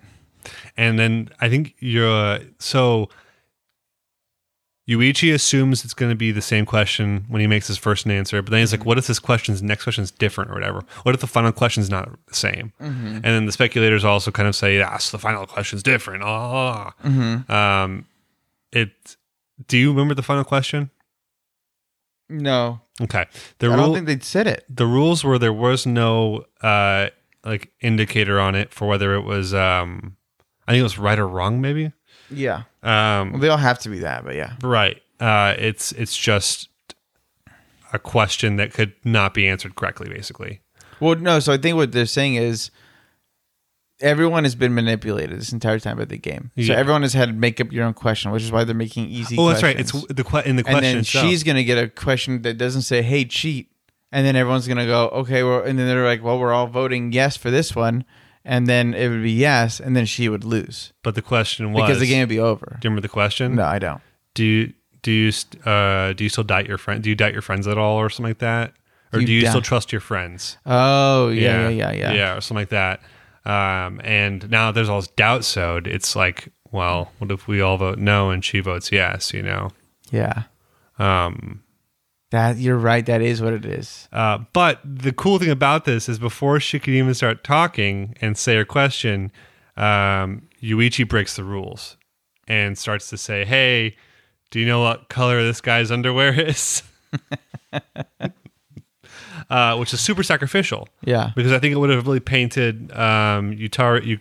S2: and then i think you're so Yuichi assumes it's going to be the same question when he makes his first answer, but then he's like,
S1: Mm-hmm.
S2: "What if this question's next question's different or whatever? What if the final question's not the same?"
S1: Mm-hmm.
S2: And then the speculators also kind of say, "Ah, so the final question's different." Ah,
S1: Mm-hmm.
S2: um, it. Do you remember the final question?
S1: No,
S2: Okay. The
S1: I don't
S2: rule
S1: think they'd said it.
S2: the rules were there was no uh like indicator on it for whether it was um I think it was right or wrong maybe.
S1: Yeah. Well,
S2: Um
S1: they all have to be that, but yeah.
S2: right. Uh it's it's just a question that could not be answered correctly basically.
S1: Well, no. So I think what they're saying is everyone has been manipulated this entire time by the game. So
S2: Yeah.
S1: everyone has had to make up your own question, which is why they're making easy.
S2: Oh, that's right. It's
S1: questions.
S2: the que- in the question
S1: and then
S2: itself.
S1: she's gonna get a question that doesn't say "Hey, cheat," and then everyone's gonna go, "Okay," well, and then they're like, "Well, we're all voting yes for this one," and then it would be yes, and then she would lose
S2: but the question was
S1: because the game would be over.
S2: Do you remember the question?
S1: No, I don't.
S2: Do you do you st- uh do you still doubt your friend? Do you doubt your friends at all or something like that? Or
S1: You
S2: do you
S1: doubt-
S2: still trust your friends?
S1: Oh, yeah, yeah, yeah, yeah.
S2: or something like that. Um, and now there's all this doubt. So it's like, well, what if we all vote no and she votes yes? You know.
S1: Yeah.
S2: Um,
S1: That you're right. That is what it is.
S2: uh, but the cool thing about this is before she could even start talking and say her question, um, Yuichi breaks the rules and starts to say, "Hey, do you know what color this guy's underwear is?" uh, which is super sacrificial.
S1: Yeah.
S2: because I think it would have really painted um, Utari, U-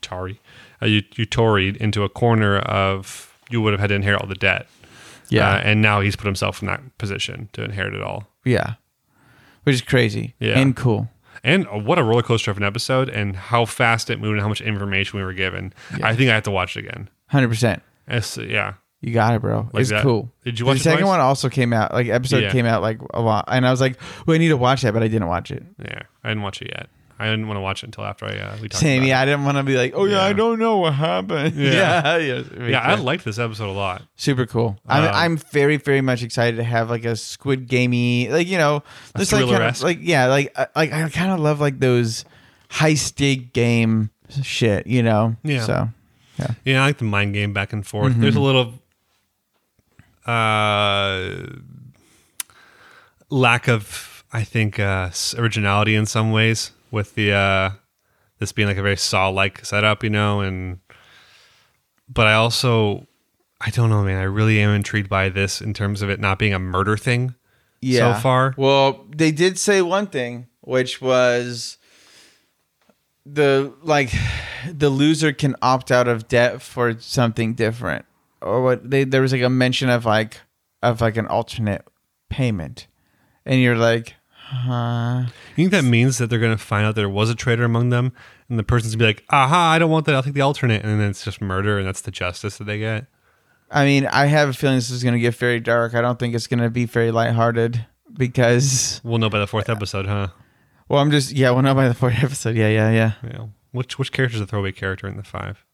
S2: Utari, uh, U- Utori into a corner of you would have had to inherit all the debt.
S1: Yeah.
S2: Uh, and now he's put himself in that position to inherit it all.
S1: Yeah. Which is crazy.
S2: Yeah.
S1: And cool.
S2: And uh, what a roller coaster of an episode, and how fast it moved, and how much information we were given. I think I have to watch it again.
S1: Hundred percent.
S2: It's- yeah,
S1: You got it, bro. it's
S2: that.
S1: cool.
S2: Did you watch
S1: the
S2: it
S1: second
S2: twice?
S1: one? Also came out like episode
S2: Yeah.
S1: came out like a lot, and I was like, "Well, I need to watch that," but I didn't watch it.
S2: yeah. I didn't watch it yet. I didn't want to watch it until after I uh, we talked.
S1: Same.
S2: about it.
S1: Yeah, I didn't want to be like, "Oh yeah,
S2: Yeah.
S1: I don't know what happened."
S2: Yeah.
S1: Yeah, yeah, yeah.
S2: yeah. I liked this episode a lot.
S1: super cool. I'm,
S2: Um,
S1: I'm very, very much excited to have like a Squid Gamey, like you know, just like kind of,
S2: thriller-esque.
S1: like yeah, like I- like I kind of love like those high stake game shit, you know.
S2: Yeah.
S1: So
S2: Yeah, I like the mind game back and forth. There's a little uh, lack of, I think, uh, s- originality in some ways with the uh, this being like a very saw like setup, you know. And but I also, I don't know, man. I really am intrigued by this in terms of it not being a murder thing.
S1: yeah.
S2: so far.
S1: Well, they did say one thing, which was the like the loser can opt out of debt for something different, or what? They there was like a mention of like of like an alternate payment, and you're like, huh?
S2: You think that means that they're going to find out there was a traitor among them, and the person's gonna be like, "Aha! I don't want that. I'll take the alternate." And then it's just murder, and that's the justice that they get.
S1: I mean, I have a feeling this is going to get very dark. I don't think it's going to be very lighthearted because,
S2: We'll know by the fourth episode, huh?
S1: well, I'm just yeah, we'll know by the fourth episode. Yeah, yeah, yeah.
S2: Yeah. Which which character's a throwaway character in the five?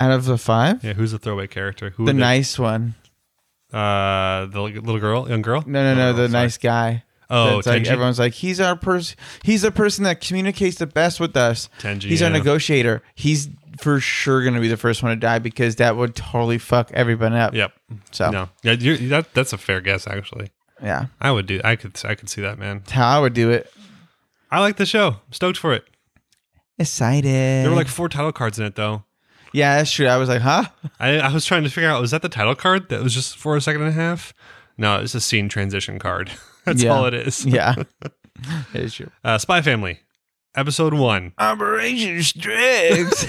S1: Out of the five,
S2: Yeah, who's a throwaway character? Who
S1: the
S2: did-
S1: nice one.
S2: uh the little girl, young girl?
S1: No, no, no, the
S2: sorry.
S1: nice guy.
S2: Oh,
S1: It's like
S2: Tenji?
S1: everyone's like he's our person. He's the person that communicates the best with us.
S2: Tenji,
S1: he's our
S2: yeah.
S1: negotiator. He's for sure going to be the first one to die because that would totally fuck everyone up.
S2: Yep.
S1: So
S2: No. Yeah, you, that that's a fair guess actually.
S1: yeah,
S2: I would do. I could. I could see that, man.
S1: that's how I would do it.
S2: I like the show. I'm stoked for it.
S1: Excited.
S2: There were like four title cards in it, though.
S1: yeah, that's true. I was like, huh?
S2: I, I was trying to figure out was that the title card that was just for a second and a half? No, it's a scene transition card. That's
S1: Yeah.
S2: all it is.
S1: Yeah, it is true.
S2: Uh, Spy Family, episode one.
S1: Operation Strix.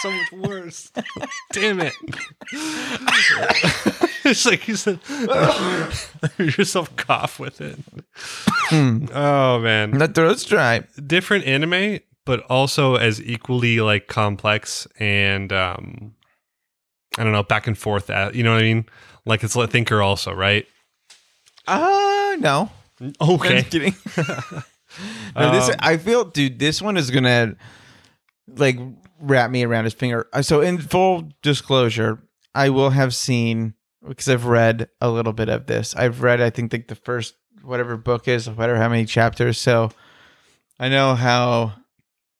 S2: so much worse. Damn it. it's like you said, yourself cough with it. oh man,
S1: the throat stripe.
S2: different anime, but also as equally like complex and um, I don't know, back and forth. At, you know what I mean? Like it's a thinker also, right?
S1: Uh no. I'm
S2: Okay.
S1: just kidding. no, this I feel, dude. This one is gonna like wrap me around his finger. Uh, So, in full disclosure, I will have seen because I've read a little bit of this. I've read, I think, like the first whatever book is, whatever how many chapters. So, I know how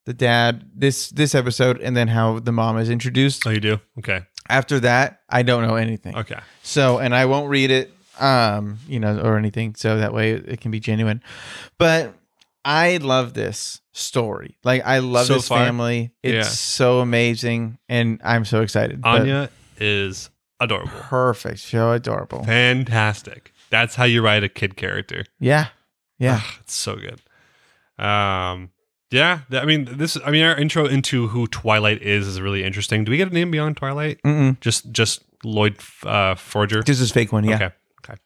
S1: the dad this this episode, and then how the mom is introduced.
S2: Oh, you do? Okay.
S1: After that, I don't know anything.
S2: Okay.
S1: So, and I won't read it, um, you know, or anything. So that way it can be genuine. But I love this story. Like I love
S2: So
S1: this
S2: far?
S1: family. It's
S2: Yeah.
S1: so amazing, and I'm so excited. But
S2: Anya is adorable.
S1: perfect, so adorable.
S2: Fantastic. That's how you write a kid character.
S1: Yeah, yeah,
S2: Ugh, it's so good. Um, yeah, th- I mean, this. I mean, our intro into who Twilight is is really interesting. Do we get a name beyond Twilight?
S1: Mm-mm.
S2: Just, just Lloyd uh, Forger.
S1: just this fake one. Yeah,
S2: Okay. Okay.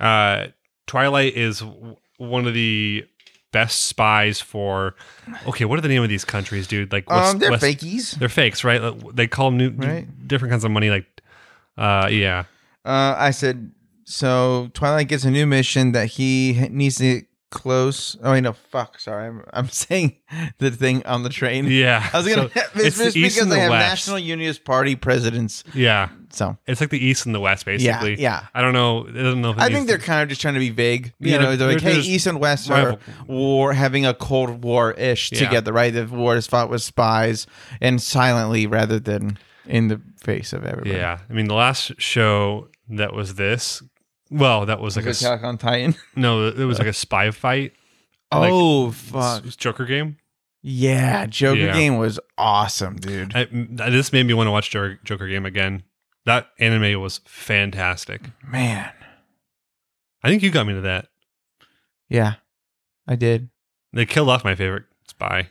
S2: Uh, Twilight is w- one of the best spies for. Okay, what are the name of these countries, dude? Like,
S1: um, they're
S2: West-
S1: fakies.
S2: They're fakes, right? Like, They call them new,
S1: Right.
S2: different kinds of money. Like, uh, yeah,
S1: Uh, I said so. Twilight gets a new mission that he h- needs to get close. Oh wait, no, fuck. Sorry, I'm I'm saying the thing on the train.
S2: yeah.
S1: I was gonna.
S2: So
S1: it's
S2: the
S1: just
S2: East
S1: because
S2: and the
S1: they have
S2: West.
S1: National Unionist Party presidents.
S2: Yeah,
S1: So
S2: it's like the East and the West, basically.
S1: yeah, yeah.
S2: I don't know. I don't know. If it
S1: I
S2: needs
S1: think
S2: to-
S1: they're kind of just trying to be vague.
S2: Yeah,
S1: you know,
S2: they're-
S1: they're like,
S2: they're
S1: hey,
S2: just
S1: East and West
S2: rival-
S1: are war having a Cold War ish
S2: Yeah.
S1: together, right? The war is fought with spies and silently rather than in the face of everybody.
S2: Yeah, I mean, the last show that was this. Well, that was like
S1: Like a
S2: a s-
S1: Attack on Titan.
S2: no. It was like a spy fight. Like,
S1: oh
S2: s-
S1: fuck!
S2: Joker game.
S1: Yeah, Joker
S2: Yeah.
S1: game was awesome, dude.
S2: I, this made me want to watch Joker, Joker game again. That anime was fantastic.
S1: Man,
S2: I think you got me to that.
S1: yeah, I did.
S2: They killed off my favorite spy.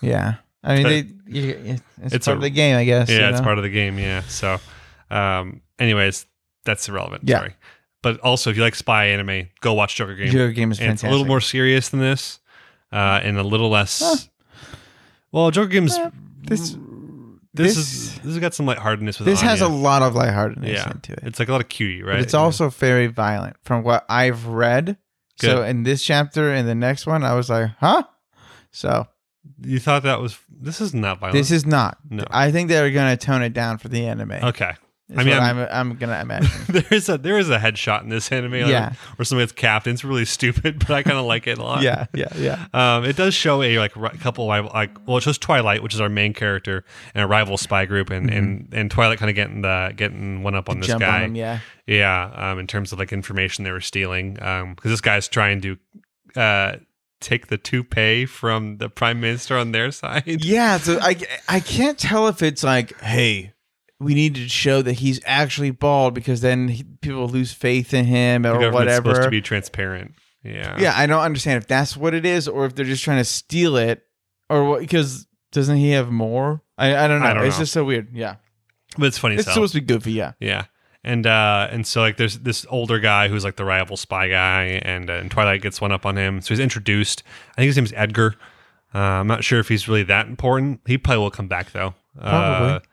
S1: Yeah, I mean,
S2: But-
S1: they, you- it's,
S2: It's
S1: part
S2: a-
S1: of the game, I guess.
S2: yeah,
S1: you
S2: it's
S1: know?
S2: part of the game. Yeah. So, um, anyways, that's irrelevant.
S1: Yeah.
S2: Sorry. But also, if you like spy anime, go watch Joker game.
S1: Joker game is
S2: And
S1: fantastic.
S2: It's a little more serious than this, uh, and a little less. Well, Joker Game's
S1: Huh. This- this-
S2: this, is this has got some lightheartedness with
S1: This has a
S2: Anya.
S1: lot of lightheartedness
S2: Yeah.
S1: into it.
S2: It's like a lot of cutie, right?
S1: But it's also very violent from what I've read. So in this chapter and the next one, I was like, huh? So
S2: you thought that was this is not violent.
S1: this is not.
S2: no.
S1: I think they're going to tone it down for the anime. Okay.
S2: okay. I
S1: I
S2: mean,
S1: mean,
S2: I'm-
S1: I'm, I'm going to imagine.
S2: there is a there is a headshot in this anime, like,
S1: Yeah.
S2: where somebody gets capped. It's really stupid, but I kind of like it a lot.
S1: yeah, yeah, yeah.
S2: Um, it does show a like ri- couple rival, like well, it shows Twilight, which is our main character, and a rival spy group, and and, and Twilight kind of getting the getting one up on this
S1: Mm-hmm. Jump
S2: guy.
S1: on them, yeah.
S2: Yeah, um, in terms of like information they were stealing, because this guy's trying to uh, take the toupee from the prime minister on their side.
S1: Yeah, so I, I can't tell if it's like, hey, we need to show that he's actually bald because then he, people lose faith in him
S2: The
S1: or
S2: government's
S1: whatever.
S2: supposed to be transparent. Yeah,
S1: yeah, I don't understand if that's what it is or if they're just trying to steal it or what because doesn't he have more? I, I don't know.
S2: I don't
S1: it's
S2: know.
S1: just so weird. Yeah.
S2: but it's funny.
S1: It's
S2: so.
S1: supposed to be goofy, yeah.
S2: yeah, and uh, and so like there's this older guy who's like the rival spy guy, and, uh, and Twilight gets one up on him. So he's introduced. I think his name's Edgar. Uh, I'm not sure if he's really that important. He probably will come back though. Uh,
S1: Probably.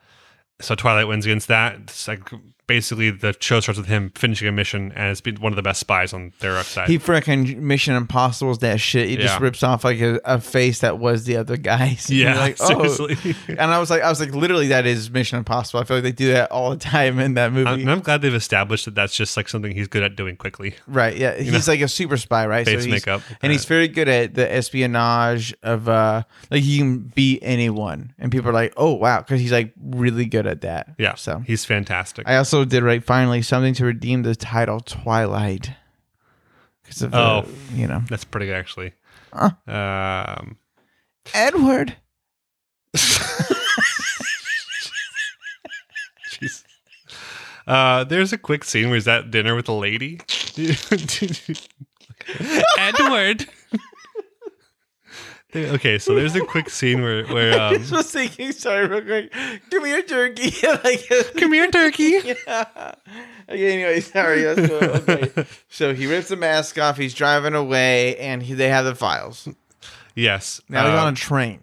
S2: so Twilight wins against that. It's like basically the show starts with him finishing a mission and it's been one of the best spies on their side.
S1: He freaking Mission Impossible's that shit. He just
S2: Yeah.
S1: rips off like a, a face that was the other guy's. And you're
S2: yeah,
S1: like, oh.
S2: seriously.
S1: And I was like, I was like, literally, that is Mission Impossible. I feel like they do that all the time in that movie,
S2: I'm, I'm glad they've established that that's just like something he's good at doing quickly.
S1: right? Yeah, he's like a super spy, right?
S2: Face
S1: he's,
S2: makeup.
S1: and he's very good at the espionage of uh, like he can beat anyone, and people are like, oh wow, because he's like really good at that.
S2: Yeah,
S1: So
S2: he's fantastic.
S1: I also did write finally something to redeem the title Twilight because of uh,
S2: Oh.
S1: you know
S2: that's pretty good actually.
S1: Huh.
S2: Um,
S1: Edward.
S2: Jeez. Uh, there's a quick scene where he's at dinner with a lady. Edward. There- okay, so there's a quick scene where where
S1: I
S2: um,
S1: just was thinking, sorry, real quick. Give me your jerky. like,
S2: come here, turkey.
S1: yeah. Okay, anyway, sorry. That's cool. okay. So he rips the mask off. He's driving away, and he, they have the files.
S2: Yes.
S1: Now he's
S2: um,
S1: on a train.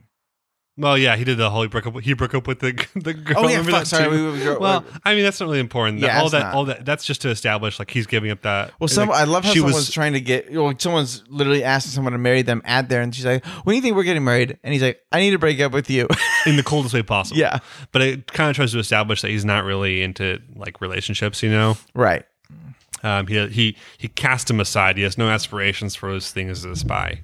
S2: well, yeah, he did the whole he broke up. He broke up with the the girl.
S1: Oh yeah,
S2: remember
S1: fuck,
S2: that
S1: sorry.
S2: too?
S1: We, we, we,
S2: well, I mean that's not really important.
S1: Yeah,
S2: all
S1: it's
S2: that,
S1: not.
S2: all that, that's just to establish like he's giving up that.
S1: well, some I love how
S2: she
S1: someone's
S2: was-
S1: trying to get. Well, someone's literally asking someone to marry them at there, and she's like, "When do you think we're getting married?" And he's like, "I need to break up with you."
S2: in the coldest way possible.
S1: yeah,
S2: but it kind of tries to establish that he's not really into like relationships. You know,
S1: right.
S2: um, he he he cast him aside. He has no aspirations for his thing as a spy.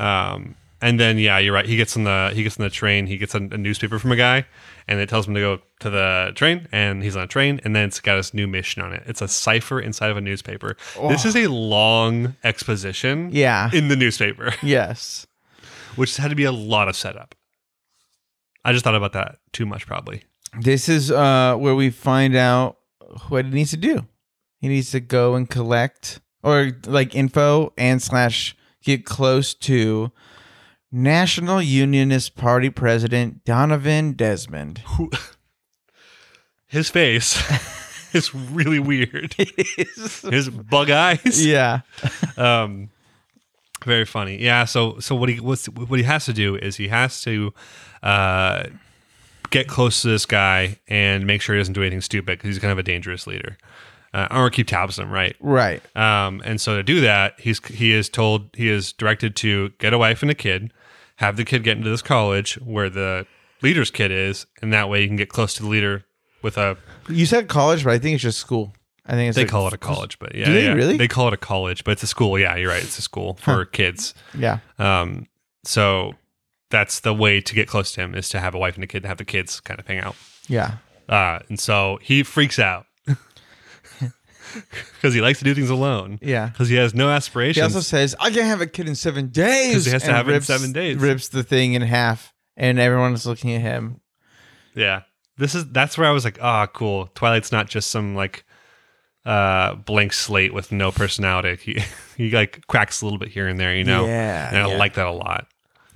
S2: Um, and then yeah, you're right. He gets on the he gets on the train. He gets a, a newspaper from a guy, and it tells him to go to the train. And he's on a train, and then it's got his new mission on it. It's a cipher inside of a newspaper. This is a long exposition.
S1: Yeah.
S2: in the newspaper,
S1: Yes.
S2: which had to be a lot of setup. I just thought about that too much, probably.
S1: This is uh where we find out what he needs to do. He needs to go and collect or like info and slash get close to National Unionist Party President Donovan Desmond.
S2: who his face is really weird. His bug eyes.
S1: yeah.
S2: Um very funny. Yeah, so so what he what's, what he has to do is he has to uh get close to this guy and make sure he doesn't do anything stupid cuz he's kind of a dangerous leader. Uh, or keep tabs on him, right?
S1: Right.
S2: Um, and so to do that, he's he is told he is directed to get a wife and a kid, have the kid get into this college where the leader's kid is, and that way you can get close to the leader with a
S1: You said college, but I think it's just school. I think it's
S2: they
S1: like-
S2: call it a college, but yeah,
S1: Do they
S2: yeah,
S1: really?
S2: they call it a college, but it's a school. Yeah, you're right, it's a school for kids.
S1: Yeah.
S2: Um, so that's the way to get close to him is to have a wife and a kid, to have the kids kind of hang out.
S1: Yeah.
S2: Uh, and so he freaks out because he likes to do things alone.
S1: Yeah.
S2: Because he has no
S1: He
S2: aspirations.
S1: also says, I can have a kid in seven days.
S2: he has to
S1: and
S2: have it in seven days.
S1: Rips the thing in half, and everyone's looking at him.
S2: Yeah. This is that's where I was like, ah, cool. Twilight's not just some like uh blank slate with no personality. He he like cracks a little bit here and there, you know.
S1: Yeah.
S2: and I
S1: yeah.
S2: like that a lot.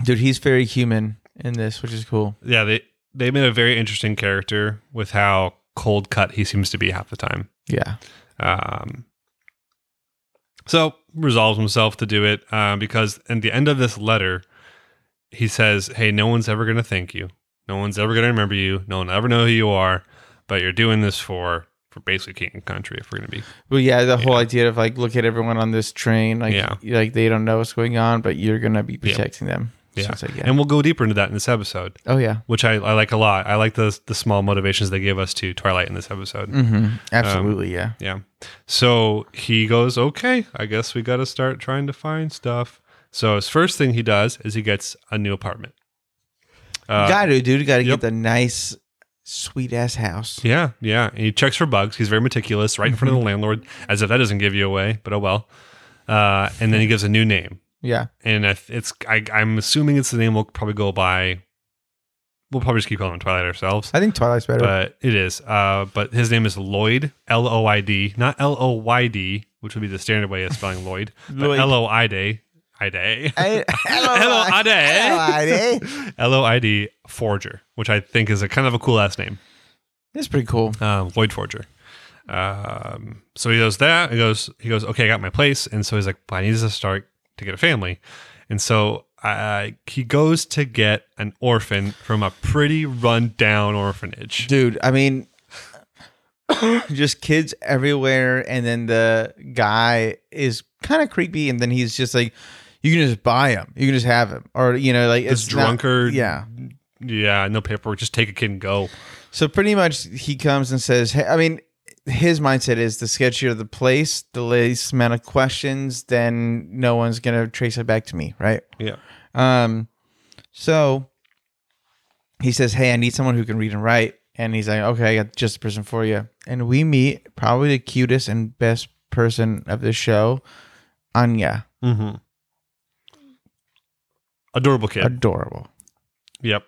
S1: Dude, he's very human in this, which is cool.
S2: Yeah, they they made a very interesting character with how cold cut he seems to be half the time.
S1: Yeah.
S2: Um so resolves himself to do it uh, because at the end of this letter, he says, "Hey, no one's ever going to thank you. No one's ever going to remember you. No one will ever know who you are, but you're doing this for for basically king and country if we're going to be
S1: Well, yeah, the whole idea of like look at everyone on this train, like
S2: Yeah.
S1: like they don't know what's going on, but you're gonna be protecting them. So
S2: Yeah.
S1: it's like, yeah.
S2: And we'll go deeper into that in this episode,
S1: oh yeah,
S2: which I, I like a lot. I like the the small motivations they give us to Twilight in this episode.
S1: hmm absolutely, yeah.
S2: Yeah. So he goes, okay, I guess we got to start trying to find stuff. So his first thing he does is he gets a new apartment. Uh,
S1: you got to, dude. You got to
S2: yep.
S1: get the nice, sweet ass house.
S2: Yeah, yeah. And he checks for bugs. He's very meticulous, right in front of the
S1: Mm-hmm.
S2: landlord, as if that doesn't give you away. But oh well. Uh, and then he gives a new name,
S1: Yeah,
S2: and I th- it's I, I'm assuming it's the name we'll probably go by. We'll probably just keep calling him Twilight ourselves.
S1: I think Twilight's better.
S2: but it is. Uh, but his name is Lloyd, L O I D, not L O Y D, which would be the standard way of spelling Lloyd, but
S1: Lloyd.
S2: L O I D, I D,
S1: I- hello,
S2: Hello, Ade.
S1: Hello, Ade.
S2: L O I D Forger, which I think is a kind of a cool last name,
S1: That's pretty cool.
S2: um, Lloyd Forger. Um, so he does that. He goes, he goes, okay, I got my place, and so he's like, well, I need to start to get a family, and so. Uh, he goes to get an orphan from a pretty run down orphanage.
S1: dude i mean just kids everywhere. And then the guy is kind of creepy. And then he's just like, you can just buy him. You can just have him. Or, you know, like
S2: This
S1: it's not-
S2: drunkard.
S1: yeah.
S2: yeah, no paperwork. Just take a kid and go.
S1: So pretty much he comes and says, hey, I mean, his mindset is the sketchier the place, the least amount of questions, then no one's going to trace it back to me. Right.
S2: Yeah.
S1: Um, so he says, "Hey, I need someone who can read and write." And he's like, "Okay, I got just the person for you." And we meet probably the cutest and best person of the show, Anya.
S2: Mm-hmm. Adorable kid.
S1: Adorable.
S2: yep.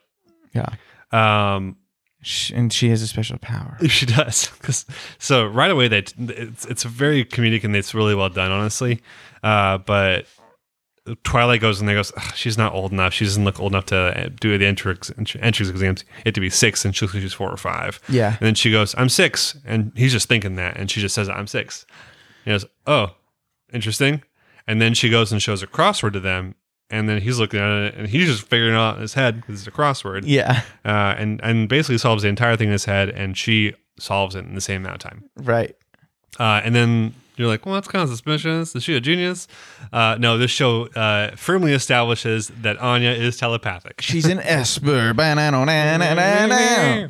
S1: Yeah.
S2: Um,
S1: Sh and she has a special power.
S2: She does. 'Cause- so right away, they it's it's very comedic and it's really well done, honestly. Uh, but Twilight goes and they goes, "Ugh, she's not old enough. She doesn't look old enough to do the entrance entrance exams. It had to be six, and she looks like she's four or five.
S1: Yeah.
S2: And then she goes, "I'm six. and he's just thinking that, and she just says, "I'm six. He goes, "Oh, interesting." And then she goes and shows a crossword to them, and then he's looking at it, and he's just figuring it out in his head because it's a crossword
S1: Yeah.
S2: uh, and and basically solves the entire thing in his head, and she solves it in the same amount of time.
S1: Right.
S2: Uh, and then you're like, well, that's kind of suspicious. Is she a genius? Uh, no, this show uh, firmly establishes that Anya is telepathic.
S1: She's an Esper. Ba-na-na-na-na-na.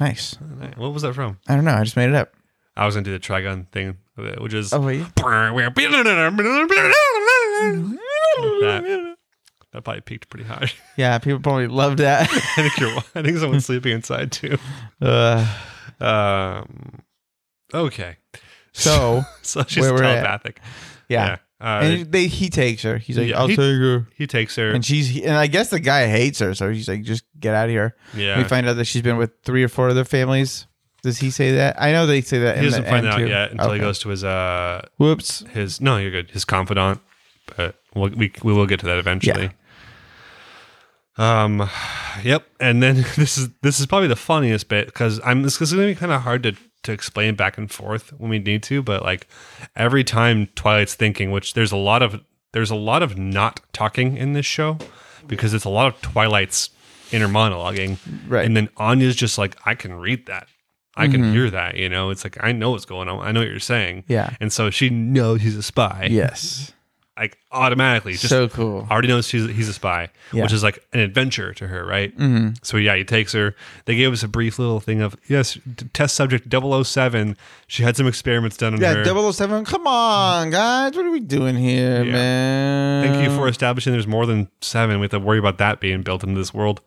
S1: Nice.
S2: What was that from?
S1: I don't know. I just made it up.
S2: I was gonna do the Trigon thing, which is
S1: Oh wait.
S2: that. That probably peaked pretty high.
S1: Yeah. People probably love that.
S2: I think you're. I think someone's sleeping inside too.
S1: uh,
S2: Um, okay,
S1: so
S2: so she's
S1: Where we're at.
S2: telepathic.
S1: yeah.
S2: Uh,
S1: and they he takes her. He's like,
S2: Yeah,
S1: "I'll
S2: he-
S1: take her,"
S2: he takes her.
S1: and she's he, and I guess the guy hates her, so he's like, "Just get out of here."
S2: yeah.
S1: We find out that she's been with three or four other families. Does he say that? I know they say that. in
S2: he doesn't
S1: the
S2: find
S1: end,
S2: out
S1: too.
S2: yet until he
S1: Okay.
S2: goes to his uh
S1: Whoops.
S2: his no, you're good. His confidant, but we'll, we we will get to that eventually. Um, yep. And then this is this is probably the funniest bit because I'm this is gonna be kind of hard to to explain back and forth when we need to, but like every time Twilight's thinking, which there's a lot of there's a lot of not talking in this show because it's a lot of Twilight's inner monologuing,
S1: Right. Mm-hmm.
S2: And then Anya's just like, I can read that. I can hear that, you know. It's like I know what's going on. I know what you're saying.
S1: Yeah.
S2: And so she knows he's a spy.
S1: Yes.
S2: Like automatically. Just
S1: so cool.
S2: already knows she's, he's a spy,
S1: Yeah.
S2: which is like an adventure to her, right? Mm-hmm. So yeah, he takes her. They gave us a brief little thing of, yes, t- test subject 007. She had some experiments done on
S1: Yeah.
S2: her.
S1: 007. Come on, guys. What are we doing here,
S2: Yeah.
S1: man?
S2: Thank you for establishing there's more than seven. We have to worry about that being built into this world.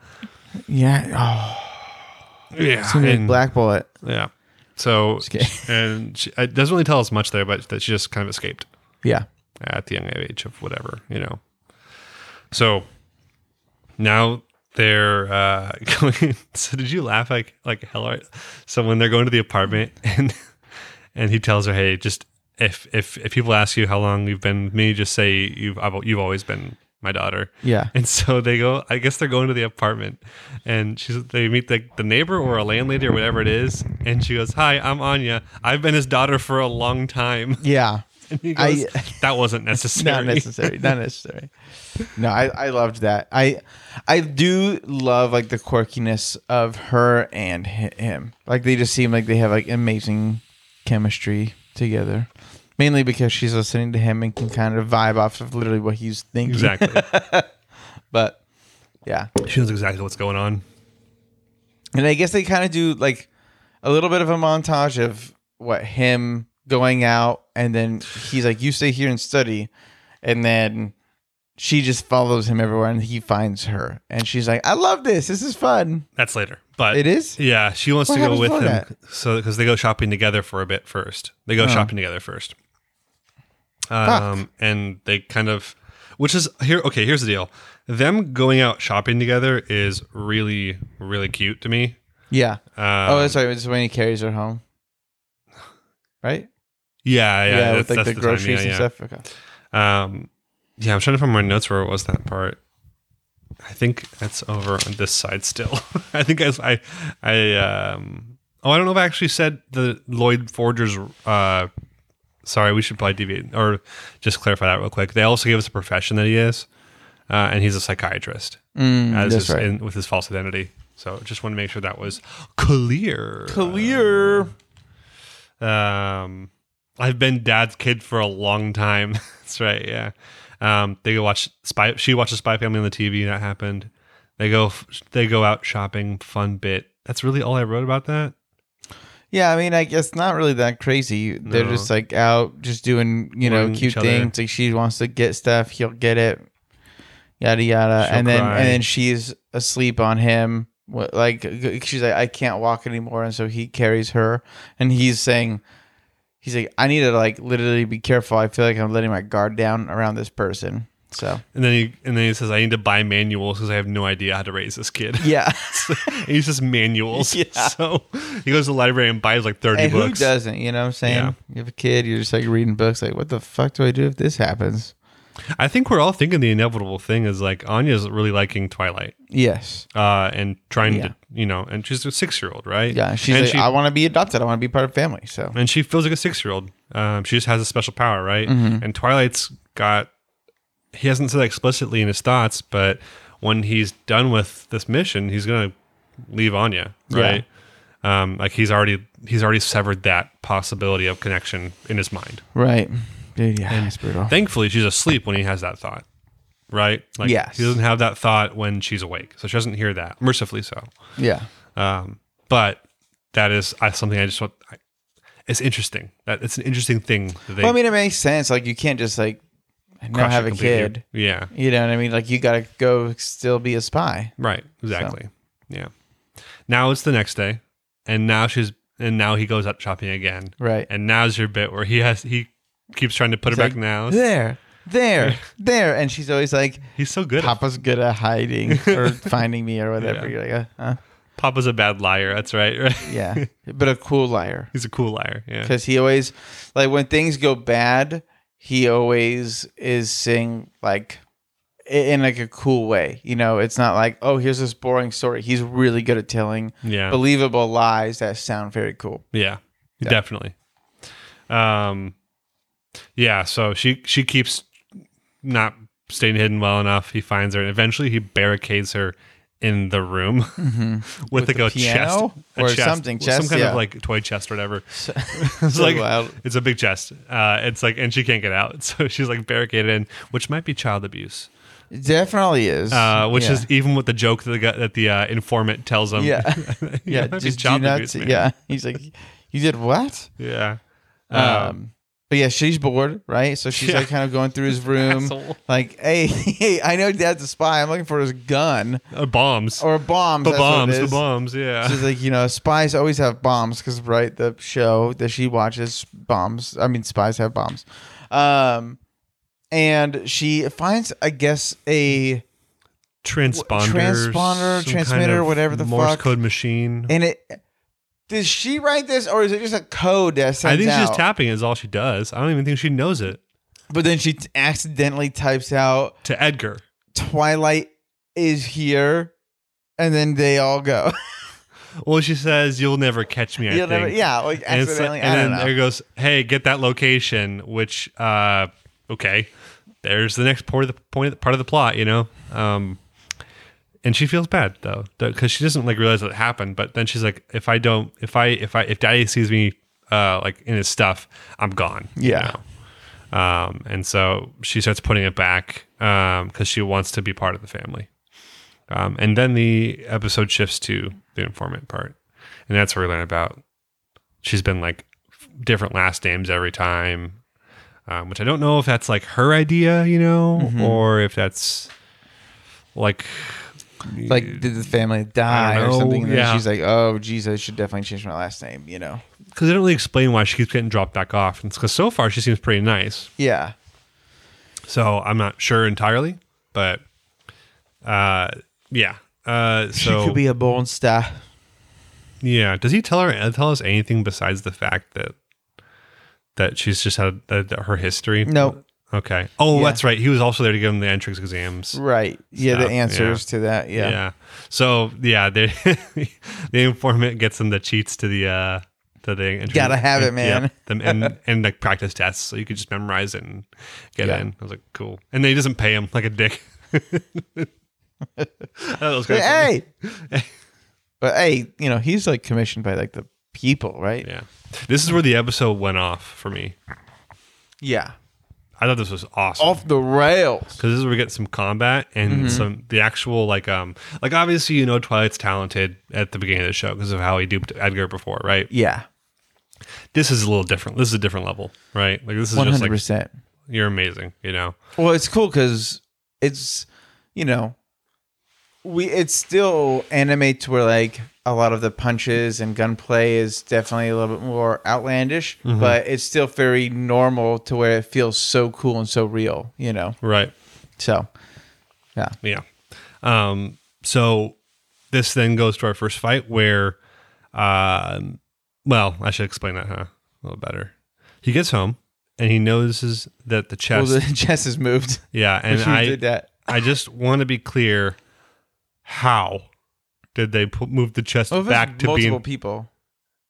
S1: Yeah. Oh,
S2: Yeah.
S1: it's gonna be
S2: and-
S1: Black Bullet.
S2: Yeah. So,
S1: kidding.
S2: and she, it doesn't really tell us much there, but that she just kind of escaped.
S1: Yeah.
S2: uh, at the young age of whatever, you know. So now they're uh, going. So did you laugh like like hell? Right? So when they're going to the apartment and and he tells her, "Hey, just if if if people ask you how long you've been with me, just say you've I've, you've always been my daughter."
S1: Yeah.
S2: And so they go. I guess they're going to the apartment, and she's they meet the, the neighbor or a landlady or whatever it is, and she goes, "Hi, I'm Anya. I've been his daughter for a long time."
S1: Yeah.
S2: And he
S1: I-
S2: goes, that wasn't necessary.
S1: Not necessary. Not necessary. No, I, I loved that. I I do love like the quirkiness of her and hi- him. Like they just seem like they have like amazing chemistry together. Mainly because she's listening to him and can kind of vibe off of literally what he's thinking.
S2: Exactly.
S1: But yeah.
S2: she knows exactly what's going on.
S1: And I guess they kind of do like a little bit of a montage of what him going out, and then he's like, "You stay here and study," and then she just follows him everywhere, and he finds her, and she's like, "I love this. This is fun."
S2: That's later. But
S1: It is.
S2: yeah, she wants
S1: What
S2: to go
S1: happens
S2: with him.
S1: before
S2: So because they go shopping together for a bit first. They go shopping together first. Um and they kind of which is here okay, here's the deal. Them going out shopping together is really, really cute to me.
S1: Yeah.
S2: Um,
S1: oh, that's right. It's when he carries her home, right?
S2: yeah, yeah, that's-
S1: with like
S2: that's
S1: the
S2: the time, yeah,
S1: groceries and
S2: yeah.
S1: stuff. Okay.
S2: Um, yeah, I'm trying to find my notes where it was that part. I think that's over on this side still. I think I, I, I, um, oh, I don't know if I actually said the Lloyd Forger's, uh, sorry, we should probably deviate or just clarify that real quick. They also gave us a profession that he is, uh, and he's a psychiatrist
S1: Mm,
S2: as
S1: that's
S2: his,
S1: right.
S2: in, with his false identity. So just want to make sure that was clear.
S1: Clear.
S2: Um, I've been dad's kid for a long time. That's right. Yeah. Um, they go watch spy. She watches Spy Family on the TV. That happened. They go. They go out shopping. Fun bit. That's really all I wrote about that.
S1: Yeah, I mean, I guess not really that crazy. They're
S2: No.
S1: just like out, just doing you know
S2: Wanting
S1: cute
S2: each other.
S1: things. Like she wants to get stuff, he'll get it, yada yada,
S2: She'll
S1: and then
S2: cry.
S1: and then she's asleep on him. What- Like she's like, I can't walk anymore, and so he carries her, and he's saying, he's like, I need to like literally be careful. I feel like I'm letting my guard down around this person. So
S2: And then he and then he says, "I need to buy manuals because I have no idea how to raise this kid."
S1: yeah,
S2: he uses manuals.
S1: Yeah.
S2: So he goes to the library and buys like thirty
S1: and who
S2: books.
S1: doesn't? You know what I'm saying?
S2: Yeah.
S1: You have a kid, you're just like reading books. Like, what the fuck do I do if this happens?
S2: I think we're all thinking the inevitable thing is like Anya's really liking Twilight
S1: Yes.
S2: uh, and trying
S1: Yeah.
S2: to, you know, and she's a six year old, right?
S1: Yeah, she's
S2: and
S1: like, I want to be adopted. I want to be part of family. So
S2: and she feels like a six year old. Um, she just has a special power, right?
S1: Mm-hmm.
S2: And Twilight's got. He hasn't said that explicitly in his thoughts, but when he's done with this mission, he's gonna leave Anya,
S1: Yeah.
S2: right? Um, like he's already he's already severed that possibility of connection in his mind.
S1: right, dude, yeah, it's brutal.
S2: Thankfully, she's asleep when he has that thought, right? Like
S1: Yes.
S2: he doesn't have that thought when she's awake, so she doesn't hear that. Mercifully so.
S1: yeah,
S2: Um, but that is I, something I just want. I, it's interesting. That it's an interesting thing. That they
S1: well, I mean, it makes sense. Like you can't just like not
S2: crush
S1: have
S2: it
S1: a
S2: completely.
S1: kid.
S2: Yeah.
S1: You know what I mean? Like you gotta go still be a spy.
S2: Right. Exactly. Yeah. Now it's the next day, and now she's and now he goes out shopping again,
S1: Right
S2: and now's your bit where he has he keeps trying to put her back in the house.
S1: there, there, there, and she's always like,
S2: He's so good. at
S1: "Papa's good at hiding or finding me or whatever."
S2: Yeah.
S1: You're like, uh, huh?
S2: Papa's a bad liar. That's right. Right.
S1: yeah, but a cool liar.
S2: He's a cool liar. Yeah.
S1: because he always like when things go bad he always is saying like i- in like a cool way you know it's not like oh here's this boring story he's really good at telling
S2: Yeah.
S1: believable lies that sound very cool
S2: Yeah, definitely. Um, yeah. So she she keeps not staying hidden well enough. He finds her, and eventually he barricades her in the room with,
S1: Mm-hmm.
S2: like
S1: the
S2: a
S1: piano?
S2: chest a
S1: Or
S2: chest,
S1: something,
S2: some
S1: chest,
S2: kind
S1: yeah.
S2: of like toy chest or whatever.
S1: So-
S2: it's
S1: so
S2: like
S1: wild.
S2: it's a big chest. Uh, it's like, and she can't get out, so she's like barricaded in, which might be child abuse.
S1: it definitely is
S2: Uh, which
S1: Yeah.
S2: is even with the joke that the guy, that the uh, informant tells him.
S1: yeah
S2: You
S1: yeah
S2: might be
S1: just do
S2: child
S1: not
S2: abuse, man.
S1: yeah he's like you did what
S2: yeah.
S1: um, but yeah she's bored right so she's
S2: Uh, Yeah.
S1: like kind of going through his room
S2: Asshole.
S1: like hey hey i know dad's a spy i'm looking for his gun
S2: Uh, bombs.
S1: or bombs
S2: the
S1: Oh, that's what it
S2: bombs, the
S1: is.
S2: bombs, yeah.
S1: She's like, you know, spies always have bombs because, right, the show that she watches, bombs. I mean, spies have bombs. Um, and she finds, I guess, a
S2: transponder,
S1: transponder,
S2: some
S1: transmitter,
S2: of
S1: whatever the
S2: Morse
S1: fuck.
S2: code machine.
S1: and it. Did she write this, or is it just a code that sends
S2: I think she's
S1: out?
S2: tapping is all she does. I don't even think she knows it
S1: but then she t- accidentally types out
S2: to Edgar.
S1: "Twilight is here," and then they all go.
S2: Well, she says, "You'll never catch me." I
S1: You'll
S2: think.
S1: never, yeah, like
S2: And, it's
S1: accidentally.
S2: like- and
S1: I don't
S2: then
S1: know.
S2: there goes, "Hey, get that location." Which, uh, okay, there's the next part of the point, part of the plot, you know. Um, and she feels bad though, because she doesn't like realize that it happened. But then she's like, "If I don't, if I, if I, if Daddy sees me, uh, like in his stuff, I'm gone." you
S1: Yeah.
S2: know? Um, and so she starts putting it back because she wants to be part of the family. Um, and then the episode shifts to the informant part, and that's where we learn about she's been like f- different last names every time, um, which I don't know if that's like her idea, you know, or if that's like
S1: like did the family die or
S2: know.
S1: something? And then
S2: Yeah.
S1: she's like, "Oh, geez, I should definitely change my last name." You know?
S2: because they don't really explain why she keeps getting dropped back off. And because so far she seems pretty nice,
S1: Yeah,
S2: so I'm not sure entirely, but uh, yeah. Uh, so
S1: she could be a born star.
S2: Yeah. Does he tell her uh, tell us anything besides the fact that that she's just had that, that her history?
S1: No.
S2: Okay. Oh,
S1: Yeah.
S2: that's right. He was also there to give him the entrance exams.
S1: Right? Yeah, the
S2: Stuff, yeah.
S1: answers to that. Yeah.
S2: Yeah. So yeah, they, the informant gets him the cheats to the uh to the entrance.
S1: Gotta have it,
S2: Yeah.
S1: man.
S2: Them- and and like practice tests, so you could just memorize it and get
S1: Yeah.
S2: in. I was like, cool. And then he doesn't pay him like a dick. I thought that was
S1: But,
S2: kinda funny.
S1: hey, but hey, you know he's like commissioned by like the people, right?
S2: Yeah. This is where the episode went off for me.
S1: Yeah.
S2: I thought this was awesome.
S1: Off the rails.
S2: because this is where we get some combat and
S1: Mm-hmm.
S2: some the actual like um like obviously you know Twilight's talented at the beginning of the show because of how he duped Edgar before, right?
S1: Yeah.
S2: This is a little different. This is a different level, right? Like this is
S1: One
S2: just
S1: hundred
S2: like
S1: percent.
S2: you're amazing, you know.
S1: Well, it's cool because it's you know we it's still anime to where like a lot of the punches and gunplay is definitely a little bit more outlandish,
S2: Mm-hmm.
S1: but it's still very normal to where it feels so cool and so real, you know.
S2: Right.
S1: So
S2: Yeah. Um, so this then goes to our first fight where, um, well, I should explain that, huh? A little better. He gets home and he notices that the
S1: well,
S2: chest.
S1: the chess has moved.
S2: yeah. And
S1: Wish we
S2: I,
S1: did that.
S2: I just want to be clear how did they put, move the chest
S1: Well, if it's
S2: back to
S1: Oh, multiple
S2: being.
S1: people.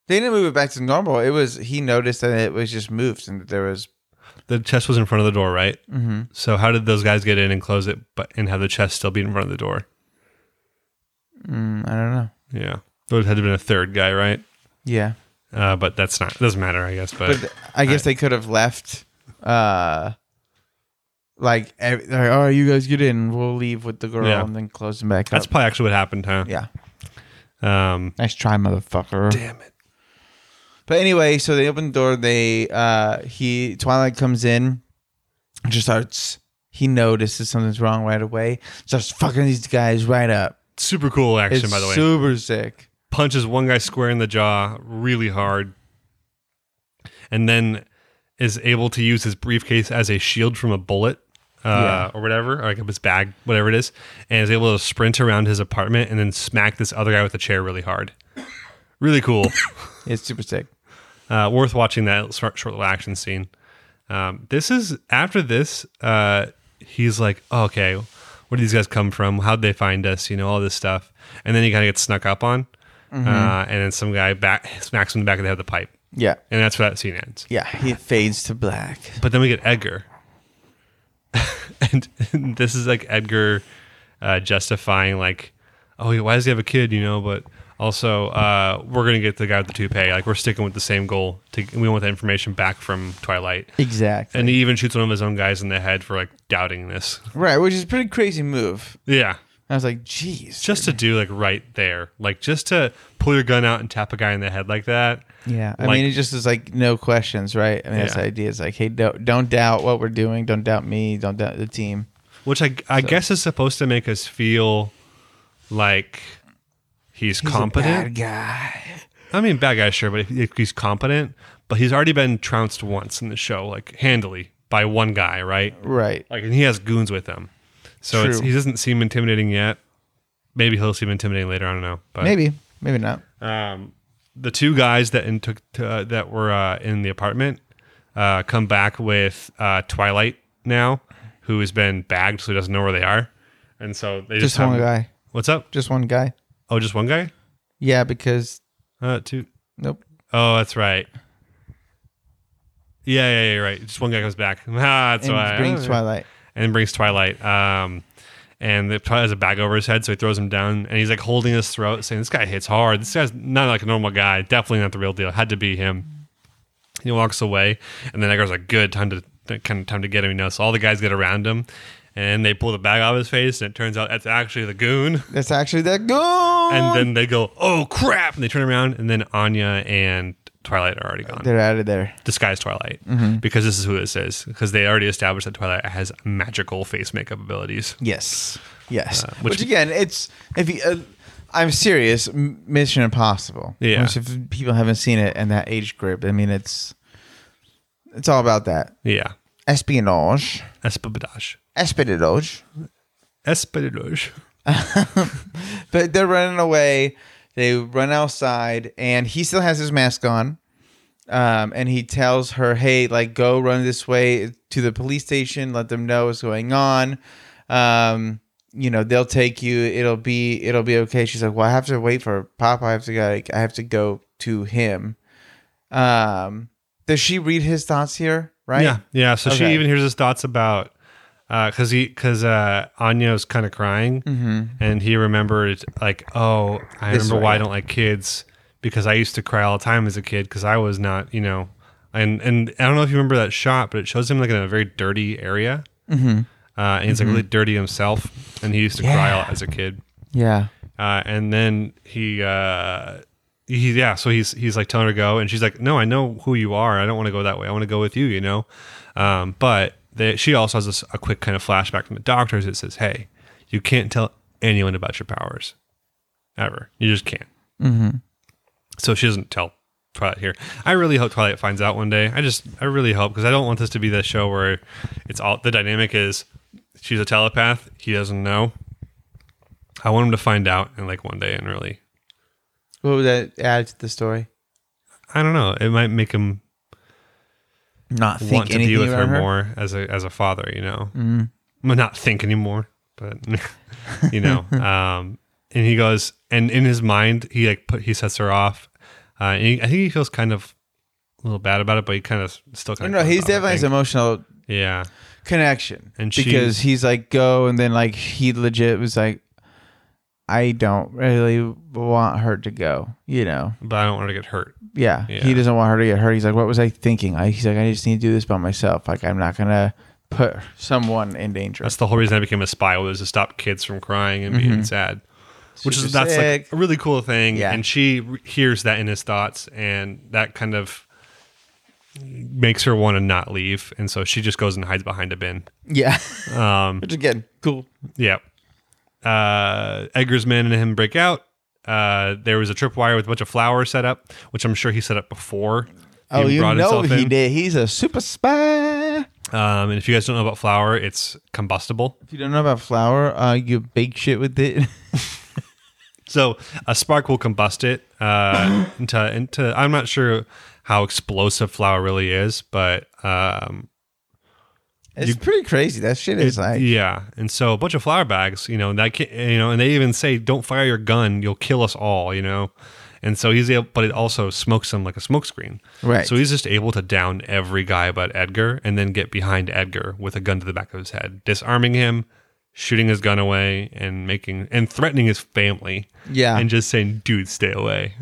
S1: They didn't move it back to normal. It was he noticed that it was just moved and that there was
S2: The chest was in front of the door, right?
S1: mm-hmm.
S2: So how did those guys get in and close it but and have the chest still be in front of the door?
S1: mm, I don't know.
S2: Yeah. There would have been a third guy, right?
S1: Yeah.
S2: Uh, but that's not, doesn't matter, I guess.
S1: but th- I guess they could have left. Uh, like, ev- like, all right, you guys get in. We'll leave with the girl
S2: Yeah.
S1: and then close them back
S2: That's
S1: up.
S2: probably actually what happened, huh?
S1: uh, yeah,
S2: Um,
S1: nice try, motherfucker.
S2: Damn it.
S1: But anyway, so they open the door. They uh, he Twilight comes in, and just starts. He notices something's wrong right away. Starts fucking these guys right up.
S2: Super cool action,
S1: It's
S2: by the way.
S1: super sick.
S2: Punches one guy square in the jaw really hard. And then is able to use his briefcase as a shield from a bullet uh, or whatever, or like his bag, whatever it is. And is able to sprint around his apartment and then smack this other guy with a chair really hard. Really cool.
S1: It's super sick.
S2: uh, worth watching that short, short little action scene. Um, this is after this. Uh, he's like, oh, okay, where did these guys come from? How'd they find us? You know, all this stuff. And then he kind of gets snuck up on, uh, and then some guy back smacks him in the back of the head with a pipe,
S1: Yeah,
S2: and that's where that scene ends.
S1: yeah. He fades to black.
S2: But then we get Edgar, and, and this is like Edgar uh, justifying like, oh, yeah, why does he have a kid? You know, but also uh, we're gonna get the guy with the toupee. Like we're sticking with the same goal. To we want that information back from Twilight.
S1: Exactly.
S2: And he even shoots one of his own guys in the head for like doubting this.
S1: right, which is a pretty crazy move.
S2: Yeah.
S1: I was like, jeez.
S2: Just to do like right there. Like just to pull your gun out and tap a guy in the head like that.
S1: Yeah, I
S2: Like-
S1: mean, it just is like no questions, right? I mean, that's
S2: Yeah.
S1: the idea. It's like, hey, don't, don't doubt what we're doing. Don't doubt me. Don't doubt the team.
S2: Which I I guess is supposed to make us feel like he's,
S1: He's a bad
S2: competent.
S1: guy.
S2: I mean, bad guy, sure, but he- he's competent. But he's already been trounced once in the show, like handily by one guy, right?
S1: Right.
S2: Like, and he has goons with him, so it's,
S1: True.
S2: he doesn't seem intimidating yet. Maybe he'll seem intimidating later. I don't know. But
S1: Maybe. Maybe not.
S2: um, the two guys that in took uh, that were uh, in the apartment uh, come back with uh, Twilight now, who has been bagged, so he doesn't know where they are, and so they just,
S1: Just one
S2: have-
S1: guy.
S2: What's up?
S1: Just one guy.
S2: Oh, just one guy.
S1: Yeah, because
S2: Uh, two.
S1: nope.
S2: Oh, that's right. Yeah, yeah, yeah, you're right. Just one guy comes back. Ah, that's
S1: And
S2: why.
S1: brings Twilight.
S2: And brings Twilight. Um, and the Twilight has a bag over his head, so he throws him down, and he's like holding his throat, saying, "This guy hits hard. This guy's not like a normal guy. Definitely not the real deal. Had to be him." He walks away, and then Edgar's like, "Good time to kind of time to get him." You know, so all the guys get around him, and they pull the bag off his face, and it turns out that's actually the goon.
S1: That's actually that goon.
S2: And then they go, "Oh crap!" and they turn around, and then Anya and Twilight are already gone
S1: they're out of there.
S2: disguise Twilight
S1: Mm-hmm.
S2: because this is who this is because they already established that Twilight has magical face makeup abilities.
S1: Yes. Yes.
S2: which-
S1: which, again, it's if you. Uh, I'm serious. M- Mission Impossible.
S2: Yeah.
S1: Which if people haven't seen it in that age group, I mean, it's it's all about that
S2: Yeah,
S1: espionage.
S2: espionage,
S1: Espionage.
S2: espionage.
S1: But they're running away. They run outside, and he still has his mask on. Um, and he tells her, "Hey, like, go run this way to the police station. Let them know what's going on. Um, you know, they'll take you. It'll be, it'll be okay." She's like, "Well, I have to wait for Pop. I have to go. Like, I have to go to him." Um, does she read his thoughts here? Right?
S2: Yeah, yeah. So she
S1: Okay.
S2: even hears his thoughts about because he because uh, Anya was kind of crying
S1: Mm-hmm.
S2: and he remembered like, oh, I
S1: This
S2: remember
S1: way,
S2: why I
S1: yeah.
S2: don't like kids because I used to cry all the time as a kid because I was not, you know, and and I don't know if you remember that shot, but it shows him like in a very dirty area,
S1: Mm-hmm.
S2: uh, and he's like really dirty himself, and he used to cry a lot as a kid.
S1: Yeah.
S2: Uh, and then he, uh, he, yeah, so he's he's like telling her to go, and she's like, "No, I know who you are. I don't want to go that way. I want to go with you," you know. Um, but they, she also has this, a quick kind of flashback from the doctors that says, "Hey, you can't tell anyone about your powers, ever. You just can't."
S1: Mm-hmm.
S2: So she doesn't tell Twilight here. I really hope Twilight finds out one day. I just, I really hope because I don't want this to be the show where it's all the dynamic is she's a telepath, he doesn't know. I want him to find out and like one day and really,
S1: What would that add to the story?
S2: I don't know. It might make him
S1: Not
S2: want to be with her, more as a as a father, you know.
S1: Mm.
S2: Well, not think anymore, but you know. um, and he goes, and in his mind, he like put he sets her off. Uh, and he, I think he feels kind of a little bad about it, but he kind of still
S1: No,
S2: kind
S1: no,
S2: of.
S1: he's definitely has emotional
S2: yeah,
S1: connection,
S2: And she-
S1: because he's like go, and then like he legit was like, I don't really want her to go. You know,
S2: but I don't want her to get hurt.
S1: yeah,
S2: Yeah.
S1: he doesn't want her to get hurt. He's like, what was I thinking? I, he's like, I just need to do this by myself. Like, I'm not gonna put someone in danger.
S2: That's the whole reason I became a spy was to stop kids from crying and
S1: Mm-hmm.
S2: being sad, which is
S1: Super
S2: that's
S1: sick.
S2: like a really cool thing.
S1: Yeah.
S2: And she re- hears that in his thoughts, and that kind of makes her want to not leave, and so she just goes and hides behind a bin.
S1: yeah,
S2: Um,
S1: which again, cool.
S2: Yeah. Uh, Edgar's men and him break out. Uh, there was a tripwire with a bunch of flowers set up, which I'm sure he set up before.
S1: Oh,
S2: he
S1: you
S2: brought
S1: know
S2: himself
S1: he
S2: in.
S1: did. He's a super spy.
S2: Um, and if you guys don't know about flour, it's combustible.
S1: If you don't know about flour, uh, you bake shit with it.
S2: So a spark will combust it. Uh, into, into I'm not sure how explosive flour really is, but um,
S1: It's pretty crazy. That shit is like
S2: yeah. And so a bunch of flour bags, you know, and that ki- you know, and they even say, "Don't fire your gun; you'll kill us all," you know. And so he's able, but it also smokes him like a smokescreen.
S1: right.
S2: So he's just able to down every guy but Edgar and then get behind Edgar with a gun to the back of his head, disarming him, shooting his gun away, and making and threatening his family
S1: yeah,
S2: and just saying, dude, stay away.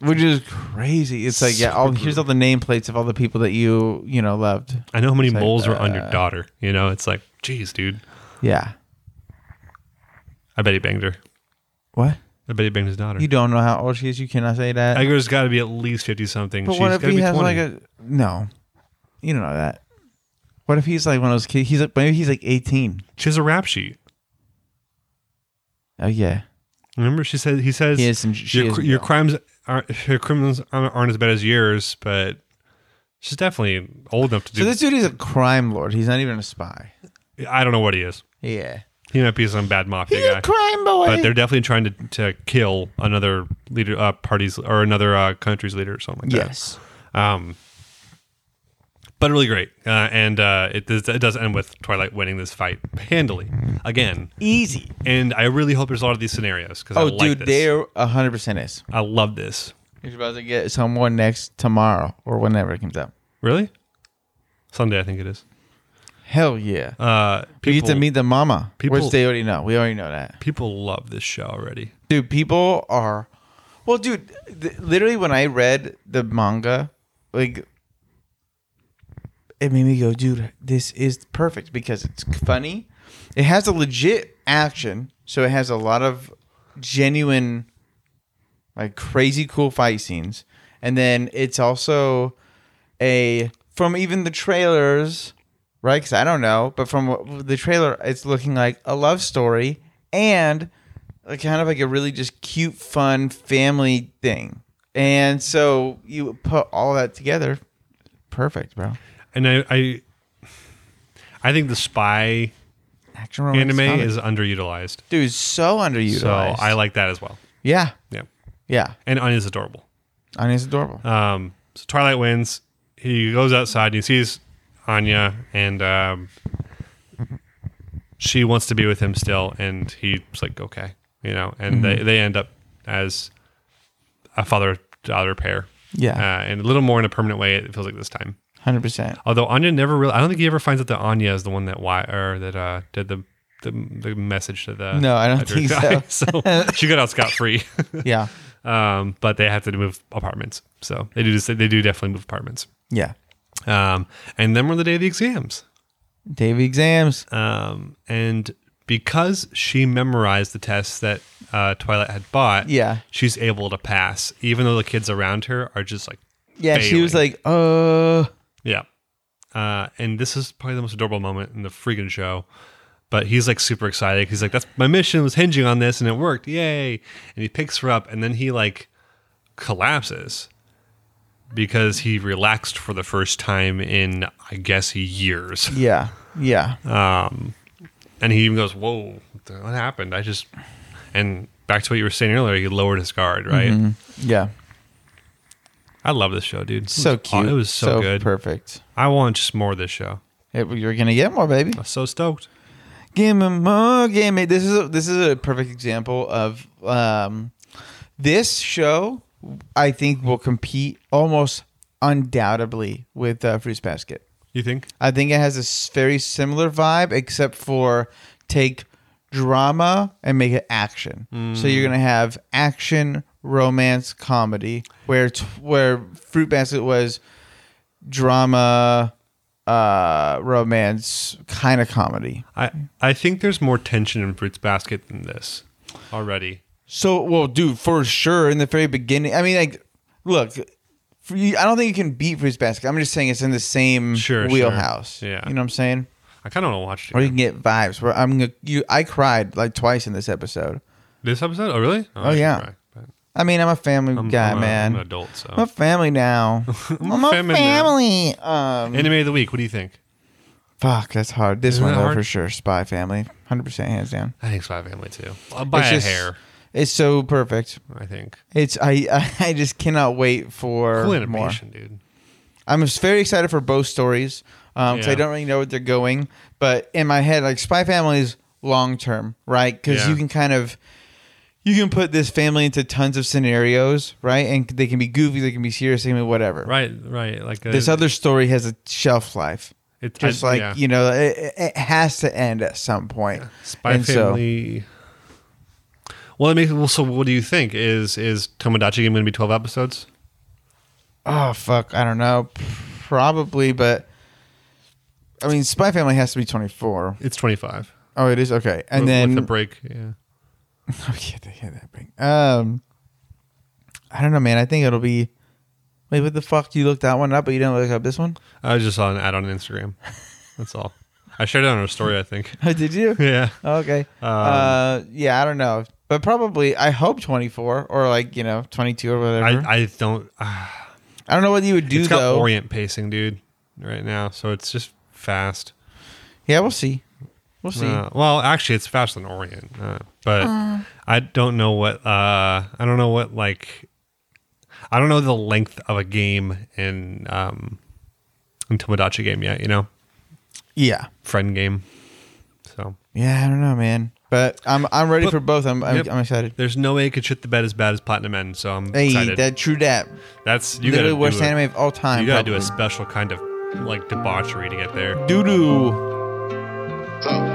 S1: which is crazy. It's like yeah. All, here's all the nameplates of all the people that you you know loved.
S2: I know how many
S1: like, uh,
S2: moles are on your daughter. You know, it's like, geez, dude.
S1: Yeah.
S2: I bet he banged her.
S1: What?
S2: I bet he banged his daughter.
S1: You don't know how old she is. You cannot say that.
S2: Edgar's got to be at least 50 something.
S1: uh, but
S2: She's
S1: what
S2: got
S1: if
S2: to
S1: he
S2: be 20.
S1: has like a no? You don't know that. What if he's like one of those kids? He's like maybe he's like 18.
S2: she has a rap sheet.
S1: Oh yeah.
S2: Remember, she said, he says,
S1: He is some- she
S2: your,
S1: is
S2: cr- your
S1: real.
S2: crimes aren't, your criminals aren't aren't as bad as yours, but she's definitely old enough to do
S1: So this dude is a crime lord. He's not even a spy.
S2: I don't know what he is.
S1: Yeah.
S2: He might be some bad mafia
S1: He's
S2: guy,
S1: a crime boy.
S2: but they're definitely trying to, to kill another leader, uh, party's or another uh, country's leader or something like
S1: yes.
S2: that. Um, but really great, uh, and uh, it does, it does end with Twilight winning this fight handily again.
S1: Easy.
S2: And I really hope there's a lot of these scenarios because I
S1: Oh,
S2: like
S1: dude,
S2: this.
S1: there hundred percent is.
S2: I love this.
S1: He's about to get someone next tomorrow or whenever it comes out.
S2: Really, Sunday I think it is.
S1: Hell yeah.
S2: Uh,
S1: We get
S2: people
S1: to meet the mama,
S2: people-
S1: which they already know. We already know that.
S2: people love this show already.
S1: Dude, people are. Well, dude, th- literally when I read the manga, like, it made me go, dude, this is perfect because it's funny. It has a legit action, so it has a lot of genuine like crazy cool fight scenes. And then it's also a from even the trailers, right? Because I don't know, but from what- the trailer, it's looking like a love story and like kind of like a really just cute, fun family thing. And so you put all that together, perfect, bro.
S2: And I, I, I think the spy
S1: Action romance
S2: anime
S1: comedy.
S2: is underutilized.
S1: dude it's so underutilized.
S2: So I like that as well.
S1: yeah,
S2: Yeah.
S1: yeah.
S2: And Anya's adorable.
S1: Anya's adorable.
S2: Um, so Twilight wins. He goes outside and he sees Anya, and um, she wants to be with him still. And he's like, okay, you know, and they, they end up as a father daughter pair. Uh,
S1: yeah,
S2: and a little more in a permanent way, it feels like this time.
S1: hundred percent.
S2: Although Anya never really, I don't think he ever finds out that Anya is the one that why or that uh, did the, the the message to the
S1: No, I don't
S2: other
S1: think so.
S2: so she got out scot free.
S1: Yeah.
S2: um, but they have to move apartments. So they do just, they do definitely move apartments.
S1: Yeah.
S2: Um, and then we're the day of the exams.
S1: Day of exams.
S2: Um, and because she memorized the tests that uh, Twilight had bought,
S1: Yeah.
S2: she's able to pass, even though the kids around her are just like,
S1: Yeah. She was like, uh,
S2: yeah. Uh, and this is probably the most adorable moment in the freaking show. But he's like super excited. He's like, "That's my mission was hinging on this, and it worked! Yay!" And he picks her up, and then he like collapses because he relaxed for the first time in, I guess, years. Um,
S1: yeah. Yeah.
S2: Uh, And he even goes, "Whoa, what happened?" I just and back to what you were saying earlier. He lowered his guard, right?
S1: Mm-hmm. yeah.
S2: I love this show, dude.
S1: So cute.
S2: oh, It was so, good.
S1: perfect.
S2: I want just more of this show.
S1: It, you're gonna get more, baby.
S2: I'm so stoked.
S1: Give me more, give me. This is a, this is a perfect example of um, this show. I think will compete almost undoubtedly with uh, Fruits Basket.
S2: You think?
S1: I think it has a s- very similar vibe, except for take drama and make it action. So you're gonna have action, romance, comedy, where t- where Fruit Basket was drama, uh, romance, kind of comedy.
S2: I I think there's more tension in Fruits Basket than this already.
S1: So, well, dude, for sure, in the very beginning. I mean, like, look, for you, I don't think you can beat Fruits Basket. I'm just saying it's in the same
S2: Sure, sure.
S1: wheelhouse.
S2: Yeah.
S1: you know what I'm saying?
S2: I kind of want to watch it.
S1: Or you can get vibes. Where I'm gonna, you, I cried like twice in this episode.
S2: this episode. Oh really?
S1: Oh,
S2: I should
S1: yeah.
S2: cry, but
S1: I mean, I'm a family
S2: I'm-
S1: guy,
S2: I'm a-
S1: man.
S2: I'm an adult, so
S1: I'm a family now. I'm, a
S2: family
S1: family.
S2: now.
S1: Um,
S2: anime of the week. What do you think?
S1: fuck, that's hard. This
S2: Isn't
S1: one
S2: that
S1: though,
S2: hard?
S1: for sure. Spy Family, hundred percent, hands down.
S2: I think Spy Family too. I'll buy a
S1: just-
S2: hair.
S1: It's so perfect.
S2: I think
S1: It's I I just cannot wait for
S2: cool
S1: more.
S2: animation, dude.
S1: I'm just very excited for both stories because
S2: Yeah.
S1: I don't really know where they're going. But in my head, like Spy Family is long term, right? Because
S2: Yeah.
S1: you can kind of you can put this family into tons of scenarios, right? And they can be goofy, they can be serious, they can be whatever.
S2: Right, right. Like a,
S1: This other story has a shelf life.
S2: it-
S1: Just
S2: I-
S1: like
S2: yeah.
S1: you know, it, it- it has to end at some point.
S2: Spy
S1: And so-
S2: Family. well, it makes. Well, so what do you think? Is is Tomodachi going to be twelve episodes?
S1: Oh fuck, I don't know, probably, but I mean, Spy Family has to be 24.
S2: It's twenty five.
S1: Oh, it is okay, and then
S2: with the break, yeah.
S1: Oh yeah, they had that big. Um, I don't know, man. I think it'll be. Wait, what the fuck? You looked that one up, but you didn't look up this one?
S2: I just saw an ad on Instagram. That's all. I shared it on our story. I think.
S1: Oh, Did you?
S2: Yeah.
S1: Okay.
S2: Um,
S1: uh, yeah, I don't know, but probably I hope twenty four or like you know twenty two or whatever. I,
S2: I, I don't. Uh,
S1: don't know what you would do
S2: it's got
S1: though.
S2: Orient pacing, dude, right now. So it's just fast.
S1: Yeah, we'll see. We'll see.
S2: Uh, well, actually, it's faster than Orient, uh, but I don't know what. Uh, I don't know what like. I don't know the length of a game in um, in Tomodachi game yet. You know,
S1: yeah.
S2: friend game. So
S1: Yeah, I don't know, man. But I'm I'm ready
S2: But-
S1: for both. I'm I'm,
S2: Yep.
S1: I'm excited.
S2: there's no way it could shit the bed as bad as Platinum End. So I'm
S1: Hey,
S2: excited.
S1: that true that.
S2: That's you
S1: Literally
S2: gotta
S1: worst
S2: do a-
S1: anime of all time.
S2: You gotta do a special kind of like debauchery to get there.
S1: doo doo.
S3: Go.